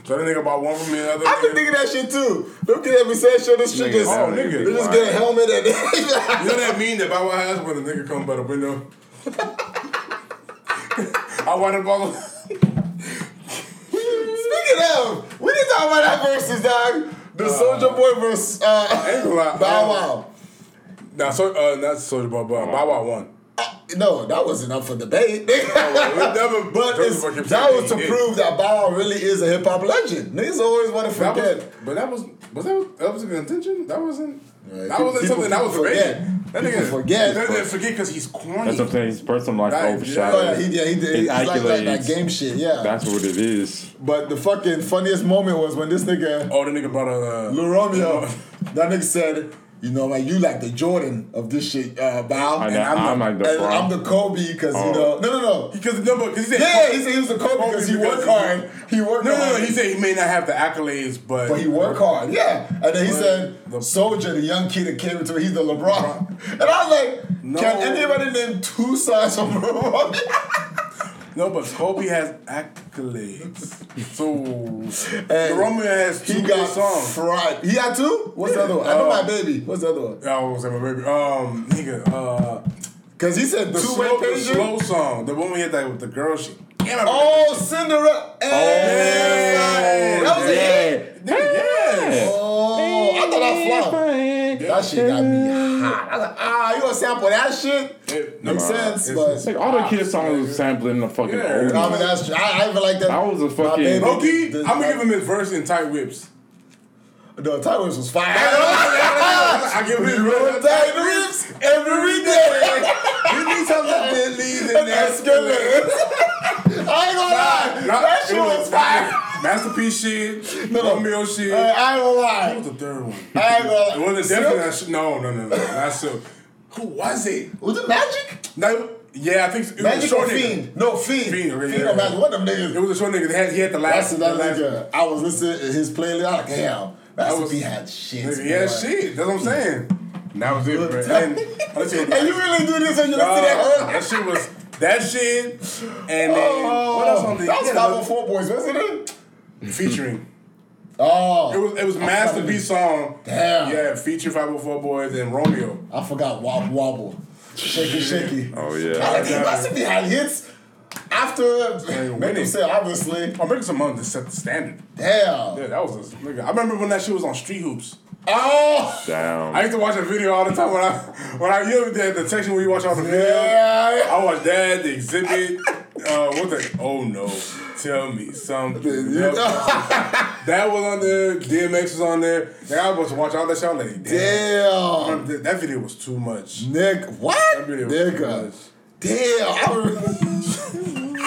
so the nigga bought one from me, another
(laughs) I've been
nigga.
thinking that shit too. Don't get at me saying shit. This shit just,
oh,
oh,
nigga.
they just get a helmet (laughs) and
You know that mean that by what house when a nigga come by the window. I want to ball.
Speaking of, we didn't talk about that versus dog. The Soldier Boy versus uh,
ain't gonna lie.
Bow Wow.
Nah, so uh, not Soldier Boy, but Bow Wow won.
No, that wasn't up for debate. (laughs)
Never,
But it's, that was to prove that Bow Wow really is a hip hop legend. Niggas always want to
That
forget.
was, but that was was that that was an intention? That wasn't
Yeah,
that
people-
wasn't
people-
something that was
people
forget.
forget.
That
People
nigga
forget.
That nigga forget because he's corny.
That's what I'm saying. His personal life
Right,
overshadowed.
Oh, yeah, he, yeah, he did.
His
It's like, like that
accolades.
game shit, yeah.
That's what it is.
but the fucking funniest moment was when
(laughs)
this nigga
oh, the nigga brought a. Uh,
Lil Romeo, (laughs) that nigga said, you know, man, you like the Jordan of this shit, uh, Bow.
I
And
know,
I'm,
I'm
the,
like the
and
Bron.
I'm the Kobe because, you know, no, no, no.
because no, because he said
Yeah, he said he was the Kobe because he worked hard. He worked
No, no,
hard.
no, he said he may not have the accolades, but,
but he worked hard, yeah. And then he
But the-
said, Soldier, the young kid that came into it, he's the LeBron. (laughs) And I was like,
No.
can anybody name two sides from LeBron?
no, but Kobe has accolades. (laughs) so
(laughs) Hey,
the Romeo has two
he
good
got
songs.
fried. He had two? What's the other one? Uh, I know my baby. What's the other one?
I was like, my baby, um, nigga, uh,
Because he said
the
two-way
slow, the
pager.
slow song, the one we had that with the girl. She, damn it,
Oh, Cinderella. Hey, that was a hit.
yes.
Oh, I thought I flopped. That shit got me hot. I was like, ah, you gonna sample that shit?
It- nah,
Makes sense,
it's-
but
it's
Like all the kids songs was sampling the fucking
Yeah.
old.
I mean, that's true. I, I even like that.
That was a
My
fucking-
baby-
Loki,
the-
I'm gonna give him his verse in tight whips.
No, Tyrus was fire.
(laughs)
(laughs)
I give him his verse in tight whips every
(laughs)
day. Give me some of the Billy's and
That's good. I
Escalade.
ain't gonna lie.
Nah,
that shit
it
was fire.
Masterpiece shit,
No, no.
Romeo shit.
Hey, (laughs) I ain't gonna
what was
lie.
the third one?
I
It
ain't gonna lie.
wasn't definitely not sh- no, no, no, no, not so. Who was it?
Was it Magic?
No, yeah, I think it was a
Magic or
short nigga.
Fiend? No, Fiend.
Fiend, yeah,
Fiend
yeah.
or Magic. One of them niggas.
It was a short nigga. They had, he had the
That's
last.
another
the last-
nigga. I was listening to his playlist. I was like, damn, that's
was-
what he had shit.
Nigga, yeah,
boy.
shit. That's what I'm saying. That was it, bro. And, listen,
(laughs) And you really do this when you listen
Uh,
to that?
that shit was that shit, and then
Oh,
what else on the
that was
yeah,
504 Boys, wasn't it?
featuring? It
Oh,
was it was masterpiece song.
Damn.
Yeah, featuring 504 Boys and Romeo.
I forgot Wobble Wobble. Shaky Shaky.
Oh
I
yeah.
like, he must have had hits after Make
winning.
Them Say, obviously.
I'm making some money to set the standard.
Damn.
Yeah, that was a nigga. I remember when that shit was on Street Hoops.
Oh,
Damn.
I used to watch that video all the time when I when I you know the, the section where you watch all the videos.
yeah.
I watched that the exhibit. Uh, what the? Oh no! Tell me
(laughs)
something. That was on there. DMX was on there. Like, I was watching all that shit. I'm like, damn.
Damn.
That- That video was too much.
Nick, what?
That video was too
Nigga.
much.
Damn. I remember. (laughs)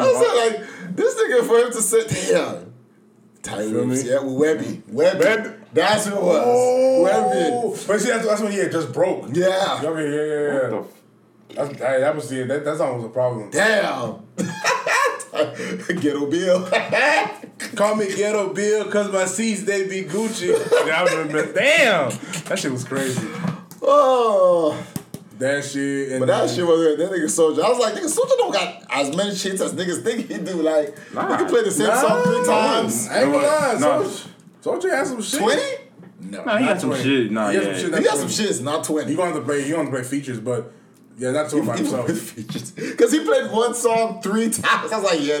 I was like, this nigga for him to sit down. Tyrese,
me?
yeah, with Webby. Webby.
Webby.
That's who it was.
Oh,
Webby.
but see, that's, that's when he had just broke.
Yeah.
Okay, yeah, yeah, yeah.
What
That's, that, that was the that, that song was a problem.
Damn. (laughs) Ghetto Bill. (laughs)
Call me Ghetto Bill cause my seats they be Gucci. (laughs) Yeah, I remember. Damn, that shit was crazy.
oh.
That shit. And
But that
then-
shit was good. That nigga Soldier. I was like, nigga, Soldier don't got as many shits as niggas think he do. Like,
Nah.
he can play the same
Nah,
song three times.
I ain't gonna lie.
No.
Soulja- Soulja had some shit.
20?
Nah, he got some shit. Nah,
He had
yeah.
some shit.
He
that's
got some
20.
shits, not 20.
You gonna have to play. You gonna have to play features, but Yeah, not talking
(laughs)
about himself.
Because he played one song three (laughs) times. I was like, yeah,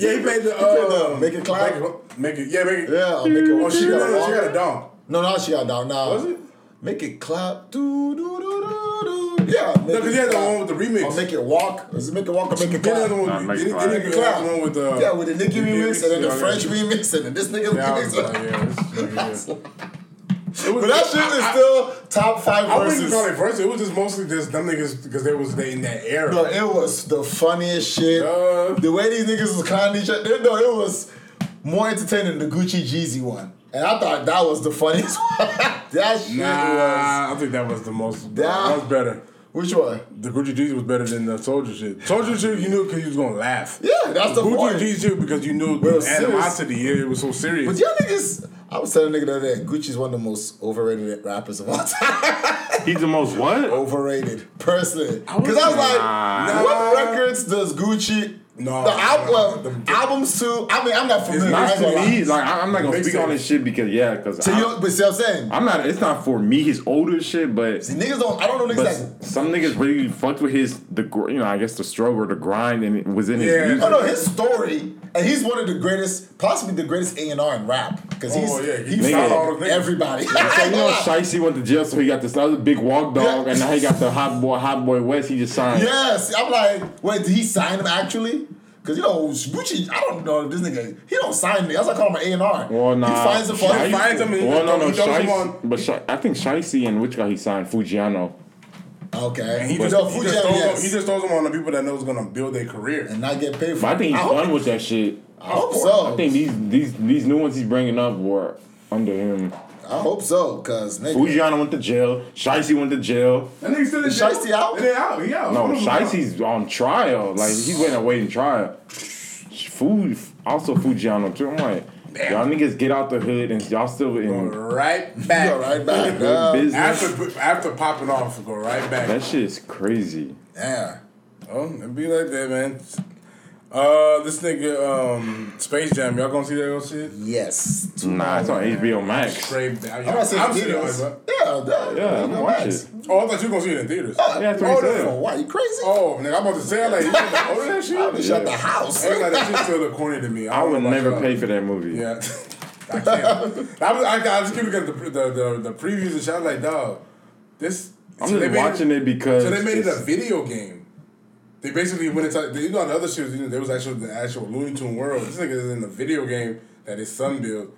(laughs) Yeah, he played the.
the
Uh,
Make It Clap.
Make it, make it, yeah, make it.
Yeah, I'll make it.
Oh, she, no, no,
walk.
she got a dong.
No, no, she got down. Nah.
Was it?
Make it clap. Do, do, do, do, do. Yeah. Make
No, because he had the one
clap.
with the remix.
Or make it walk. Is it make it walk or make
Then
it
the
clap?
other one,
Nah, make
then-
it
then
clap.
he got the one with the.
Yeah, with the Nicki remix and then the
yeah,
French
yeah.
remix and then this nigga
Yeah, I was
remix.
like, yeah,
(laughs)
this is like, yeah. It was-
But that shit is still top five
I wouldn't even call it
verses.
verses. It was just mostly just them niggas because they was they in that era.
No, it was the funniest shit.
Uh.
the way these niggas was clowning each other. No, it was more entertaining than the Gucci Jeezy one. And I thought that was the funniest (laughs) one. that shit was.
nah, I think that was the most.
Nah.
That was better.
Which one?
The Gucci Jeezy was better than the Soldier shit. Soldier shit, you knew because you was gonna laugh.
Yeah, that's the
Gucci
point.
Jeezy shit because you knew
Well,
the animosity. Yeah, it was so serious.
But y'all niggas, I was telling a nigga the other day, Gucci's one of the most overrated rappers of all time. (laughs)
He's the most
Oh,
what?
overrated, personally. Because I was like,
Nah.
what records does Gucci?
No.
the album,
The- the-
albums too. I mean, I'm not familiar. I
Not
ain't
for
gonna lie.
me. Like I- I'm not gonna
Makes
speak on
sense.
this shit because yeah, because
So you, don't- but see, what I'm saying,
I'm not. It's not for me. His older shit, but
see, niggas don't. I don't know niggas
but
that.
some niggas really fucked with his the gr- you know I guess the struggle or the grind and it was in his
Yeah.
music.
Oh no, his story, and he's one of the greatest, possibly the greatest A and R in rap, because he's
Oh, yeah,
he,
he
found
found
all the niggas.
everybody.
So
(laughs)
you know,
yeah,
Shicey went to jail, so he got this other big walk dog,
Yeah.
and now he got the hot boy, hot boy West. He just signed.
yes, I'm like, wait, did he sign him actually? Because you know Gucci, I don't know if this nigga. He don't sign me. That's why I call him an A and R.
Well, nah.
He finds him for
Shicey-
Oh, He finds him and he
well, uh, no, no,
dumps him
Shicey-
on.
But Shi- I think Shicey and which guy he signed, Fujiano.
Okay.
And he
but
just,
no,
he,
Fujian,
just throws
yes.
them, he just throws them on the people that know it's gonna build their career.
and not get paid for.
But I think
it.
he's
hope-
done with that shit.
I hope so.
I think these these these new ones he's bringing up were under him.
I hope so, cause nigga.
Fujiano went to jail. Shicey went to jail.
That nigga still in
jail. Shiesty out?
They out. He out.
No,
Hold him out.
Shicey's on trial. Like he's waiting to wait in trial. Food also Fujiano too. I'm like, y'all niggas get out the hood and y'all still in
Right
He
back.
go right back.
good
uh,
business.
After after popping off, go right back.
That shit is crazy.
Yeah. Oh, it be like that, man. Uh, this nigga, um, Space Jam. Y'all gonna see that shit?
yes.
Nah, it's on HBO Max.
Straight down.
I'm
I'm
not saying
seeing it. always,
theaters. Yeah,
huh?
that,
Yeah, I'm
no,
gonna watch
that's-
it.
Oh, I thought you were gonna see it in theaters.
Yeah, that's what
Oh,
he
that's for
said.
what? You crazy?
Oh, nigga, I'm about to say like, you gonna order that shit.
I would shut the
yeah.
house.
Ain't like that shit still look corny to me.
I
don't
would
know about
never
y'all.
pay for that movie.
Yeah. (laughs) I can't. I, was, I, I just keep looking at the, pre- the, the, the previews and shit. I was like, dog, this.
I'm
so they
just
made
watching it because
So they made it a
it's-
video game. They basically went into you know on the other shows you know, there was actual the actual Looney Tune world. This nigga is in the video game that his son built,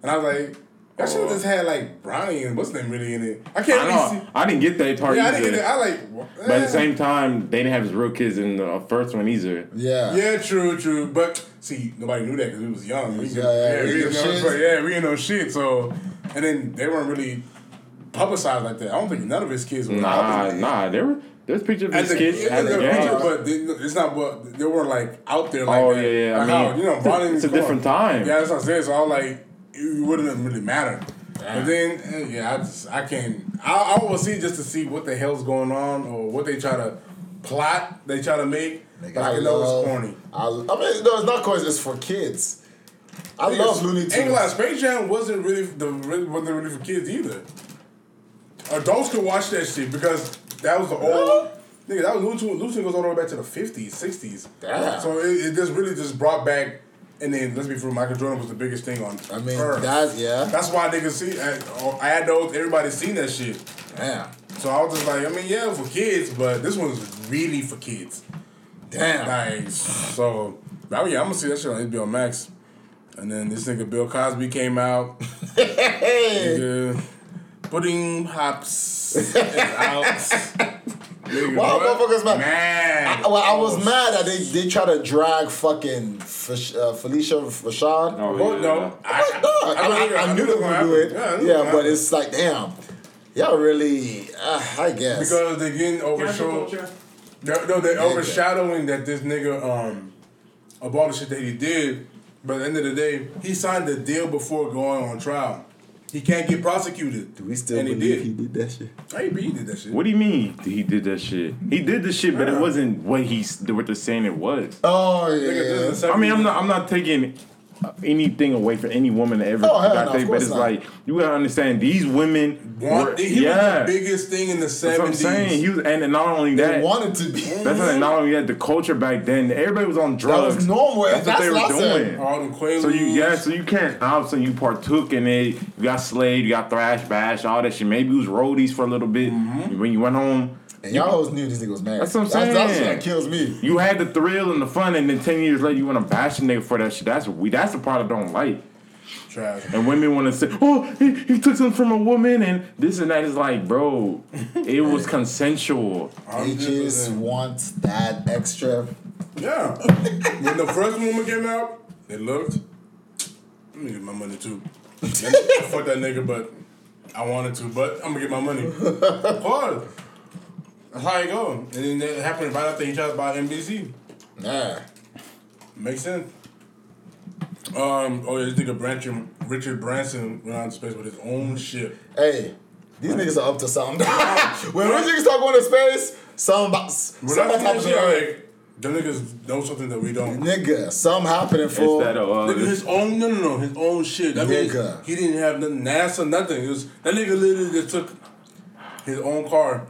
and I was like, that should have just had like Brownie and what's his name really in it. I can't
I
really
know.
see.
I didn't get that part
Yeah, I
either.
didn't get it. I like. what-
but at
eh.
the same time, they didn't have his real kids in the first one either.
Yeah.
Yeah, true, true. But see, nobody knew that because we was young. We
Yeah,
yeah,
yeah,
yeah,
we
we didn't
ain't know
know
shit.
but yeah, we didn't know shit. So, and then they weren't really publicized like that. I don't think none of his kids were.
Nah, nah. There were there's pictures of
At
his
the,
kids
yeah,
at the
they're
game.
featured, but they, it's not what they weren't like out there like
Oh
that.
yeah, yeah. I
Like
mean,
how, you know,
it's a-
Bronny and
it's a
Clark.
different time.
Yeah, that's what I'm saying. So I was like, it wouldn't have really matter. But then, eh, yeah, I just I can't. I, I will see just to see what the hell's going on or what they try to plot. They try to make.
Nigga,
But I know it's corny.
I, I mean, no, it's not corny. It's for kids. I love Looney
Ain't gonna lie,
Tunes.
Space Jam wasn't really the really- wasn't really for kids either. Adults could watch that shit because that was the old nigga. That was Looney Tunes. Looney Tunes goes all the way back to the fifties, sixties.
Damn.
So it, it just really just brought back. And then let's be real, Michael Jordan was the biggest thing on.
I mean,
earth.
that, yeah.
that's why niggas see. I, I had those. Everybody seen that shit.
Damn.
So I was just like, I mean, yeah, for kids, but this one's really for kids.
Damn.
Like, so, I mean, yeah, I'm gonna see that shit on HBO Max. And then this nigga Bill Cosby came
(laughs)
out. Nigga, pudding hops is
(laughs)
out. Nigga,
Why
what?
motherfuckers mad?
Mad.
Well, I was mad that they, they try to drag fucking Fish, uh, Felicia Rashad.
Oh,
Oh,
yeah.
no.
I,
I,
no, I,
I-
mean, I, I knew they were
I- I-
gonna do it.
yeah, I
Yeah,
knew it was
but
gonna
it's like, damn, y'all really. Uh, I guess.
because they're getting overshadowed. They're, no, they're overshadowing that this nigga, um, of all the shit that he did, but at the end of the day, he signed the deal before going on trial. He can't get prosecuted.
we still
and he
believe
did.
he did that shit.
Hey, B, he did that shit.
What do you mean he did that shit? He did the shit, but it wasn't what he's what they're saying it was.
Oh yeah.
Nigga, this is the
I
second-
mean, I'm not I'm not taking anything away from any woman that ever
Oh, hell
got
no,
they-
of
but
course
it's
not.
like you gotta understand these women.
One,
were,
he
yeah,
was the biggest thing in the
that's what I'm
seventies.
saying. He was, and not only
I
that,
wanted to be. (laughs)
that's not, not only that. The culture back then, everybody was on
Mm-hmm. That
drugs.
was normal.
That's,
That's,
what they
what I
were
said.
doing.
All them Quaaludes.
So you yeah, so you can't I'm saying you partook in it. You got slayed, you got thrashed, bashed, all that shit. Maybe you was roadies for a little bit.
Mm-hmm.
When you went home,
And y'all always knew this nigga was married.
That's what I'm
That's,
saying.
what kills me.
you had the thrill and the fun, and then ten years later you want to bash a nigga for that shit. That's we that's the part I don't like.
trash.
And women want to say, "Oh, he, he took something from a woman," and this and that is like, bro,
(laughs)
it was consensual.
I'm
Bitches
just-
want that extra.
Yeah. when the first woman came out, they looked. Let me get my money too. And Fuck that nigga, but I wanted to, but I'm gonna get my money. Pause. That's how you go. And then that happened right after he tried to buy NBC.
Nah.
Makes sense. Um, oh yeah, this nigga Branson, Richard Branson went out into space with his own ship.
Hey, these niggas are up to something. when those niggas start going to space,
We're
somebody,
not
something
talking
happened to Earth.
like them niggas know something that we don't.
Nigga, something happening
It's
for.
that uh,
Nigga,
(laughs)
his own no no no his own shit. That means
Nigga.
he didn't have nothing NASA nothing. It was that nigga literally just took his own car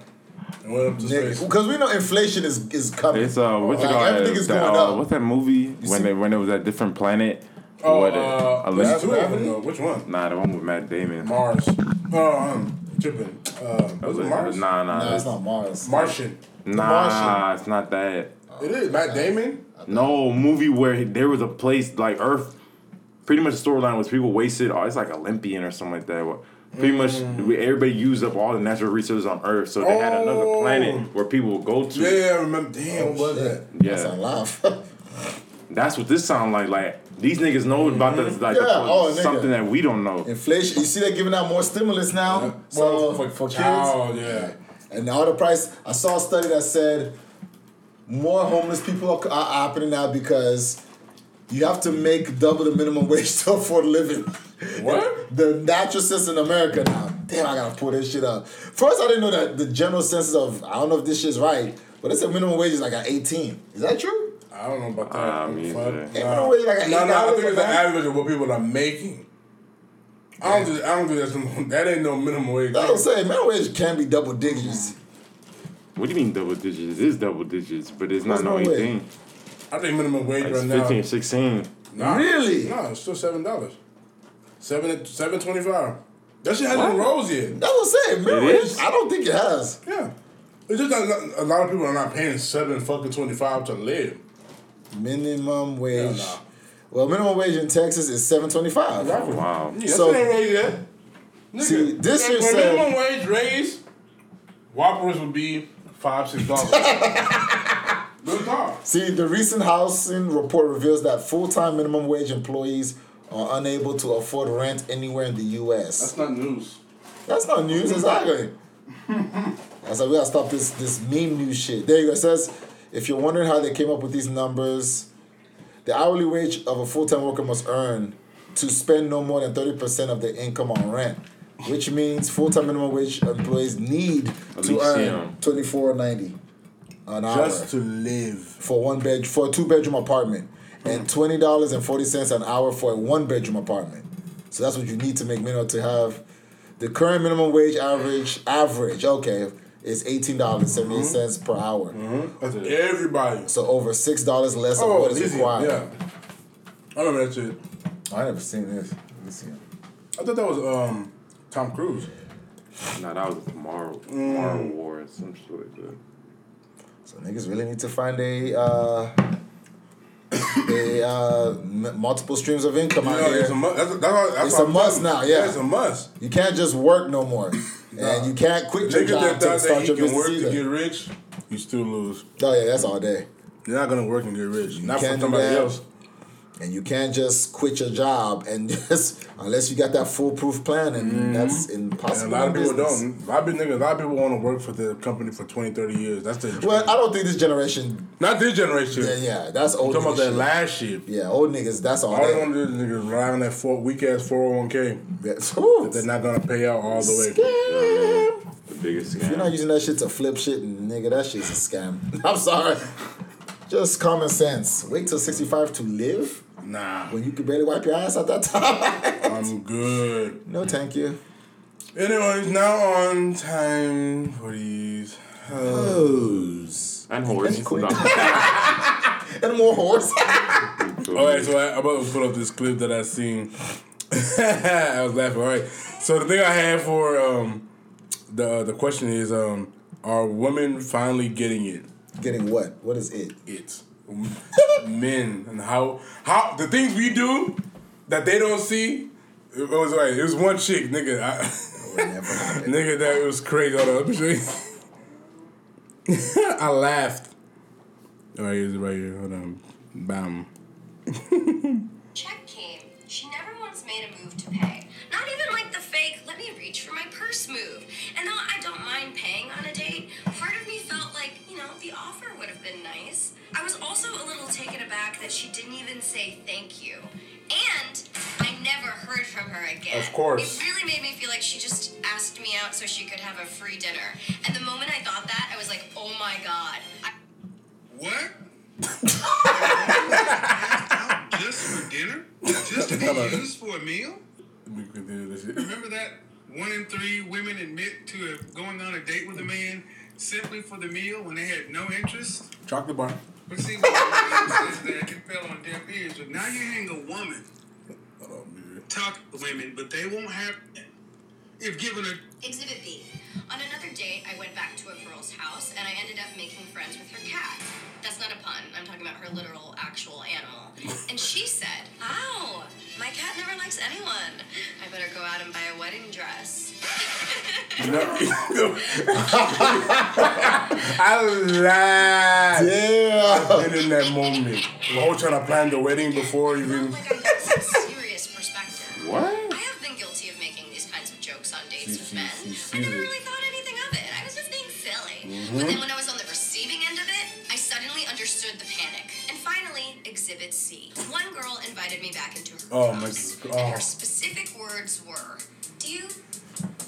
and went up to space. Uh,
Because we know inflation is, is coming.
it's uh, what's it
Oh, Like,
called?
Everything is
That,
going
uh,
up.
What's that movie when
see-
they when it was that different planet?
Oh,
What,
uh,
Olymp-
there's two of them
Avenue?
though. Which one?
Nah, the one with Matt Damon.
Mars. Oh, um, tripping. Uh, was it Mars?
Nah, nah,
Nah,
that's-
it's not Mars.
Martian.
nah,
Martian.
it's not that.
It is Matt Damon.
No movie where he- there was a place like Earth. Pretty much the storyline was people wasted. Oh, it's like Olympian or something like that. where Pretty much
Mm.
we- everybody used up all the natural resources on Earth, so they had another
Oh.
planet where people would go to.
Yeah, yeah, I remember.
oh,
Damn, what was that?
Yeah.
That's a laugh. (laughs)
that's what this sound like. Like these niggas know about this, like
Yeah, oh, nigga.
something that we don't know.
inflation. You see, they're giving out more stimulus now. So for, kids.
Oh yeah.
And now the price, I saw a study that said more homeless people are, are happening now because you have to make double the minimum (laughs) wage to afford a living.
What?
(laughs) The natural census in America now. Damn, I gotta pull this shit up. First, I didn't know that the general census of, I don't know if this shit's right, but it said minimum wage is like at 18. Is that true?
I don't know about that.
Ah, me
Fuck.
either.
Ain't minimum wage like at
No, no, I
$8
think
or
it's the
something?
average of what people are making. I don't do. I don't do that. some- That ain't no (laughs) minimum wage.
That's what I'm saying. Minimum wage can be double digits.
What do you mean double digits? It's double digits, but it's not
There's
no
no way.
anything.
I think minimum wage
It's
right now.
15, 16.
Nah,
Really?
No, it's still seven dollars. Seven seven twenty five. That shit hasn't rose yet.
That's what I'm saying. Minimum
It
wage,
is?
I don't think it has.
Yeah. It's just that a lot of people are not paying seven fucking twenty five to live.
Minimum wage.
nah.
Well, minimum wage in Texas is seven twenty five.
Oh, wow.
Yeah, that
So-
shit ain't raised yet. Nigga,
See, this
when
shit said-
minimum wage raised, Whoppers would be five six dollars.
(laughs)
Good talk.
See, the recent housing report reveals that full time minimum wage employees are unable to afford rent anywhere in the U.S.
That's not news.
That's not news, exactly. I said we gotta stop this this meme news shit. There you go. It says if you're wondering how they came up with these numbers, the hourly wage of a full time worker must earn to spend no more than thirty percent of their income on rent, which means full time minimum wage employees need to
least, yeah.
earn twenty four ninety an hour
to live.
for one bed for a two bedroom apartment,
Mm.
and twenty dollars and forty cents an hour for a one bedroom apartment. So that's what you need to make minimum to have. The current minimum wage average average okay is eighteen dollars
Mm-hmm.
per hour.
That's everybody.
So over six dollars less of
Oh,
what is
easy.
required.
Yeah. I remember that shit.
I never seen this. Let me see.
I thought that was um Tom Cruise.
Nah, that was tomorrow. Tomorrow
Mm.
War or some shit like that.
So niggas really need to find a uh, (coughs) a uh, m- multiple streams of income out
Yeah,
here.
it's a must. That's, that's, that's
It's
what
a
I'm
must
telling you.
now, yeah.
it's a must.
you can't just work no more,
(coughs)
and you can't quit your
Niggas
job
that
to
thought
start
that
your
you can
business
work
either.
to get rich, you still lose.
Oh yeah, that's all day.
You're not gonna work and get rich. Not for
can't do
somebody
that.
else.
And you can't just quit your job and (laughs) just unless you got that foolproof plan, and that's
Mm-hmm. And a
impossible.
lot of
in
people
business.
don't. A lot of people, niggas, a lot of people want to work for the company for 20, 30 years. That's the
Well, I don't think this generation.
not this generation.
Yeah, yeah that's old.
I'm talking about
nigga
that
shit.
last shit.
Yeah, old niggas. That's all.
All they
They,
want to do is niggas rely on that four, weak ass four hundred one k.
that's,
They're not gonna pay out all the way.
scam.
The biggest
You're not
scam.
using that shit to flip shit, nigga. That shit's (laughs) a scam. I'm sorry. Just common sense. Wait till 65 to live.
Nah,
When you could barely wipe your ass at that (laughs) time.
I'm good.
no, thank you.
Anyways, now on time for these. Uh,
Hose.
And horse. (laughs)
quick. And more horse.
all right, so I, I'm about to pull up this clip that I seen. (laughs) I was laughing. All right, so the thing I had for um, the the question is, um, are women finally getting it?
(laughs) Getting what? What is it?
it. Men and how how the things we do that they don't see. It was like it was one chick, nigga. I, (laughs)
Never mind.
nigga, that was crazy. Hold on, let me show you. (laughs) I laughed. All right, here's it right here. Hold on, bam.
Check came. She never once made a move to pay. Not even like the fake, let me reach for my purse move. And though I don't mind paying on a date, part of me felt like, you know, the offer would have been nice. I was also a little taken aback that she didn't even say thank you. And I never heard from her again.
Of course.
It really made me feel like she just asked me out so she could have a free dinner. And the moment I thought that, I was like, oh my god. I-
What? just for dinner? Just to be used for a meal?
We can do this shit.
Remember that one in three women admit to going on a date with a man simply for the meal when they had no interest?
Chocolate bar.
But see, what the says that it fell on deaf ears. But now you hang a woman,
Hold on, man.
talk to women, but they won't have, if given a
Exhibit B. On another date, I went back to a girl's house and I ended up making friends with her cat. That's not a pun. I'm talking about her literal, actual animal. And she said, Wow, my cat never likes anyone. I better go out and buy a wedding dress.
(laughs) I laughed
Yeah.
in that moment. The whole trying to plan the wedding before even.
Like I have some serious perspective.
What?
I have been guilty of making these kinds of jokes on dates with
she-
men.
she
I never
sees it.
really thought anything of it. I was just being silly.
Mm-hmm.
But then when I was on the receiving end of it, I suddenly understood the panic. And finally, Exhibit C. One girl invited me back into her
Oh, my
house,
g-
and
oh.
her specific words were, "Do you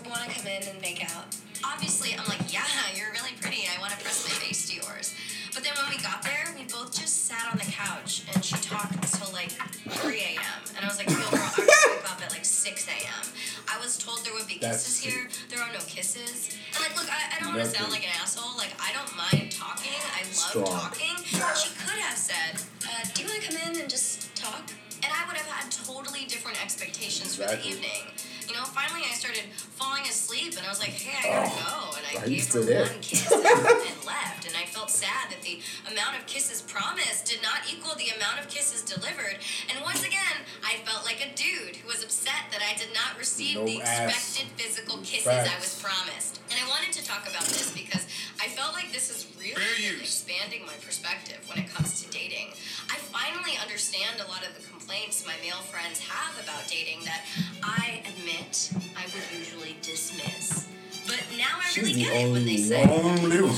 want to come in and make out?" Obviously, I'm like, "Yeah, you're really pretty. I want to press my face to yours." But then when we got there, we both just sat on the couch, and she talked until like 3 a.m. And I was like, "Yo, girl, I was wake up at like 6 a.m." I was told there would be
That's
kisses here. There are no kisses. And like, look, I, I don't want to
That's
sound
it.
like an asshole. Like, I don't mind talking. I love
Strong.
talking. But she could have said, uh, "Do you want to come in and just talk?" And I would have had totally different expectations
Exactly.
for the evening. You know, finally I started falling asleep, and I was like, "Hey, I gotta
Oh,
go." And I
Why are you
gave her
still there?
one kiss and,
(laughs)
and left. And I felt sad that the amount of kisses promised did not equal the amount of kisses delivered. And once again, I felt like a dude who was upset that I did not receive
No
the
ass.
expected physical kisses I was
Facts.
promised. And I wanted to talk about this because I felt like this is really
Fair use.
expanding my perspective when it comes to dating. I finally understand a lot of the complaints my male friends have about dating that I admit I would usually dismiss. But now I really
She's the
get it when they
only
say,
Only one.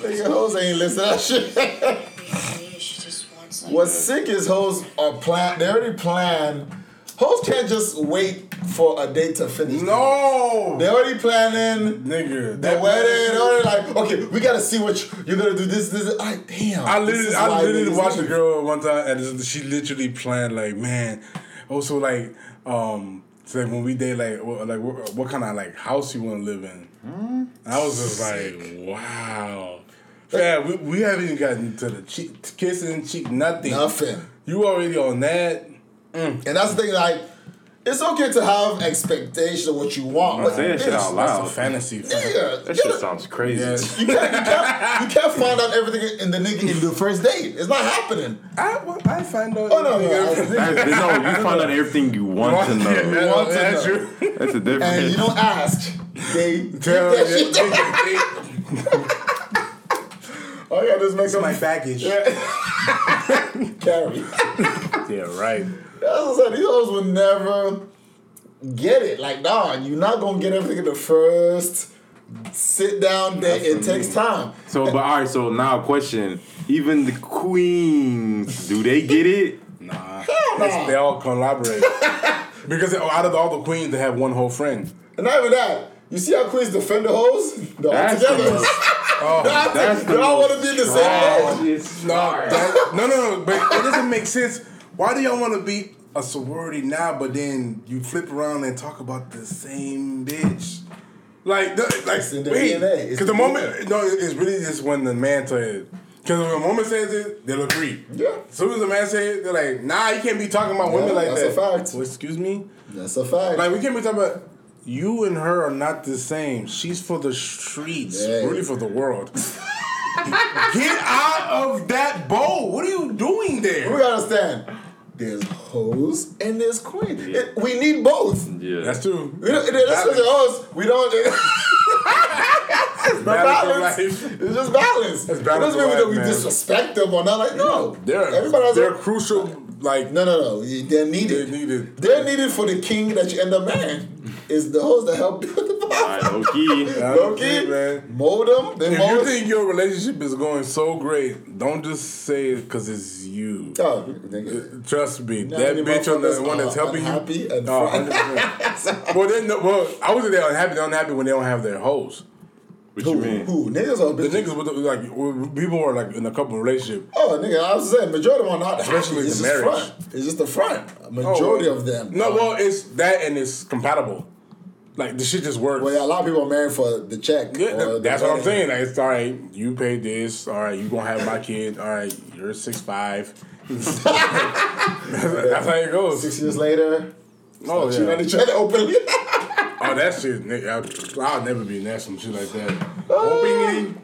Nigga, hoes ain't listen to that shit.
"Maybe she just wants like
What's sick is hoes are plan. They already plan. Hoes can't just wait for a date to finish.
(laughs) No,
They already planning
nigga.
the
that-
wedding. Already like, okay, we gotta see what you- you're gonna do. This, this. this. I damn.
I
this is
literally, I
why
literally
niggas-
watched a girl one time, and this- she literally planned like, man. Also, like, um, it's like when we date, like, what, like what, what kind of like house you want to live in?
Hmm?
And I was just like, wow. Yeah, we, we haven't even gotten to the cheek, to kissing cheek, nothing.
Nothing.
You already on that?
And that's the thing. Like, it's okay to have expectation of what you want. But
Say that shit
bitch,
out
That's a
loud.
fantasy.
Yeah,
That
you
shit
know,
sounds crazy.
Yes.
you can't, you can't, you can't find out everything in the nigga in the first date. It's not happening.
(laughs) I, well, I find out.
Oh no, no.
(laughs)
no.
That- no, you find out everything you want to know.
want to
That's
know.
true.
That's a difference.
and you don't ask. They (laughs)
Tell
that
(laughs)
shit down.
yeah,
All you gotta do is make some
my baggage.
carry.
Yeah, right.
That's what I'm saying. These hoes will never get it. Like, nah, you're not gonna get everything in the first sit down date. It takes time.
So, but all right. So now, question: Even the queens, do they
(laughs)
get it?
It's- they all collaborate because out of all the queens, they have one whole friend.
And not even that. You see how queens defend the hoes? They're all
That's
together.
the most-
(laughs)
Oh,
That's
that's
it.
the
they all
most
want to be in the same boat.
It's
No, that, no, no, no. But it doesn't make sense. Why do y'all want to be a sorority now, but then you flip around and talk about the same bitch? Like, the, like,
It's in their
wait,
DNA. It's
because the
in
moment, no, it's really just when the man says. Because when a woman says it, they'll agree.
Yeah.
As soon as the man says it, they're like, "Nah, you can't be talking about women
Yeah,
like
that's
that."
a fact.
Well, excuse me.
That's a fact.
Like, we can't be talking about. You and her are not the same. She's for the streets,
Yeah.
really for the world. Get out of that bowl. What are you doing
we
there?
gotta understand. There's hoes and there's queens. It- we need both.
yeah.
That's true.
We don't, that's what the hoes. We don't.
Balance
balance.
of life.
It's just balance.
It's balance
it doesn't
of
mean that
life,
we
man.
disrespect them or not. Like no,
They're,
everybody has.
they're
a-
crucial. Like,
no, no, no. They're
they're
needed.
needed.
They're needed for the king that you end up marrying. Is the hoes that help build the
All
body.
right, low-key.
I don't
Okay,
think, man.
mold them. They
If
mold.
you
(laughs)
think your relationship is going so great, don't just say it because it's you.
Oh, nigga.
Trust me,
Now
that
any
bitch on the
motherfuckers
one that's
are
helping
unhappy
you.
and
Oh,
fr-
100%. well, they, no, well, I wasn't there unhappy. They're unhappy when they don't have their hoes.
What you
Who,
mean?
who? Niggas or
The
bitches?
niggas with the, like w- people who are like in a couple relationship.
Oh, nigga, I was saying majority of them are not happy.
Especially
It's
the
just
marriage.
front. It's just the front. Majority
Oh,
of them. Uh-huh.
No,
are-
well, it's that and it's compatible. Like the shit just works.
well, yeah, a lot of people are married for the check.
Yeah,
or the
that's what I'm
wedding.
saying. Like, it's all right. You pay this. All right, you gonna have my kid. All right, you're six
(laughs)
five. that's how it goes.
Six years later,
Oh,
cheating
yeah.
on each other openly. (laughs)
oh, that shit. nigga, I- I'll never be next some shit like that.
Ah.
Openly,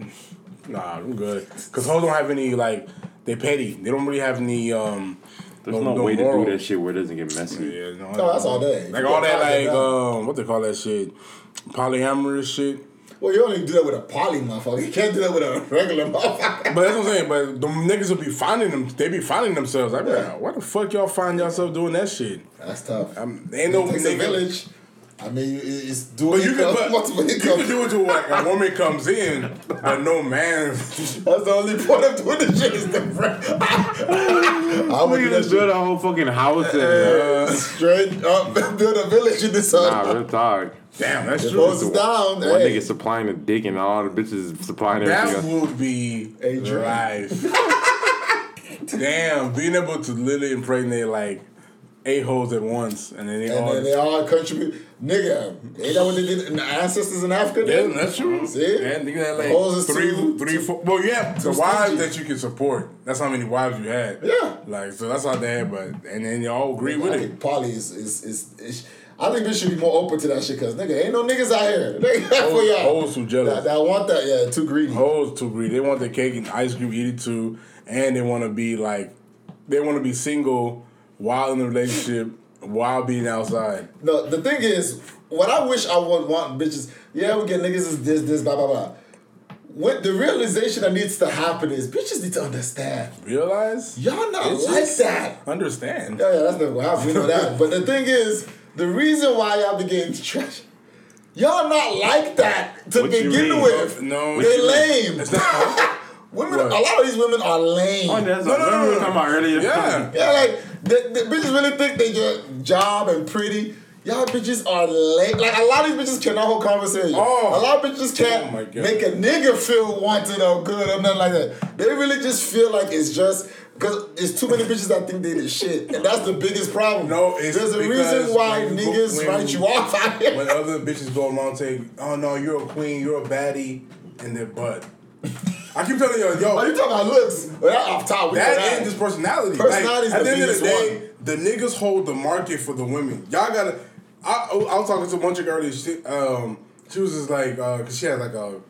nah, I'm good. Cause hoes don't have any like they petty. They don't really have any. um
There's no way to do that shit where it doesn't get messy.
Yeah, no,
No, that's all day.
Like all that, like
Yeah.
um, what they call that shit, polyamorous shit.
well, you only do that with a poly motherfucker. You can't do that with a regular motherfucker.
But that's what I'm saying. But the niggas will be finding them. They be finding themselves. I be like, why the fuck y'all find yourself doing that shit?
That's tough.
Um, ain't no
it takes a
nigga.
village. I mean, you- it- it's doing
But you can, but
multiple
you can
incomes.
do it to like a woman comes in, but no man. (laughs)
That's the only point of doing this shit is the friend. (laughs) I would do
Nigga
that
just
shit.
build a whole fucking house and uh,
Straight up, (laughs) build a village in this
nah,
hood.
real talk.
Damn, that's
Goes
true.
down.
One
hey.
nigga supplying the dick and all the bitches supplying everything
That
else.
would be
A dream.
life.
(laughs)
Damn, being able to literally impregnate like eight holes at once, and then they
And
all.
then they all contribute. Nigga, ain't that what they did in the ancestors in Africa?
Yeah,
did?
that's true.
See?
Yeah, nigga had like
Hoes is
three,
too-
three, four. Well, yeah, the
stingy.
wives that you can support. That's how many wives you had.
Yeah.
Like, so that's how they had, but, and then you all agree
I
with it.
think poly is, is, is, is- I think we should be more open to that shit because, nigga, ain't no niggas out here. (laughs) Nigga, for
Hoes,
y'all.
hoes too
That,
jealous.
that want that, yeah, too greedy.
Hoes too greedy. They want their cake and ice cream, eat it too, and they want to be like, they want to be single while in a relationship, while being outside.
No, the thing is, what I wish I would want bitches, yeah, we get niggas is this, this, blah, blah, blah. What the realization that needs to happen is bitches need to understand.
Realize?
Y'all not
Bitches?
like that.
Understand.
Yeah, yeah, that's not what happened. We know that. But the thing is, the reason why y'all be getting trash, y'all not like that to
What you
begin
mean?
with.
No,
they
what
lame.
It's
(laughs)
not.
women,
What?
a lot of these women are lame.
Oh, that's
No,
what
no, no,
we were
no.
talking about earlier.
yeah.
Yeah, like the, the bitches really think they just job and pretty. Y'all bitches are lame. Like a lot of these bitches cannot hold conversation.
Oh.
a lot of bitches
Oh
can't
my God.
make a nigga feel wanted or good or nothing like that. They really just feel like it's just because it's too many bitches that think they the shit, and that's the biggest problem.
No, it's
there's a
because
reason why
when you go-
niggas
when-
write you off out here. (laughs)
when other bitches go along and say, "Oh no, you're a queen, you're a baddie," and their butt. I keep telling y'all, yo,
Are you talking about looks? Well, that off top. We
that
know
and just personality.
Personality's
like, at
the
the, end of the
biggest
day, the niggas hold the market for the women. Y'all gotta. I, I was talking to one chick earlier. She, um, she was just like, uh, 'cause she had like a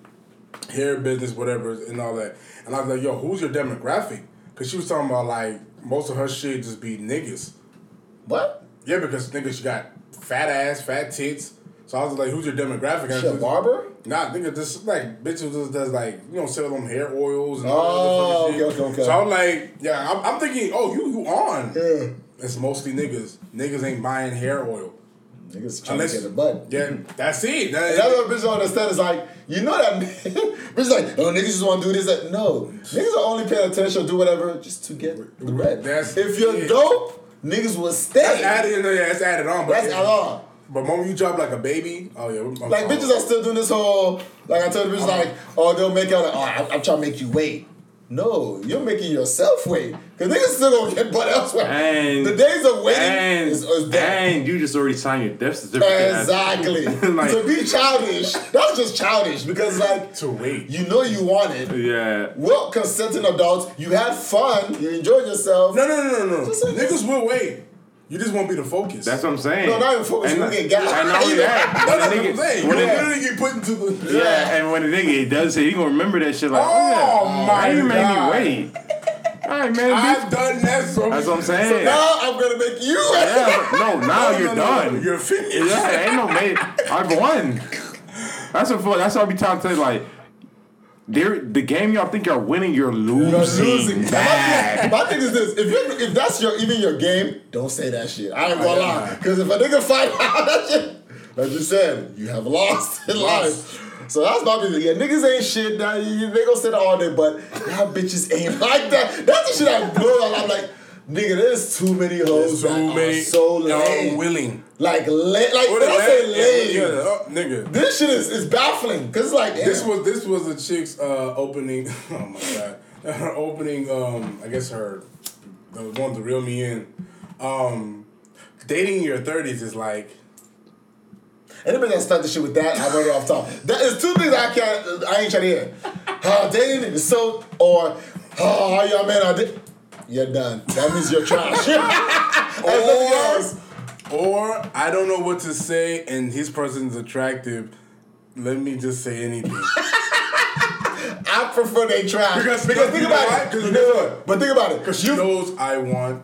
hair business, whatever, and all that. And I was like, yo, who's your demographic? Because she was talking about like most of her shit just be niggas.
What?
Yeah, because niggas, she got fat ass, fat tits. So I was like, who's your demographic? And I
She a
was-
barber?
Nah, nigga, this like bitches just does like you know sell them hair oils and
Oh,
all that other fucking
okay,
shit.
okay, okay.
So I'm like, yeah, I'm, I'm thinking, oh, you you on?
Yeah.
It's mostly niggas. Niggas ain't buying hair oil
Niggas trying to get a butt.
Yeah, that's it. That-
And that's what bitches don't understand. It's like, you know that (laughs) bitches like, oh niggas just wanna do this. Like, no. Niggas are only paying attention, do whatever, just to get the bread.
That's
if you're
it.
dope, niggas will stay.
that's added. No, yeah, that's added on. But
That's
it-
at all.
But the moment you drop like a baby, oh yeah, we're, oh,
Like
oh.
bitches are still doing this whole like I told the bitches like oh they'll make out like, oh I- I'm trying to make you wait. No, you're making yourself wait because niggas still gonna get butt elsewhere.
And-
the days of waiting
And,
is, is dead.
and you just already signed your death certificate.
Exactly.
(laughs)
(laughs) Like-
to be childish, that's just childish because like
to wait.
you know you want it.
Yeah.
Well, consenting adults, you had fun, you enjoyed yourself.
No, no, no, no, no.
Just like-
Niggas will wait. You just won't be the focus.
That's what I'm saying.
No, not even focus,
And,
you get gas.
and not only
That's
that,
what
when the
I'm saying.
nigga,
You
when the,
literally get put into the.
yeah, and when the nigga does say, he gonna remember that shit like, oh,
Oh,
yeah,
my
you made
God.
me wait. All right, man.
I've done that so
That's what I'm saying.
Now I'm gonna make you wait.
yeah, (laughs) no, now
No,
you're
no, no,
done.
no, You're finished.
(laughs) Yeah, ain't no mate. I've won. That's what. That's what I be trying to tell you. Like, there, the game y'all think y'all winning, you're losing.
You're
(laughs)
losing.
bad.
My, my thing is this: if you if that's your even your game, don't say that shit. I ain't gonna lie, because if a nigga find out (laughs) that shit, like you said, you have lost in life. So that's my thing. Yeah, niggas ain't shit. Now you, you- they gonna say that all day, but y'all bitches ain't (laughs) like that. That's the shit I blow. up. I'm like, nigga, there's too many hoes.
So
that
many
Are so
are
lame.
unwilling.
Like lame. Like when I say
Yeah,
lame,
yeah, oh, nigga.
this shit is, is baffling. Cause it's like
This
damn.
was this was the chick's uh, opening. (laughs) Oh my god, her opening. Um, I guess her the one to reel me in. Um, dating in your thirties is like
Anybody that start the shit with that, I'm already off top. That is two things I can't, I ain't trying to hear. How dating is so, or how all y'all men are. Di- you're done. That means
(laughs)
you're trash. or,
Or I don't know what to say, and his person's attractive. Let me just say anything.
I prefer they trash.
(laughs) Because- because
think
you know why?
about it.
'Cause
You
you
know
know
what? But think about it.
Because she
You-
knows I want,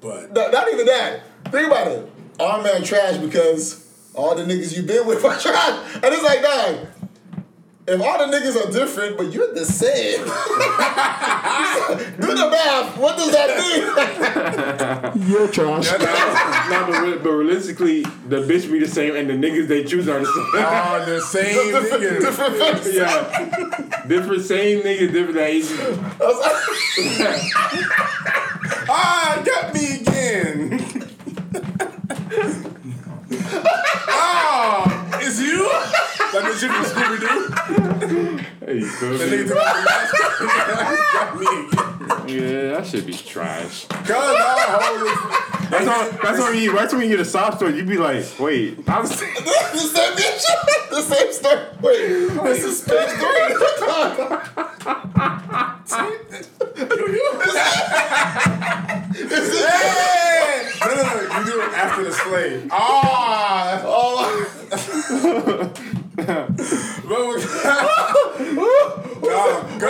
but
No, not even that. Think about it. Our man trash because all the niggas you been with are (laughs) trash. And it's like, dog, if all the niggas are different, but you're the same. (laughs) Do the math. What does (laughs) that
You're trash.
nah, but, re- but realistically, the bitch be the same, and the niggas they choose are the
are the same nigga.
same. (laughs) yeah, different, same niggas, different age.
Ah, got me again. ah, it's you. Like the shit from Scooby Doo.
Hey, you feel
The nigga
me?
took off got me again.
(laughs) yeah, that should be trash.
Cause I hold
That's all. That's when you. That's when you get a soft story. You be like, wait, I'm.
mean? the same bitch. The same story. Wait, this is page three.
Hey! No, no, no. You do it after the slave. Ah, oh. (laughs) because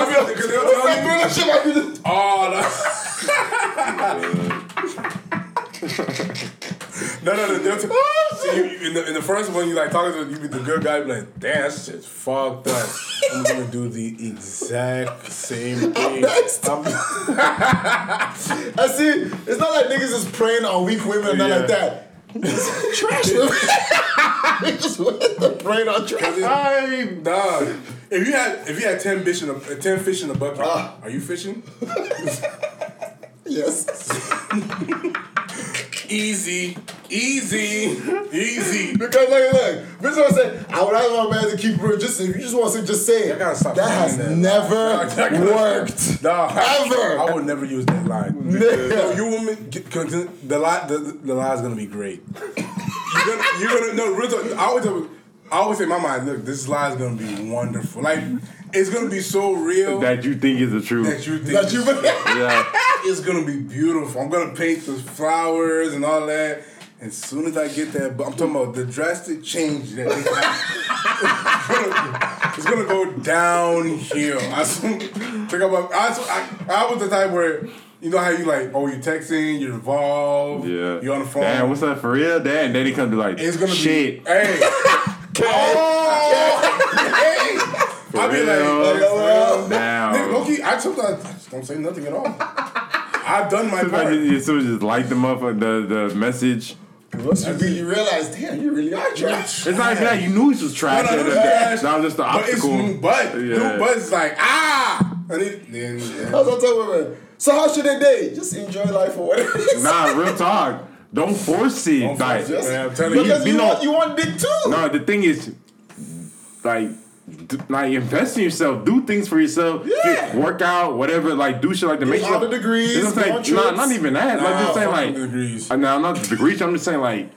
they'll tell you.
Bro, that shit might be the-
Oh, no. no, no, no. They'll t- See, you, you- in, the, in the first one, you like talking to you be the good guy, you be like, damn, that's just fucked up. I'm gonna do the exact same thing.
next.
I'm-
I see. It's not like niggas is preying on weak women or nothing like
Yeah.
that. (laughs) trash women. they just (laughs) preying on trash.
I dog. If you had if you had ten fish in a ten fish in a bucket, are you fishing?
Yes.
Easy, easy, easy.
Because like, look, this is what I said. I would ask my man to keep real. Just if you just want to just say it.
gotta stop
that has
saying that.
never
I gotta-
worked.
Nah,
Ever.
I would never use that
(laughs)
line. So
Nigga.
you women, get- continue- the lie, the, the lie is gonna be great. You're gonna, you're gonna no. Real talk, I always, tell- I always say in my mind, look, this lie is gonna be wonderful. Like it's gonna be so real that,
That you think is the truth.
you think
That you
Yeah.
it's gonna be beautiful. I'm gonna paint the flowers and all that. As soon as I get that, but I'm talking about the drastic change that it's gonna- it's gonna go downhill. I s- think about I, s- I, I was the type where you know how you like oh you're texting, you're involved,
Yeah.
you're on the phone.
Damn, what's up for real? Damn, then he comes be like,
it's gonna
shit.
(laughs) be
(laughs)
hey. Oh, hey. I'll be like,
real?
"LOL."
Damn.
Nigga, Loki, I sometimes I just don't say nothing at all. I've done my part.
Sometimes you just, you just like them up the, the message.
Once you be, you realize, damn, you really are trash.
It's not even that you knew it was trash.
No, no,
That
it was
that-
trash.
that was just the
But it's
obstacle.
new butt.
Yeah.
New butt's like, ah! And it, then, yeah. (laughs)
That's what I'm talking about. So how should they date? Just enjoy life or whatever. (laughs) it is.
Nah, real talk. Don't force it. like,
force it. Yeah, I'm telling
be-
Because
be
you,
no-
want, you want dick too.
no, the thing is, like, d- like invest in yourself. Do things for yourself.
Yeah.
work out, whatever. Like, do shit like to make
all the
sure-
degrees,
You know what
go
I'm
on
saying? Nah,
trips.
not even that. like,
Nah,
just saying
fuck
like
the degrees.
Uh, nah, not the degrees. I'm just saying like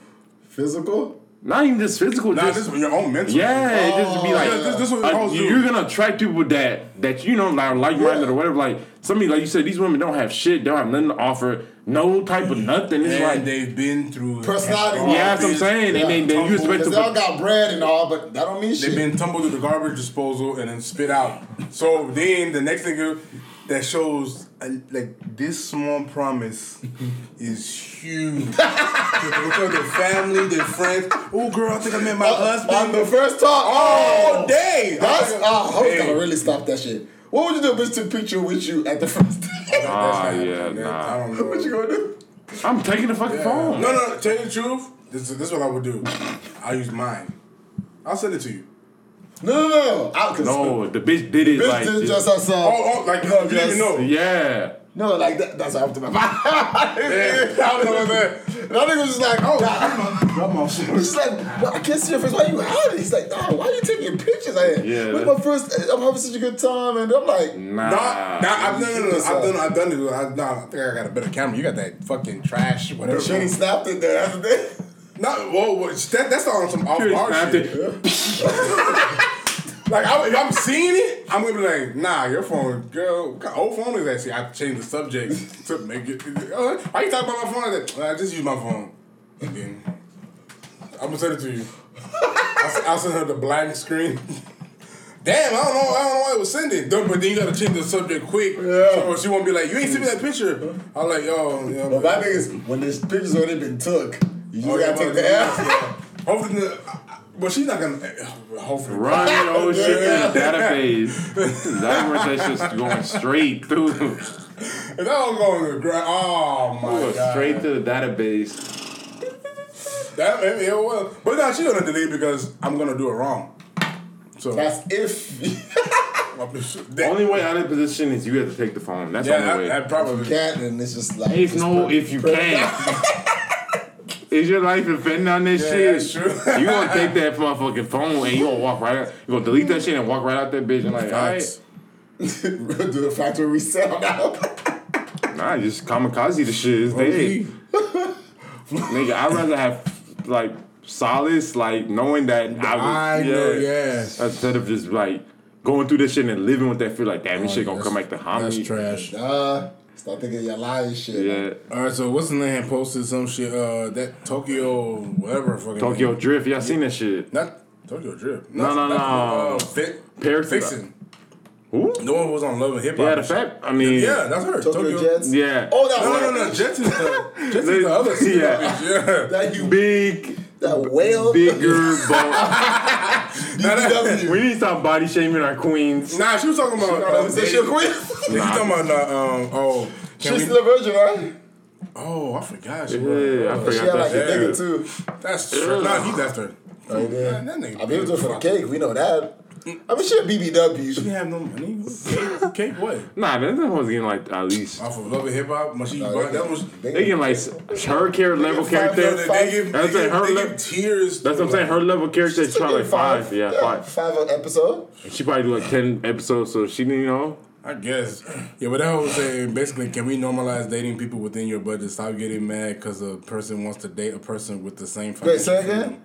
Physical.
not even just physical.
Nah,
just
this is your own mental. Oh,
yeah, it just be like
Yeah, this- this what
uh,
hoes do.
you're gonna attract people that that you know like like minded
Yeah.
or whatever. Like somebody like you said, these women don't have shit. They don't have nothing to offer. No type of nothing. It's
And
like
they've been through
Personality.
yeah, that's what I'm saying. And then, then you expect
Because they all
to.
got bread and all, but that don't mean
They've
shit.
been tumbled through the garbage disposal and then spit out. So then the next nigga that shows uh, like this small promise is huge. (laughs) to their family, their friends. Oh, girl, I think I met my
On
husband.
the first talk,
all
oh,
day.
that's
I-
ah, how we
Hey.
gotta really stop that shit. What would you do, if bitch, took picture with you at the first (laughs) date?
Ah,
That's not
yeah,
happening.
nah.
I don't know.
what you gonna do?
I'm taking the fucking phone.
No, no, no. Tell you the truth. This is, this is what I would do. I use mine. I'll send it to you.
No, no, no. I, cause
No, the bitch did it
bitch
like
did
this.
just herself.
Oh, oh, like you didn't even know.
yeah.
No, like that, that's after my (laughs) mind.
Yeah, (laughs)
(laughs)
I don't know what that.
That nigga was just like, oh, God.
Drop my shit.
She's like, well, I can't see your face. Why you out? He's like, oh, why are you taking pictures? Like,
Yeah,
With my first, I'm having such a good time, and I'm like,
Nah.
Nah, nah, I've done it.
This
I've done.
up.
I've done it. I, nah, I think I got a better camera. You got that fucking trash, whatever.
should have snapped it there. That's the (laughs) thing.
No, well, well, that, that's not on some off
Should've
bar
snapped
shit. like I, if I'm seeing it, I'm gonna be like, nah, your phone, girl, what kind of old phone is that? See, I changed the subject to make it. Uh, why you talking about my phone? like that? Well, I just use my phone. And then I'm gonna send it to you. I'll, s- I'll send her the blank screen. Damn, I don't know. I don't know why it was sending. Duh, But then you gotta change the subject quick.
Yeah.
So she won't be like, you ain't seen me that picture. I'm like, yo, yeah,
But my thing is, when this picture's already been took, you just
Oh, yeah, well,
gotta take the
yeah.
air.
Hopefully, the- I- I- well, she's not gonna. uh, Hopefully,
Run
(laughs)
that old shit
Yeah.
in the database. That where that shit's going straight through.
If that don't go in the ground, (laughs) oh my
Going
god,
straight to the database.
that maybe it was. But now she's gonna delete because I'm gonna do it wrong. So
(laughs) That's if you
that,
Only way out of position is you have to take the phone. That's
yeah,
the
that,
only way.
that probably.
can't, and it's just like,
If
it's
no,
pretty- (laughs)
if you can. (laughs) Is your life depending on this
Yeah,
shit?
that's true.
you gonna take that motherfucking phone and you gonna walk right out. You gonna delete that shit and walk right out that bitch and like, all right,
Facts.
do the factory reset on that.
nah, just kamikaze the shit. It's
Okay.
dead. Nigga, I'd rather have like solace, like knowing that I was
I know, yeah.
Instead of just like going through this shit and living with that fear, like damn, this shit gonna
Oh, that's-
come back to haunt
That's
me.
trash.
(laughs) Nah, start thinking your lying shit.
Yeah,
All right, so what's the name? had Posted some shit. Uh, that Tokyo, whatever. Fucking
Tokyo
name.
Drift, y'all seen that shit?
not Tokyo Drip.
No, no, no.
Uh, fit,
Paris-
fixing.
Who?
The one who was on Love and Hip Hop.
Yeah, the
and shit.
fact. I mean,
Yeah, that's her.
Tokyo, Jets.
yeah.
Oh, that
No,
white
no, no, no.
bitch.
Jets is the, Jets is the other side.
(laughs) Yeah.
Yeah. yeah.
That you,
big,
(laughs) that whale.
bigger. bone.
Now that-
we need to stop body shaming our queens.
Nah, she was talking about.
Oh,
Uh,
is
they,
this
she
your
was (laughs)
queen?
talking about. Uh, um, oh, can
(laughs) She's
we-
still a virgin, right?
oh, I forgot. She
Yeah,
was-
I
She
forgot
had like a
that.
nigga
shit.
too.
That's true. Nah, he left her.
Right there.
That- that nigga
I mean, it was
big
just for the
fuck.
cake. We know that. I mean, she a
She
BBW.
have no money. Cake, cake what?
Nah, that that was getting like at least
Off of Love and Hip Hop. When she,
(laughs) No,
bought- that was.
They-
they getting like her character level
five
character.
They,
million.
they give,
That's
they
like
give,
her
they
le-
give tears.
That's what I'm saying. Her level character is
She's
probably like
getting
five. Yeah, five.
Five an episode.
She probably do like ten episodes, so she didn't you know.
I guess. Yeah, but that whole saying basically, can we normalize dating people within your budget? Stop getting mad because a person wants to date a person with the same.
Wait, say
financial
again?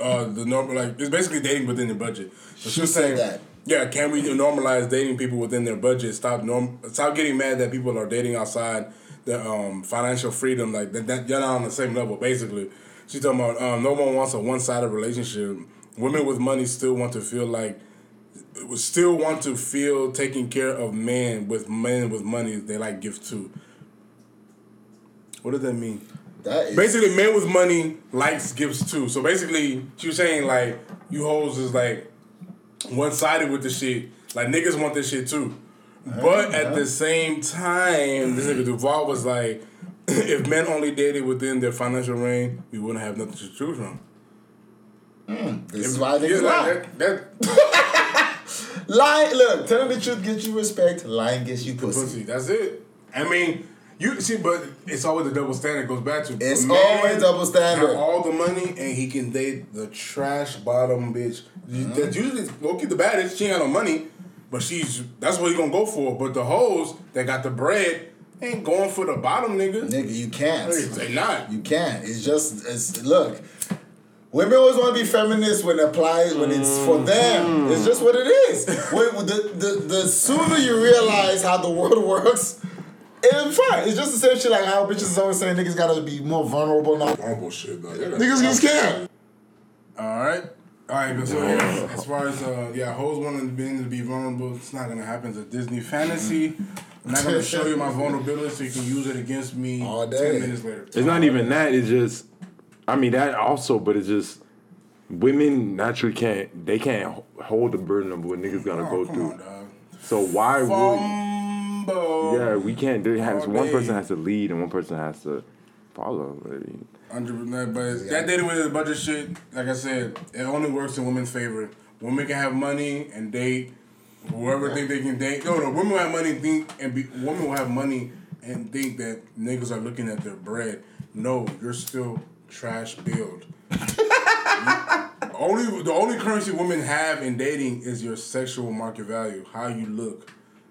uh, the normal like it's basically dating within the budget. So she was saying
that.
Yeah, can we normalize dating people within their budget? Stop norm. Stop getting mad that people are dating outside the um, financial freedom. Like that, that, you're not on the same level. Basically, she's talking about um, no one wants a one sided relationship. Women with money still want to feel like still want to feel taken care of. Men with men with money they like give to. What does that mean?
That is
Basically, men with money likes gifts too. So basically, she was saying like you hoes is like one sided with the shit. Like niggas want this shit too. But at the same time, this nigga Duval was like, (clears throat) if men only dated within their financial range, we wouldn't have nothing to choose from.
this is why
Yeah,
niggas lie.
like, that, that
Lying, look, telling the truth gets you respect. Lying gets you pussy.
pussy. That's it. I mean, You see, but it's always a double standard. Goes back to
It's
a
always double standard.
Have all the money and he can date the trash bottom bitch. You-
Mm-hmm.
That's usually low key the baddest. She ain't got no money, but she's that's what he gonna go for. But the hoes that got the bread ain't going for the bottom nigga.
Nigga, you can't.
They not.
You can't. It's just it's look. Women always want to be feminist when apply when it's for them. It's just what it is. When, the, the, the sooner you realize how the world works, it'll be fine. It's just the same shit like how bitches is always saying niggas gotta be more vulnerable now.
Horrible shit. Though.
Niggas get scared.
All right. All right, but so yeah, as far as uh, yeah, hoes wanting to be, to be vulnerable, it's not gonna happen. It's a Disney fantasy. I'm not gonna show you my vulnerability so you can use it against me
All day.
ten minutes later.
It's not even that. It's just, I mean that also, but it's just women naturally can't. They can't h- hold the burden of what niggas gotta go
Oh, come
through.
on, dog.
so why
Fumble.
would?
Oh.
Yeah, we can't. There has
All
one
day.
person has to lead and one person has to follow. Like,
Hundred percent, but it's- that dating with the budget shit, like I said, it only works in women's favor. Women can have money and date whoever think they can date. No, no, women will have money and think and be women will have money and think that niggas are looking at their bread. No, you're still trash build. (laughs) only the only currency women have in dating is your sexual market value, how you look.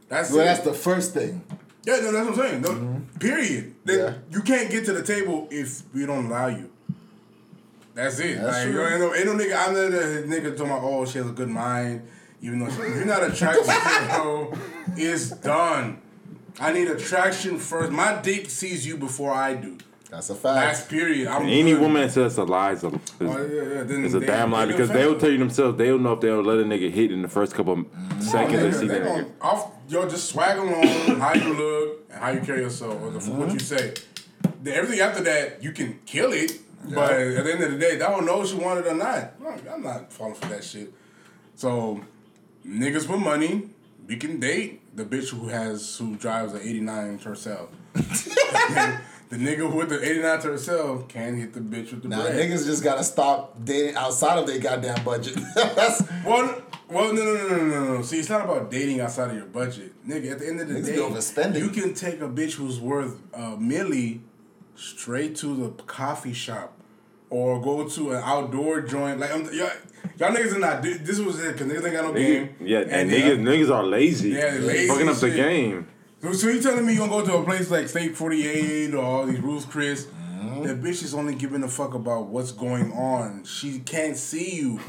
That's
Well,
it.
that's the first thing.
Yeah, no, that's what I'm saying. No, Period. That-
Mm-hmm. Yeah.
You can't get to the table if we don't allow you. That's it.
That's
like,
true.
yo, ain't, no, ain't no nigga, I'm not a nigga talking about, oh, she has a good mind. Even though she, if you're not attracted to her,
(laughs)
bro, it's done. I need attraction first. My dick sees you before I do.
That's a fact.
That's period. I'm
Any
good.
woman that says a lie is a, is,
Oh, yeah, yeah. Then
is a
they-
damn lie
they
because
gonna
they'll
say-
tell you themselves they'll know if they'll let a nigga hit in the first couple of seconds they
Nigga,
see
Mm. they
that
gon'
nigga.
off, yo, just swag along, how you look, and how you carry yourself, or the, what you say. The, everything after that, you can kill it, but at the end of the day, I don't know if she wanted or not. I'm- I'm not falling for that shit. So, niggas with money, we can date the bitch who has who drives an 89 Tercel. (laughs) the nigga with the 89 Tercel can hit the bitch with the
Now
bread.
niggas just gotta stop dating outside of their goddamn budget. (laughs) that's
Well, well, no, no, no, no, no, no. See, it's not about dating outside of your budget, nigga. At the end of the
Niggas be
day,
overspending.
you can take a bitch who's worth a milli straight to the coffee shop, or go to an outdoor joint. Like, I'm, y'all, y'all niggas are not. This was it because niggas ain't got no game.
Yeah, and,
they-
niggas, niggas are lazy.
Yeah, they lazy
Fucking up the
shit.
game.
so, so you telling me you gonna go to a place like State 48 or all these Ruth Chris?
Mm-hmm.
That bitch is only giving a fuck about what's going on. She can't see you.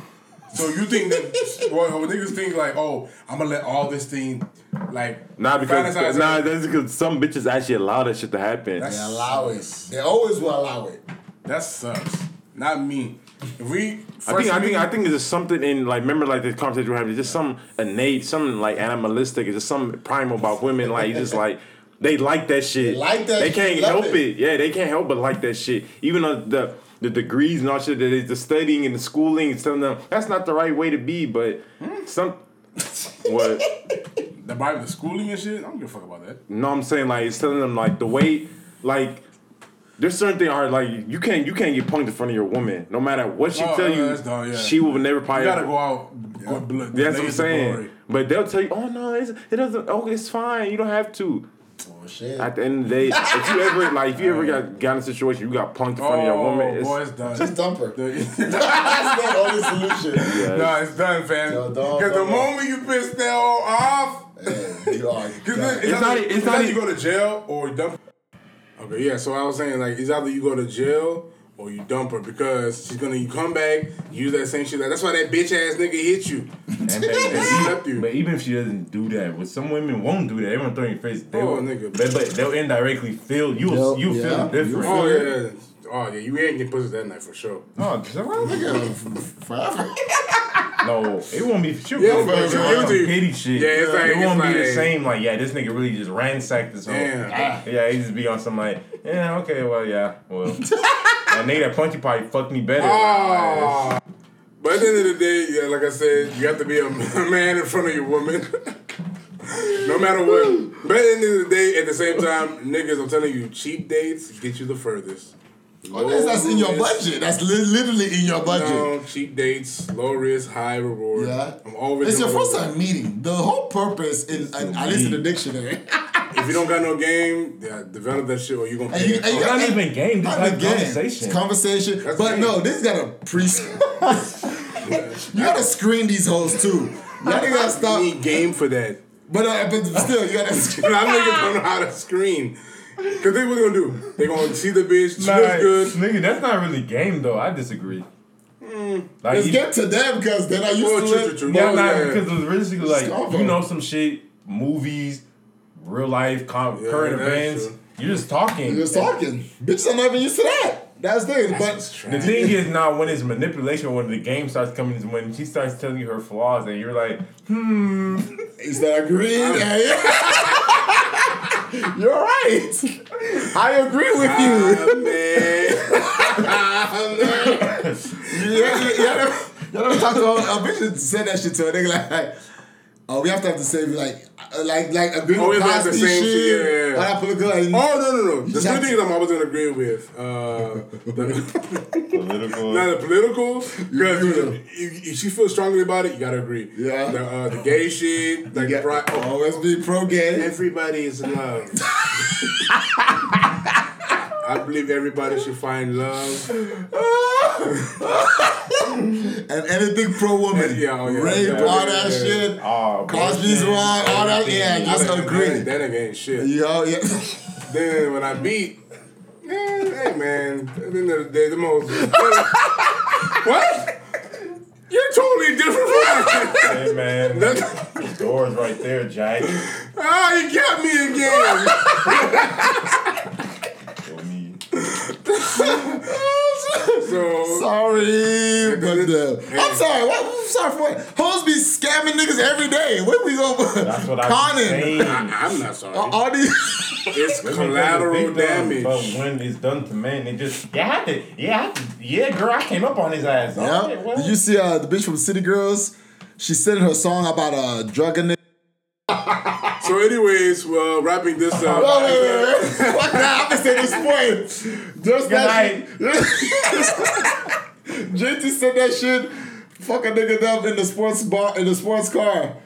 So you think that well, niggas think like, oh, I'm gonna let all this thing like
Nah, because
fantasize
nah,
about-
that's because some bitches actually allow that shit to happen.
they allow it. They always will allow it.
that sucks. Not me. If we
I think I think I think there's just something in like remember like this conversation we had. There's just some innate, something like animalistic, it's just something primal about women. Like it's just like they like that
They
shit.
like that
They
shit,
can't
love
help
it.
it. Yeah, they can't help but like that shit. Even though the the degrees and all shit that they the studying and the schooling and telling them that's not the right way to be. But some
Hmm. (laughs)
what
the Bible, the schooling and shit. I don't give a fuck about that.
no, I'm saying like it's telling them like the way like. There's certain things are like you can't you can't get punked in front of your woman. No matter what she
Oh,
tell
yeah,
you,
that's dumb, yeah.
she will never
You
probably
gotta go out. Go, bl-
That's
blaze
what I'm
the
saying.
glory.
But they'll tell you, oh no, it's, it doesn't. Oh, it's fine. You don't have to.
Oh shit.
At the end of the day, if you ever like, if you ever got got in a situation, you got punked in front of your
Oh,
woman. It's,
boy, it's done.
Just dump her.
(laughs) The-
That's the only solution. (laughs)
yeah,
Nah, it's done, fam.
Yo,
Because
dog,
the
dog.
moment you piss that all off,
Yeah, you (laughs) are.
Cause
done.
it's, it's
not-
not.
it's
It's
not
not.
e-
You go to jail or you dump. Okay, yeah. So I was saying like it's either you go to jail or you dump her because she's gonna you come back use that same shit. Like, that's why that bitch ass nigga hit you (laughs) and slept
(laughs)
you.
But even if she doesn't do that, but some women won't do that. Everyone throw in your face. They
Oh,
will,
nigga.
But, but they'll indirectly feel you. will
Yep,
you
yeah.
feel different.
Oh yeah, yeah. Oh yeah. You ain't getting pussy that night for sure.
No, no,
Forever.
no, it won't be. She'll
Yeah,
go
but
back
it's
to her
empty.
pity shit.
Yeah, it's like-
it won't
it's
be the
like-
same. Like, yeah, this nigga really just ransacked this whole.
Damn.
Yeah, he just be on some like, yeah, okay, well, yeah, well.
(laughs)
That nigga that punchy probably fucked me better.
Oh. But at the end of the day, yeah, like I said, you have to be a (laughs) man in front of your woman. (laughs) no matter what. But at the end of the day, at the same time, niggas, I'm telling you, cheap dates get you the furthest.
Unless (laughs) Oh, that's in your
risk-
budget. That's li- literally in your budget.
No, cheap dates, low risk, high reward.
Yeah.
I'm always
It's your
in the
first
reward.
(laughs) time meeting. The whole purpose in, in at least in the dictionary.
if you don't got no game, yeah, develop that shit or you gonna.
And you,
pay
and
that
you got,
not
and-
even game, this
not
is like
even game.
conversation.
It's conversation.
That's
but
game.
no, this got a pre. (laughs) you gotta screen these hoes too. Y'all niggas gotta
cost. You
stop.
need game for that. (laughs)
But uh, but still, you gotta
(laughs)
But
screen.
I'm niggas don't know how to screen. Cause they what they gonna do? They gonna see the bitch, she looks good. Mm,
nigga, that's not really game though. I disagree. Like,
Let's
you-
get to them because then I used
Oh,
to
true,
live.
true, true.
Yeah,
Oh,
nah,
yeah, yeah.
because it's realistically,
Stop
like you
it.
know some shit, movies, real life, com-
Yeah,
current
that's
events.
true.
You're just talking.
You're just talking. Bitches are never used to that. That's the thing. But (laughs)
The thing is now when it's manipulation, when the game starts coming, is when she starts telling you her flaws, and you're like,
is that agreed? Yeah. (laughs) You're right. I agree with you.
Ah, man.
Yeah, yeah, yeah. Y'all ever talk to a, a bitch that said that shit to a nigga like, oh, we have to have the same like, uh, like, like agree
Oh, we
with
have to have
Cosby
the
shit.
same shit, yeah, yeah.
All that political. Like,
Oh no no no! The
Exactly.
three things I'm always gonna agree with. Uh, the,
political.
(laughs) not the political, because
Yeah.
if she feels strongly about it, you gotta agree.
Yeah.
The, uh, the gay shit, like
yeah,
pri- oh,
always be pro gay.
everybody is in
(laughs)
love. I believe everybody should find love.
and anything pro woman.
Yeah, oh, yeah,
Rape,
yeah,
all
yeah,
that
yeah,
shit.
Oh,
Cosby's wrong, all that. Yeah, just
That-
agree.
That nigga ain't shit.
Yo, yeah.
Then when I beat, man, hey man, at the end of the day, the
(laughs)
most. what? You're totally different from me.
hey
(laughs)
man,
That-
doors right there, Jack.
Ah, you got me again.
(laughs)
For me.
So
Sorry, but uh, I'm sorry. What? I'm sorry for what? Hoes be scamming niggas every day. Where we go?
That's what I'm
(laughs)
Conning.
saying.
I'm not sorry.
All these.
It's
Because it's
collateral
big done,
damage.
But when it's done to men, it just yeah, I had to, yeah, I had to, yeah, girl, I came up on his ass.
Yeah. (laughs)
Okay, what?
Did you see uh, the bitch from City Girls? She said in her song about uh, drug and
So, anyways, well, wrapping this up.
Wait, wait, wait,
(laughs)
wait. Fuck that. I'm gonna say this point. Just
Good
that
night.
shit. (laughs) JT said that shit. Fuck a nigga up in the sports bar in the sports car.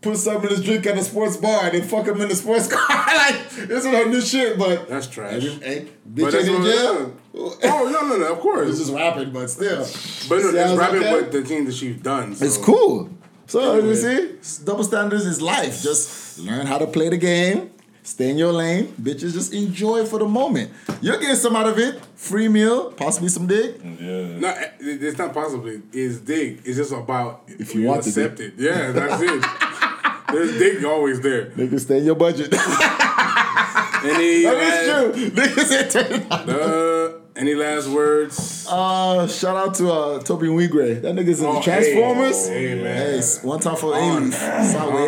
Put some in his drink at the sports bar and then fuck him in the sports car. (laughs) like this is her new shit, but
That's trash.
hey,
But
bitch
that's
ain't
what-
in jail.
Oh no no no! Of
(laughs) This
course,
is rapping, but still.
but no,
See
that's
how it's
wrapping
okay?
what the thing that she's done. So.
It's cool. So you
Anyway.
see, double standards is life. Just learn how to play the game. Stay in your lane, bitches. Just enjoy for the moment. You're getting some out of it. Free meal, possibly some dick.
No, it- it's not possibly. It's dig. It's just about if
you want the
accept it. Yeah, that's
(laughs)
it. There's dig always there.
Niggas stay in your budget. (laughs) that
Any
is
last,
true. Niggas ain't turning.
Uh, any last words?
Uh, shout out to uh, Toby Wigre. That nigga's in the Transformers. Oh, Hey, Oh,
Hey, man.
s- one time for aliens. Oh,
I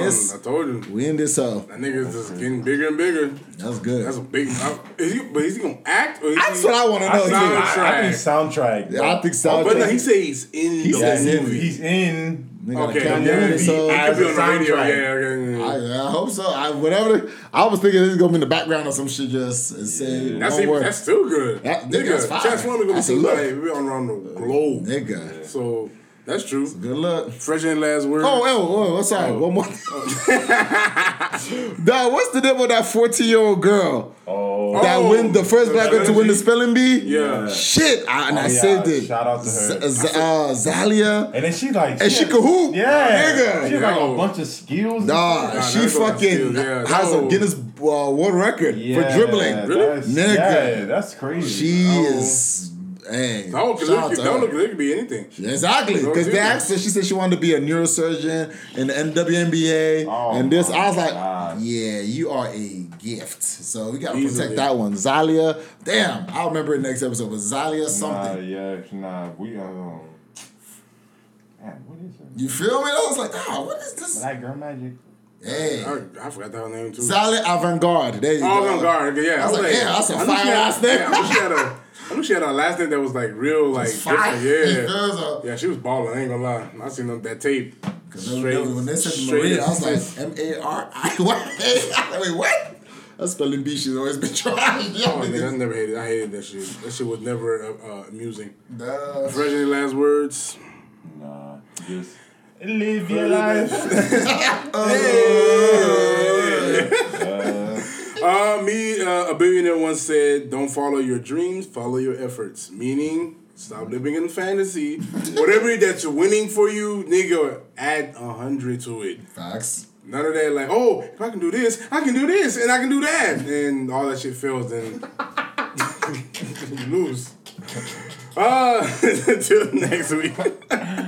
Sideways.
told you.
We in this hell.
That nigga's just getting bigger and bigger.
That's good.
That's
That's,
a big. I, is he, but is he gonna act? Or is he,
what I want to know.
saw
too.
it.
I, I think soundtrack.
Yeah, I think so.
Oh, But no, he said he's in the
said
movie.
in.
He's in.
Nigga,
Okay,
Cam
yeah,
Newton,
he,
so-
he could be on the
Soundtrack.
radio. Yeah, okay, yeah.
I, I hope so. I whatever. the- I was thinking this is gonna be in the background or some shit, just and say
That's,
one
even,
word.
that's still good.
That-
nigga,
that's fire.
Transformers gonna
That's a
be
look.
like we on around the globe.
Nigga,
So that's true.
good luck.
Fresh and last word.
Oh, oh, oh, sorry. One more. Dog, what's the name of that fourteen-year-old girl
Oh,
that
Oh,
win the first black girl to win the spelling bee?
Yeah.
Shit, I, and I
yeah,
saved it.
shout out to her.
Z- Z- uh, Zalia,
and then she like,
and she
had-
could hoop.
yeah, she
nigga.
had like
No.
a bunch of skills.
Nah,
Nah,
she
that's what I'm saying,
fucking
yeah.
has a
No.
Guinness uh, World Record for dribbling.
Really,
Nigga.
Yeah, that's crazy.
She
No.
is. Hey,
No,
shout out
because
to
no,
her.
look, it could be anything.
Exactly,
No,
because
she
they
didn't.
asked her. She said she wanted to be a neurosurgeon in the NWNBA,
Oh
and this.
my
I was like,
God.
"Yeah, you are a gift." So we gotta protect
Easily.
that one, Zalia. Damn, I'll remember it next episode. Was Zalia
nah,
something?
yeah, nah. We um, man, what is it?
You feel me? I was like, "Ah, what is this?"
Black girl magic.
Hey,
I, I forgot that name too.
Zalia Avantgarde. There you
Oh,
go.
on guard. Okay, yeah.
I was like, damn, that's a
I knew
fire
she had-
last name.
Yeah, I knew she had a. I knew she had a last name that was like real, like
Fire.
different. Yeah,
Because, uh,
yeah. She was balling. I ain't gonna lie. I seen them, that tape.
Straight, when they said
straight
Maria, I
as
was like, M A R (laughs) I Y. Wait, what? That spelling bee she's always been (laughs) trying.
Oh, nigga, I never hated. I hated that shit. That shit was never uh, uh, amusing.
Nah.
Fresh any last words.
Nah, just live your life.
Uh, me, uh, a billionaire once said, "Don't follow your dreams, follow your efforts." Meaning, stop living in
(laughs)
fantasy. Whatever that's winning for you, nigga, add a hundred to it.
Facts.
None of that, like, oh, if I can do this, I can do this, and I can do that, and all that shit fails, then (laughs) (laughs) you lose. Uh, until next week.